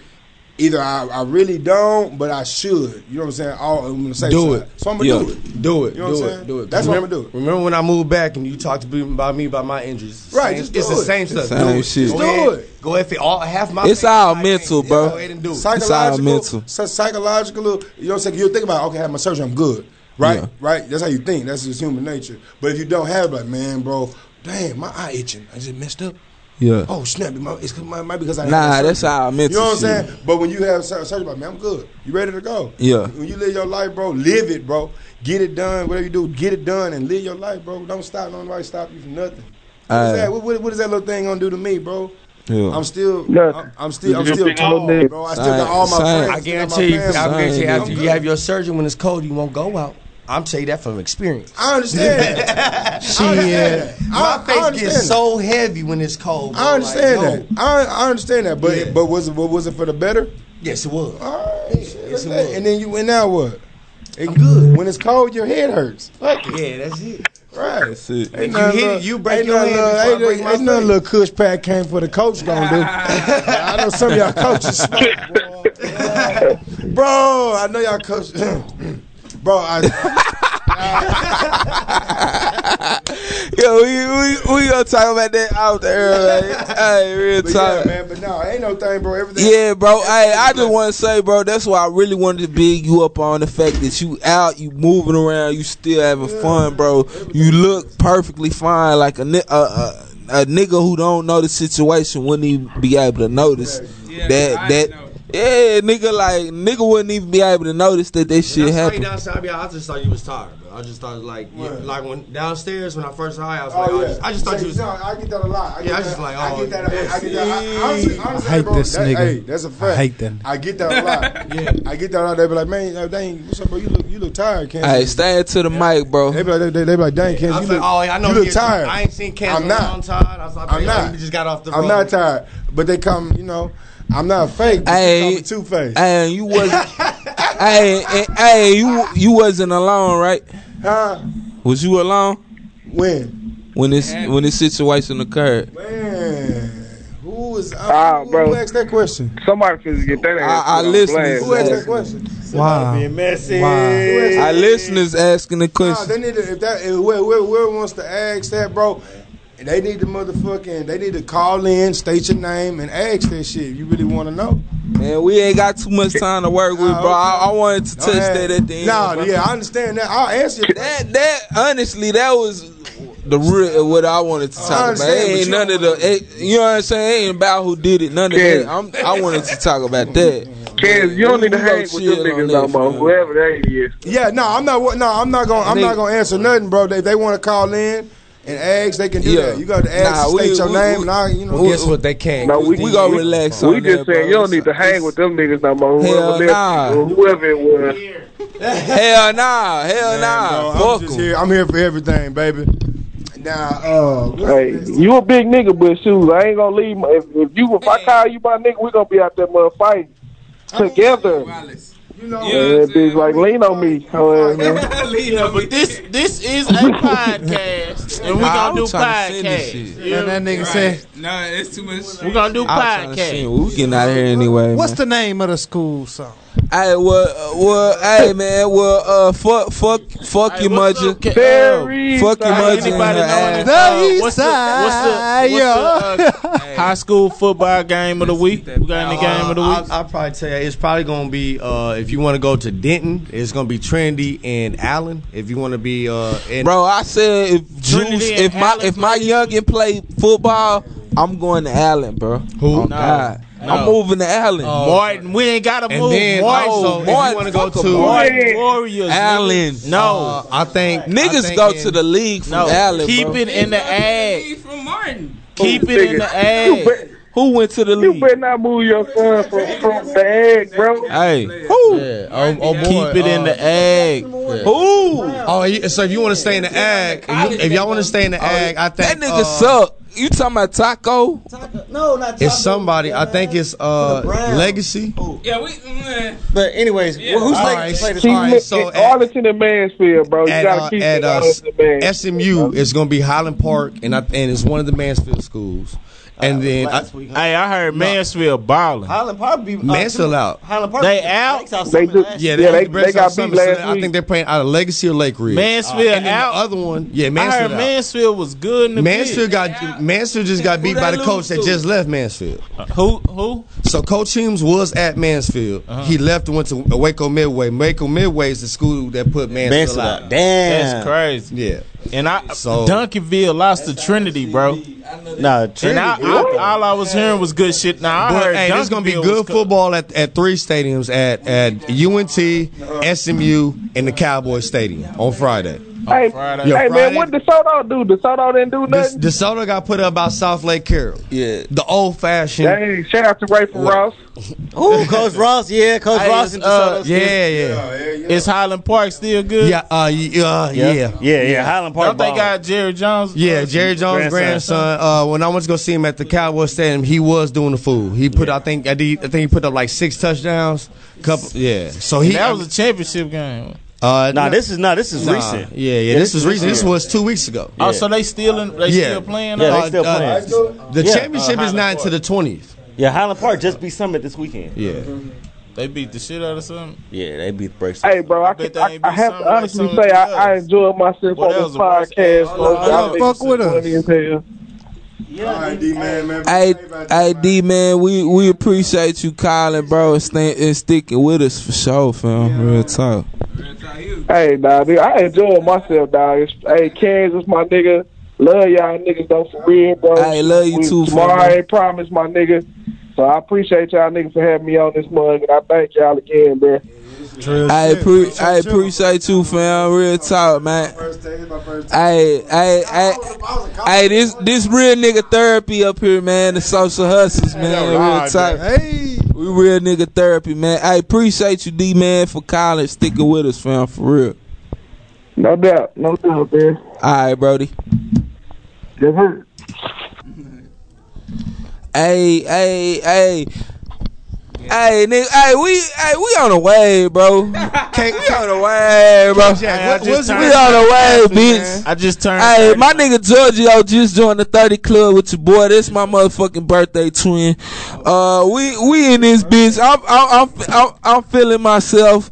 Speaker 11: either I, I really don't, but I should. You know what I'm saying? I'll, I'm gonna say
Speaker 9: Do
Speaker 11: so.
Speaker 9: it.
Speaker 11: So I'm gonna
Speaker 9: Yeah.
Speaker 11: do it.
Speaker 9: Do it.
Speaker 11: You know what
Speaker 9: do
Speaker 11: I'm
Speaker 9: it.
Speaker 11: saying?
Speaker 9: Do it.
Speaker 11: That's what I'm
Speaker 9: remember,
Speaker 11: gonna do.
Speaker 9: Remember when I moved back and you talked to me about me about my injuries? It's the
Speaker 11: Right,
Speaker 9: same-
Speaker 11: just
Speaker 9: it's
Speaker 11: do
Speaker 9: the
Speaker 11: it.
Speaker 9: same stuff.
Speaker 4: Same
Speaker 9: do it.
Speaker 4: shit.
Speaker 9: Go
Speaker 4: Just
Speaker 11: do
Speaker 9: ahead. Go ahead. All half my.
Speaker 4: It's all mental, bro. It's all
Speaker 11: psychological,
Speaker 4: mental.
Speaker 11: so psychological. You know what I'm saying? You think about okay, I have my surgery, I'm good, right?
Speaker 4: Yeah.
Speaker 11: Right? That's how you think. That's just human nature. But if you don't have, it, like, man, bro, damn, my eye itching, I just messed up.
Speaker 4: Yeah.
Speaker 11: Oh snap! It might, it's, it might might be because I. had
Speaker 4: Nah,
Speaker 11: that
Speaker 4: that's
Speaker 11: surgery.
Speaker 4: how I meant
Speaker 11: You know
Speaker 4: to
Speaker 11: what I'm
Speaker 4: shit.
Speaker 11: saying? But when you have sur- surgery, like, man, I'm good. You ready to go?
Speaker 4: Yeah.
Speaker 11: When you live your life, bro, live it, bro. Get it done. Whatever you do, get it done and live your life, bro. Don't stop. Don't nobody stop you from nothing. What is
Speaker 4: Aye.
Speaker 11: that? What, what, what is that little thing gonna do to me, bro?
Speaker 4: Yeah.
Speaker 11: I'm still,
Speaker 4: Nothing.
Speaker 11: I'm, I'm still, I'm
Speaker 4: You
Speaker 11: still
Speaker 4: big old
Speaker 11: tall,
Speaker 4: nigga.
Speaker 11: bro. I still got all my
Speaker 4: Same.
Speaker 11: friends.
Speaker 9: I
Speaker 11: still got my
Speaker 9: guarantee you. I
Speaker 11: family.
Speaker 9: guarantee you
Speaker 11: I'm
Speaker 9: after you have your surgery when it's cold, you won't go out. I'm telling you that from experience.
Speaker 11: I understand that. I understand that. I-
Speaker 9: uh, My face
Speaker 11: understand
Speaker 9: gets so heavy when it's cold. bro.
Speaker 11: I understand
Speaker 9: Like,
Speaker 11: that. I, I understand that. But but was it was it for the better?
Speaker 9: Yes, it was.
Speaker 11: All right, shit, that's that. And then you and now what? I'm good. When it's cold, your head hurts. Fuck it.
Speaker 9: Yeah, that's it.
Speaker 11: Right.
Speaker 4: That's it.
Speaker 11: Ain't
Speaker 9: you
Speaker 11: nothing
Speaker 9: hit it,
Speaker 11: little-
Speaker 9: you break
Speaker 11: ain't
Speaker 9: your
Speaker 11: nothing
Speaker 9: hand
Speaker 11: little-
Speaker 9: before I
Speaker 11: ain't-
Speaker 9: break my
Speaker 11: Ain't nothing little Kush pack came for the coach gonna do. I know some of y'all coaches smoke, boy. Bro, I know y'all coaches. Bro, I,
Speaker 4: Yo, we, we, we gonna talk about that out there. Like, hey, real
Speaker 11: but yeah,
Speaker 4: talk.
Speaker 11: man, but no, ain't no thing, bro. Everything.
Speaker 4: Yeah, bro. Hey, I just want to say, bro, that's why I really wanted to big you up on the fact that you out, you moving around, you still having fun, bro. You look perfectly fine, like a ni- a, a, a nigga who don't know the situation wouldn't even be able to notice that that. Yeah, nigga, like nigga wouldn't even be able to notice that that
Speaker 9: When
Speaker 4: shit
Speaker 9: I saw you
Speaker 4: happened.
Speaker 9: downstairs, I, mean, I just thought you was tired, bro. I just thought like, yeah, like when downstairs when I first saw you, I was like,
Speaker 11: Oh,
Speaker 9: I,
Speaker 11: yeah.
Speaker 9: just, I just thought you was.
Speaker 11: No, I get that a lot. I
Speaker 9: Yeah,
Speaker 11: get
Speaker 9: I
Speaker 11: that-
Speaker 9: just like,
Speaker 11: I
Speaker 9: oh,
Speaker 11: get that. I get that. I,
Speaker 9: yeah.
Speaker 11: honestly, honestly,
Speaker 12: I hate
Speaker 11: bro,
Speaker 12: this
Speaker 11: that-
Speaker 12: nigga.
Speaker 11: Hey, that's a fact.
Speaker 12: I hate that nigga.
Speaker 11: I get that a lot. yeah, I get that a lot. They be like, man, uh, dang, what's up, bro? You look, you look tired, Ken.
Speaker 4: Hey, stand to the mic, bro.
Speaker 11: They be like, they, they, they be like, dang, Ken,
Speaker 9: I
Speaker 11: you
Speaker 9: was
Speaker 11: look,
Speaker 9: like, oh, yeah, I know
Speaker 11: you look
Speaker 9: he is.
Speaker 11: tired.
Speaker 9: I ain't seen Cam
Speaker 11: I'm
Speaker 9: in a
Speaker 11: not.
Speaker 9: long time. I was like,
Speaker 11: I'm
Speaker 9: man,
Speaker 11: not.
Speaker 9: You just got off the.
Speaker 11: I'm
Speaker 9: road.
Speaker 11: not tired, but they come, you know, I'm not fake. Hey, two faced.
Speaker 4: Hey, and you wasn't. hey, and- hey, you you wasn't alone, right?
Speaker 11: Huh?
Speaker 4: Was you alone
Speaker 11: When?
Speaker 4: when this when this situation occurred?
Speaker 11: Man, who was?
Speaker 15: Ah,
Speaker 11: who,
Speaker 15: bro.
Speaker 11: who asked that question?
Speaker 15: Somebody finna get that ass.
Speaker 4: I- I
Speaker 15: put on
Speaker 4: listened.
Speaker 15: blast.
Speaker 11: Who asked that question?
Speaker 4: Wow.
Speaker 11: messy.
Speaker 4: Our listeners asking the
Speaker 11: Nah,
Speaker 4: question.
Speaker 11: they need to, if that if whoever, whoever wants to ask that, bro, they need to motherfucking they need to call in, state your name, and ask that shit. if You really want to know?
Speaker 4: Man, we ain't got too much time to work with, bro. I, I wanted to
Speaker 11: Don't
Speaker 4: touch
Speaker 11: ask.
Speaker 4: that at the end.
Speaker 11: Nah,
Speaker 4: bro.
Speaker 11: yeah, I understand that. I'll answer your question.
Speaker 4: that that honestly, that was the real what I wanted to talk about.
Speaker 11: understand,
Speaker 4: It ain't
Speaker 11: but
Speaker 4: none of the, it- you know what I'm saying? It ain't about who did it. None of
Speaker 15: Yeah.
Speaker 4: that. I'm, I wanted to talk about that.
Speaker 15: Kaz, you don't need to
Speaker 4: We gonna
Speaker 15: hang with them
Speaker 4: chill on
Speaker 15: niggas
Speaker 4: that,
Speaker 15: no more.
Speaker 4: fam.
Speaker 15: Whoever they is.
Speaker 11: Yeah, no, I'm not. wa- No, I'm not gonna. I'm not gonna answer nothing, bro. If they want to call in and ask, they can do
Speaker 4: Yeah.
Speaker 11: that. You got to ask,
Speaker 4: Nah, we-
Speaker 11: state your
Speaker 4: we-
Speaker 11: name,
Speaker 4: we-
Speaker 11: and I, you know.
Speaker 4: we-
Speaker 9: Guess what? They can't.
Speaker 15: No, we,
Speaker 4: We gonna relax
Speaker 15: We just
Speaker 4: on that,
Speaker 15: saying
Speaker 4: bro.
Speaker 15: you don't need to hang with them niggas no more. Whoever
Speaker 4: Hell
Speaker 15: left,
Speaker 4: nah.
Speaker 15: or whoever it was.
Speaker 4: Hell nah, hell
Speaker 11: bro,
Speaker 4: nah.
Speaker 11: I'm
Speaker 4: Fuck
Speaker 11: just
Speaker 4: 'em.
Speaker 11: here. I'm here for everything, baby. Now, uh, what's
Speaker 15: Hey,
Speaker 11: this?
Speaker 15: you a big nigga, but shoes. I ain't gonna leave. My, if, if you, if I call you my nigga, we gonna be out there mother fighting together.
Speaker 11: you know,
Speaker 15: And that bitch like lean on me. hoe ass nigga.
Speaker 7: Yeah, but this this is a podcast, and we
Speaker 4: Nah, I'm
Speaker 7: gonna do
Speaker 4: trying to send this shit.
Speaker 7: podcast.
Speaker 12: And that nigga said,
Speaker 17: No, it's too much.
Speaker 7: We gonna do
Speaker 4: I was trying to see,
Speaker 7: podcast.
Speaker 4: we getting out of here anyway.
Speaker 12: "What's
Speaker 4: man.
Speaker 12: the name of the school song?"
Speaker 4: Hey, well, uh, well, hey, man, well, uh, fuck, fuck, fuck your mudger, fuck your mudger. in her ass.
Speaker 7: Uh, what's the, what's the, what's the uh, high school football game of the week? We got any game of the week?
Speaker 9: Uh, I'll, I'll probably tell you, it's probably going to be uh, if you want to go to Denton, it's going to be Trinity and Allen. If you want to be, uh, in,
Speaker 4: Bro, I said if Juice, if my if my youngin play football, I'm going to Allen, bro. Who?
Speaker 9: No.
Speaker 4: God.
Speaker 9: No.
Speaker 4: I'm moving to Allen. oh,
Speaker 7: Oh. Martin, we ain't gotta
Speaker 9: and
Speaker 7: move.
Speaker 9: then
Speaker 7: Martin,
Speaker 9: also, if you
Speaker 7: Martin,
Speaker 9: wanna go
Speaker 7: fuck 'em.
Speaker 9: to-
Speaker 7: Martin
Speaker 9: Yeah.
Speaker 7: Warriors,
Speaker 9: Allen.
Speaker 7: nigga. no,
Speaker 9: Uh, I think
Speaker 4: Niggas go to the league from
Speaker 7: no,
Speaker 4: Allen,
Speaker 7: keep
Speaker 4: bro.
Speaker 7: it in the ad.
Speaker 17: From Martin.
Speaker 7: Keep it in the ad.
Speaker 4: Who went to the
Speaker 15: league? You better not move your son from, from the egg, bro.
Speaker 4: Hey,
Speaker 9: Yeah. Oh, oh, boy,
Speaker 7: Keep it in
Speaker 9: uh,
Speaker 7: the ag.
Speaker 9: Oh, you- so if you want to stay in the ag, if, you, all want to stay in the ag, I
Speaker 4: That
Speaker 9: think
Speaker 4: nigga
Speaker 9: uh,
Speaker 4: suck. You talking about Taco?
Speaker 9: Oh, No, not it's somebody. I think it's uh legacy.
Speaker 17: Yeah, we. mm,
Speaker 9: Oh. But anyways, who's
Speaker 15: All
Speaker 9: legacy?
Speaker 15: right,
Speaker 9: Play this-
Speaker 15: keep
Speaker 9: all right,
Speaker 15: looking-
Speaker 9: so at-
Speaker 15: Arlington and Mansfield, bro. You
Speaker 9: at,
Speaker 15: gotta
Speaker 9: uh,
Speaker 15: keep
Speaker 9: at,
Speaker 15: it
Speaker 9: uh,
Speaker 15: Arlington and Mansfield.
Speaker 9: SMU is going to be Highland Park, and I, and it's one of the Mansfield schools. And then I,
Speaker 7: Hey, I heard Mansfield balling.
Speaker 18: Highland Park be uh,
Speaker 9: Mansfield out.
Speaker 18: Highland Park.
Speaker 7: They
Speaker 18: beat
Speaker 7: out?
Speaker 18: Lakes out
Speaker 9: They
Speaker 18: something last
Speaker 9: yeah,
Speaker 18: year.
Speaker 9: they, they, got beat last I think they're playing out of Legacy or Lake Ridge.
Speaker 7: Mansfield
Speaker 9: and then
Speaker 7: out.
Speaker 9: The other one, yeah, Mansfield.
Speaker 7: I heard Mansfield was good in the
Speaker 9: out.
Speaker 7: bid.
Speaker 9: Mansfield got Mansfield just got beat
Speaker 7: Who
Speaker 9: by
Speaker 7: they
Speaker 9: the coach
Speaker 7: lose
Speaker 9: that
Speaker 7: to?
Speaker 9: just left Mansfield.
Speaker 7: Who? Who?
Speaker 9: So Coach Humes was at Mansfield. He left and went to Waco Midway. Waco Midway is the school that put Mansfield,
Speaker 5: Mansfield
Speaker 9: out.
Speaker 5: out. Damn.
Speaker 7: That's crazy.
Speaker 9: Yeah.
Speaker 7: And I
Speaker 9: So-
Speaker 7: Duncanville lost to Trinity, bro.
Speaker 5: Nah,
Speaker 7: And
Speaker 5: Trinity.
Speaker 7: I, I, all I was hearing was good shit. Now I
Speaker 9: But,
Speaker 7: heard
Speaker 9: hey, there's gonna be
Speaker 7: Duncanville
Speaker 9: good
Speaker 7: was co-
Speaker 9: football at, at three stadiums at at UNT, SMU, and the Cowboy Stadium on Friday.
Speaker 15: Hey,
Speaker 9: Friday.
Speaker 15: hey
Speaker 9: Yeah,
Speaker 15: man,
Speaker 9: Friday.
Speaker 15: what DeSoto do? DeSoto didn't do
Speaker 9: This-
Speaker 15: nothing.
Speaker 9: DeSoto got put up by South Lake Carroll. Yeah, the old fashioned.
Speaker 15: Dang, shout out to Ray for Ross.
Speaker 5: Ooh, Coach Ross, yeah, Coach
Speaker 7: Hey,
Speaker 5: Ross
Speaker 7: it's,
Speaker 5: and
Speaker 7: uh,
Speaker 5: DeSoto.
Speaker 9: Yeah, yeah,
Speaker 7: Is Highland Park still good?
Speaker 9: yeah, uh, yeah, uh,
Speaker 5: Yeah.
Speaker 9: yeah.
Speaker 5: yeah, yeah. Highland Park.
Speaker 7: Don't they
Speaker 5: ball.
Speaker 7: got Jerry Jones?
Speaker 9: Yeah, Jerry Jones' grandson.
Speaker 7: Grandson.
Speaker 9: uh, when I went to go see him at the Cowboy Stadium, he was doing the fool. He put, I think, I, did, I think he put up like six touchdowns. Couple, yeah. So he.
Speaker 7: And that was a championship game.
Speaker 9: uh,
Speaker 5: Nah, this is not. This is
Speaker 9: nah.
Speaker 5: recent.
Speaker 9: Yeah, yeah. This is recent. This was two weeks ago.
Speaker 7: Oh, so they still in, they
Speaker 9: Yeah.
Speaker 7: still playing?
Speaker 5: Yeah, they
Speaker 7: Uh,
Speaker 5: still
Speaker 9: Uh,
Speaker 5: playing.
Speaker 9: the
Speaker 5: Yeah.
Speaker 9: championship is not until the twentieth.
Speaker 5: Yeah, Highland Park just beat Summit this weekend.
Speaker 9: Yeah.
Speaker 7: they beat the shit out of something.
Speaker 5: Yeah, they beat the Brace.
Speaker 15: Hey, bro, I, can,
Speaker 7: bet they
Speaker 15: I,
Speaker 7: ain't
Speaker 15: I
Speaker 7: beat
Speaker 15: have to
Speaker 7: somebody
Speaker 15: honestly
Speaker 7: like
Speaker 15: say
Speaker 7: somebody
Speaker 15: I, I
Speaker 7: else.
Speaker 15: enjoy myself
Speaker 7: Well, that
Speaker 15: on
Speaker 7: was
Speaker 15: this
Speaker 7: the worst Oh,
Speaker 15: podcast.
Speaker 7: ass
Speaker 15: bro.
Speaker 7: fuck
Speaker 15: I think
Speaker 7: ever.
Speaker 15: it's
Speaker 8: Fuck with
Speaker 15: funny
Speaker 8: us.
Speaker 15: as hell.
Speaker 11: All right, D man, man.
Speaker 4: Hey, hey, D man, we we appreciate you calling, bro, and, stay, and sticking with us for sure, fam. Real talk.
Speaker 15: Hey, dog, dude, I enjoy myself, dog. It's, hey, Kansas, my nigga. Love y'all niggas, though, for real, bro.
Speaker 4: Hey, love you
Speaker 15: We-
Speaker 4: too,
Speaker 15: Tomorrow
Speaker 4: fam.
Speaker 15: I ain't promise, my nigga. So I appreciate y'all niggas for having me on this mug, and I thank y'all again, man.
Speaker 4: I, pre- I appreciate you, fam. Real talk, man. Hey, hey, hey, hey, this this real nigga therapy up here, man. The social hustles, man. Real talk.
Speaker 11: Hey.
Speaker 4: We real nigga therapy, man. I appreciate you, D man, for calling, sticking with us, fam, for real.
Speaker 15: No doubt, no doubt, man.
Speaker 4: All right, Brody.
Speaker 15: Yes, sir.
Speaker 4: Hey, hey, hey. Hey, nigga, hey, we, hey, we on the way, bro. we on the way, bro.
Speaker 7: Hey, I just
Speaker 4: we
Speaker 7: turned-
Speaker 4: on the way, bitch.
Speaker 7: I just turned.
Speaker 4: Hey,
Speaker 7: 30.
Speaker 4: my nigga Giorgio just joined the 30 club with your boy. That's my motherfucking birthday twin. Uh, we, we in this bitch. I'm, I'm, I'm, I'm, I'm feeling myself.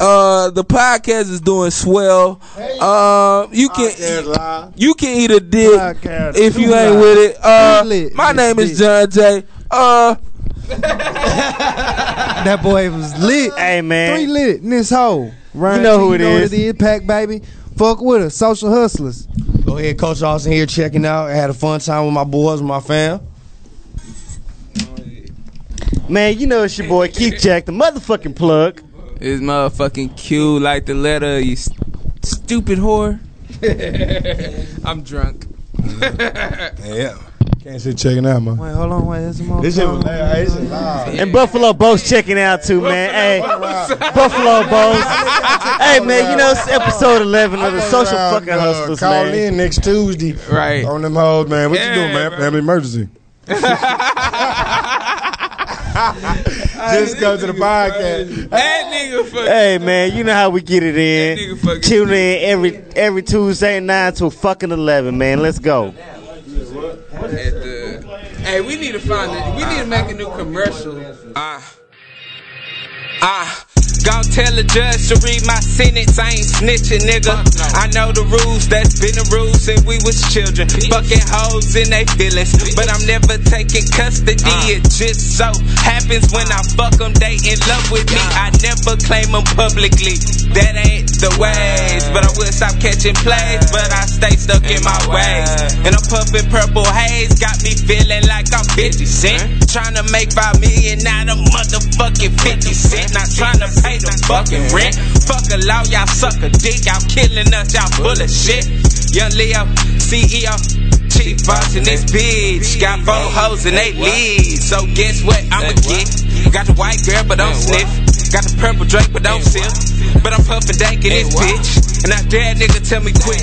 Speaker 4: Uh, the podcast is doing swell. Uh, you can, you can eat a dick
Speaker 8: Podcast
Speaker 4: if you
Speaker 8: too
Speaker 4: ain't
Speaker 8: loud.
Speaker 4: with it. Uh,
Speaker 8: Too lit.
Speaker 4: my
Speaker 8: This
Speaker 4: name is
Speaker 8: bitch.
Speaker 4: John Jay. Uh,
Speaker 8: That boy was lit.
Speaker 5: Hey
Speaker 8: Three
Speaker 5: man,
Speaker 8: lit in this hole. Ryan,
Speaker 5: You know who it
Speaker 8: know
Speaker 5: is.
Speaker 8: What it is. Pack baby. Fuck with us. Social hustlers.
Speaker 9: Go ahead, Coach Austin here checking out. I had a fun time with my boys, my fam.
Speaker 5: man, you know it's your boy Keith Jack, the motherfucking plug.
Speaker 17: Is motherfucking Q like the letter? You st- stupid whore. I'm drunk.
Speaker 11: Yeah. Can't sit checking out, man.
Speaker 8: Wait, hold on. Wait, that's a motherfucker.
Speaker 11: This shit was loud. Hey, This shit loud.
Speaker 5: And Buffalo Bo's checking out too, man. Hey, Buffalo Bo's. hey man, you know it's episode eleven of the social fucking
Speaker 11: Uh,
Speaker 5: hustlers,
Speaker 11: Call
Speaker 5: man.
Speaker 11: in next Tuesday.
Speaker 17: Right.
Speaker 11: On them hoes, man. What
Speaker 17: Yeah,
Speaker 11: you doing, man?
Speaker 17: bro.
Speaker 11: Family emergency. Just go to the podcast.
Speaker 17: That nigga fucking.
Speaker 5: Hey man, you know how we get it
Speaker 17: That nigga
Speaker 5: in.
Speaker 17: fucking-
Speaker 5: Tune in every every Tuesday nine till fucking eleven, man. Let's go.
Speaker 17: At the, hey, we need to find it. We need to make a new commercial.
Speaker 1: Ah. Ah. Uh, Go tell the judge to read my sentence. I ain't snitching, nigga. I know the rules, that's been the rules since we was children. Fucking hoes in they feelings. But I'm never taking custody. It just so happens when I fuck them, they in love with me. I never claim them publicly. That ain't the ways. But I will stop catching plays. But I stay stuck in my ways. And I'm puffing purple haze. Got me feeling like I'm 50 cent. Trying to make 5 million out of motherfucking 50 cent. Not trying to pay the fucking rent. Fuck a law, y'all suck a dick. Y'all killing us, y'all full of shit. Young Leo, CEO, chief boss in this bitch. Got four hoes and they lead. So guess what? I'ma get. Got the white girl, but don't sniff. Got the purple drink, but don't sip. But I'm puffin' dank in this bitch. And I dare a nigga tell me quit.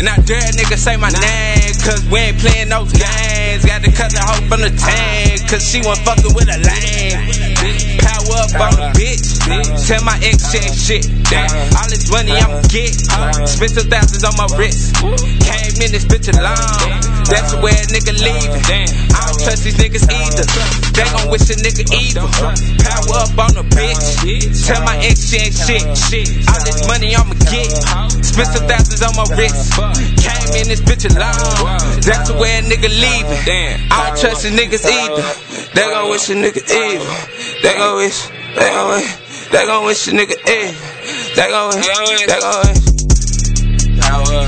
Speaker 1: And I dare a nigga say my name. Cause we ain't playing those games. Got to cut the hoe from the tank. Cause she wasn't fucking with a lame. Power up on the bitch. Tell my ex shit, shit. That all this money I'ma get. Spent some thousands on my wrist. Came in this bitch alone. That's where a nigga leaving. I don't trust these niggas either. They gon' wish a nigga evil. Power up on the bitch. Tell my ex she ain't shit, shit. All this money I'ma get. Spent some thousands on my wrist. Came in this bitch alone. That's where a nigga leaving. I don't trust these niggas either. They gon' wish a nigga evil. They gon' wish. They gon' wish. They gon' wish a nigga evil. They gon' wish. They gon' wish. Power up.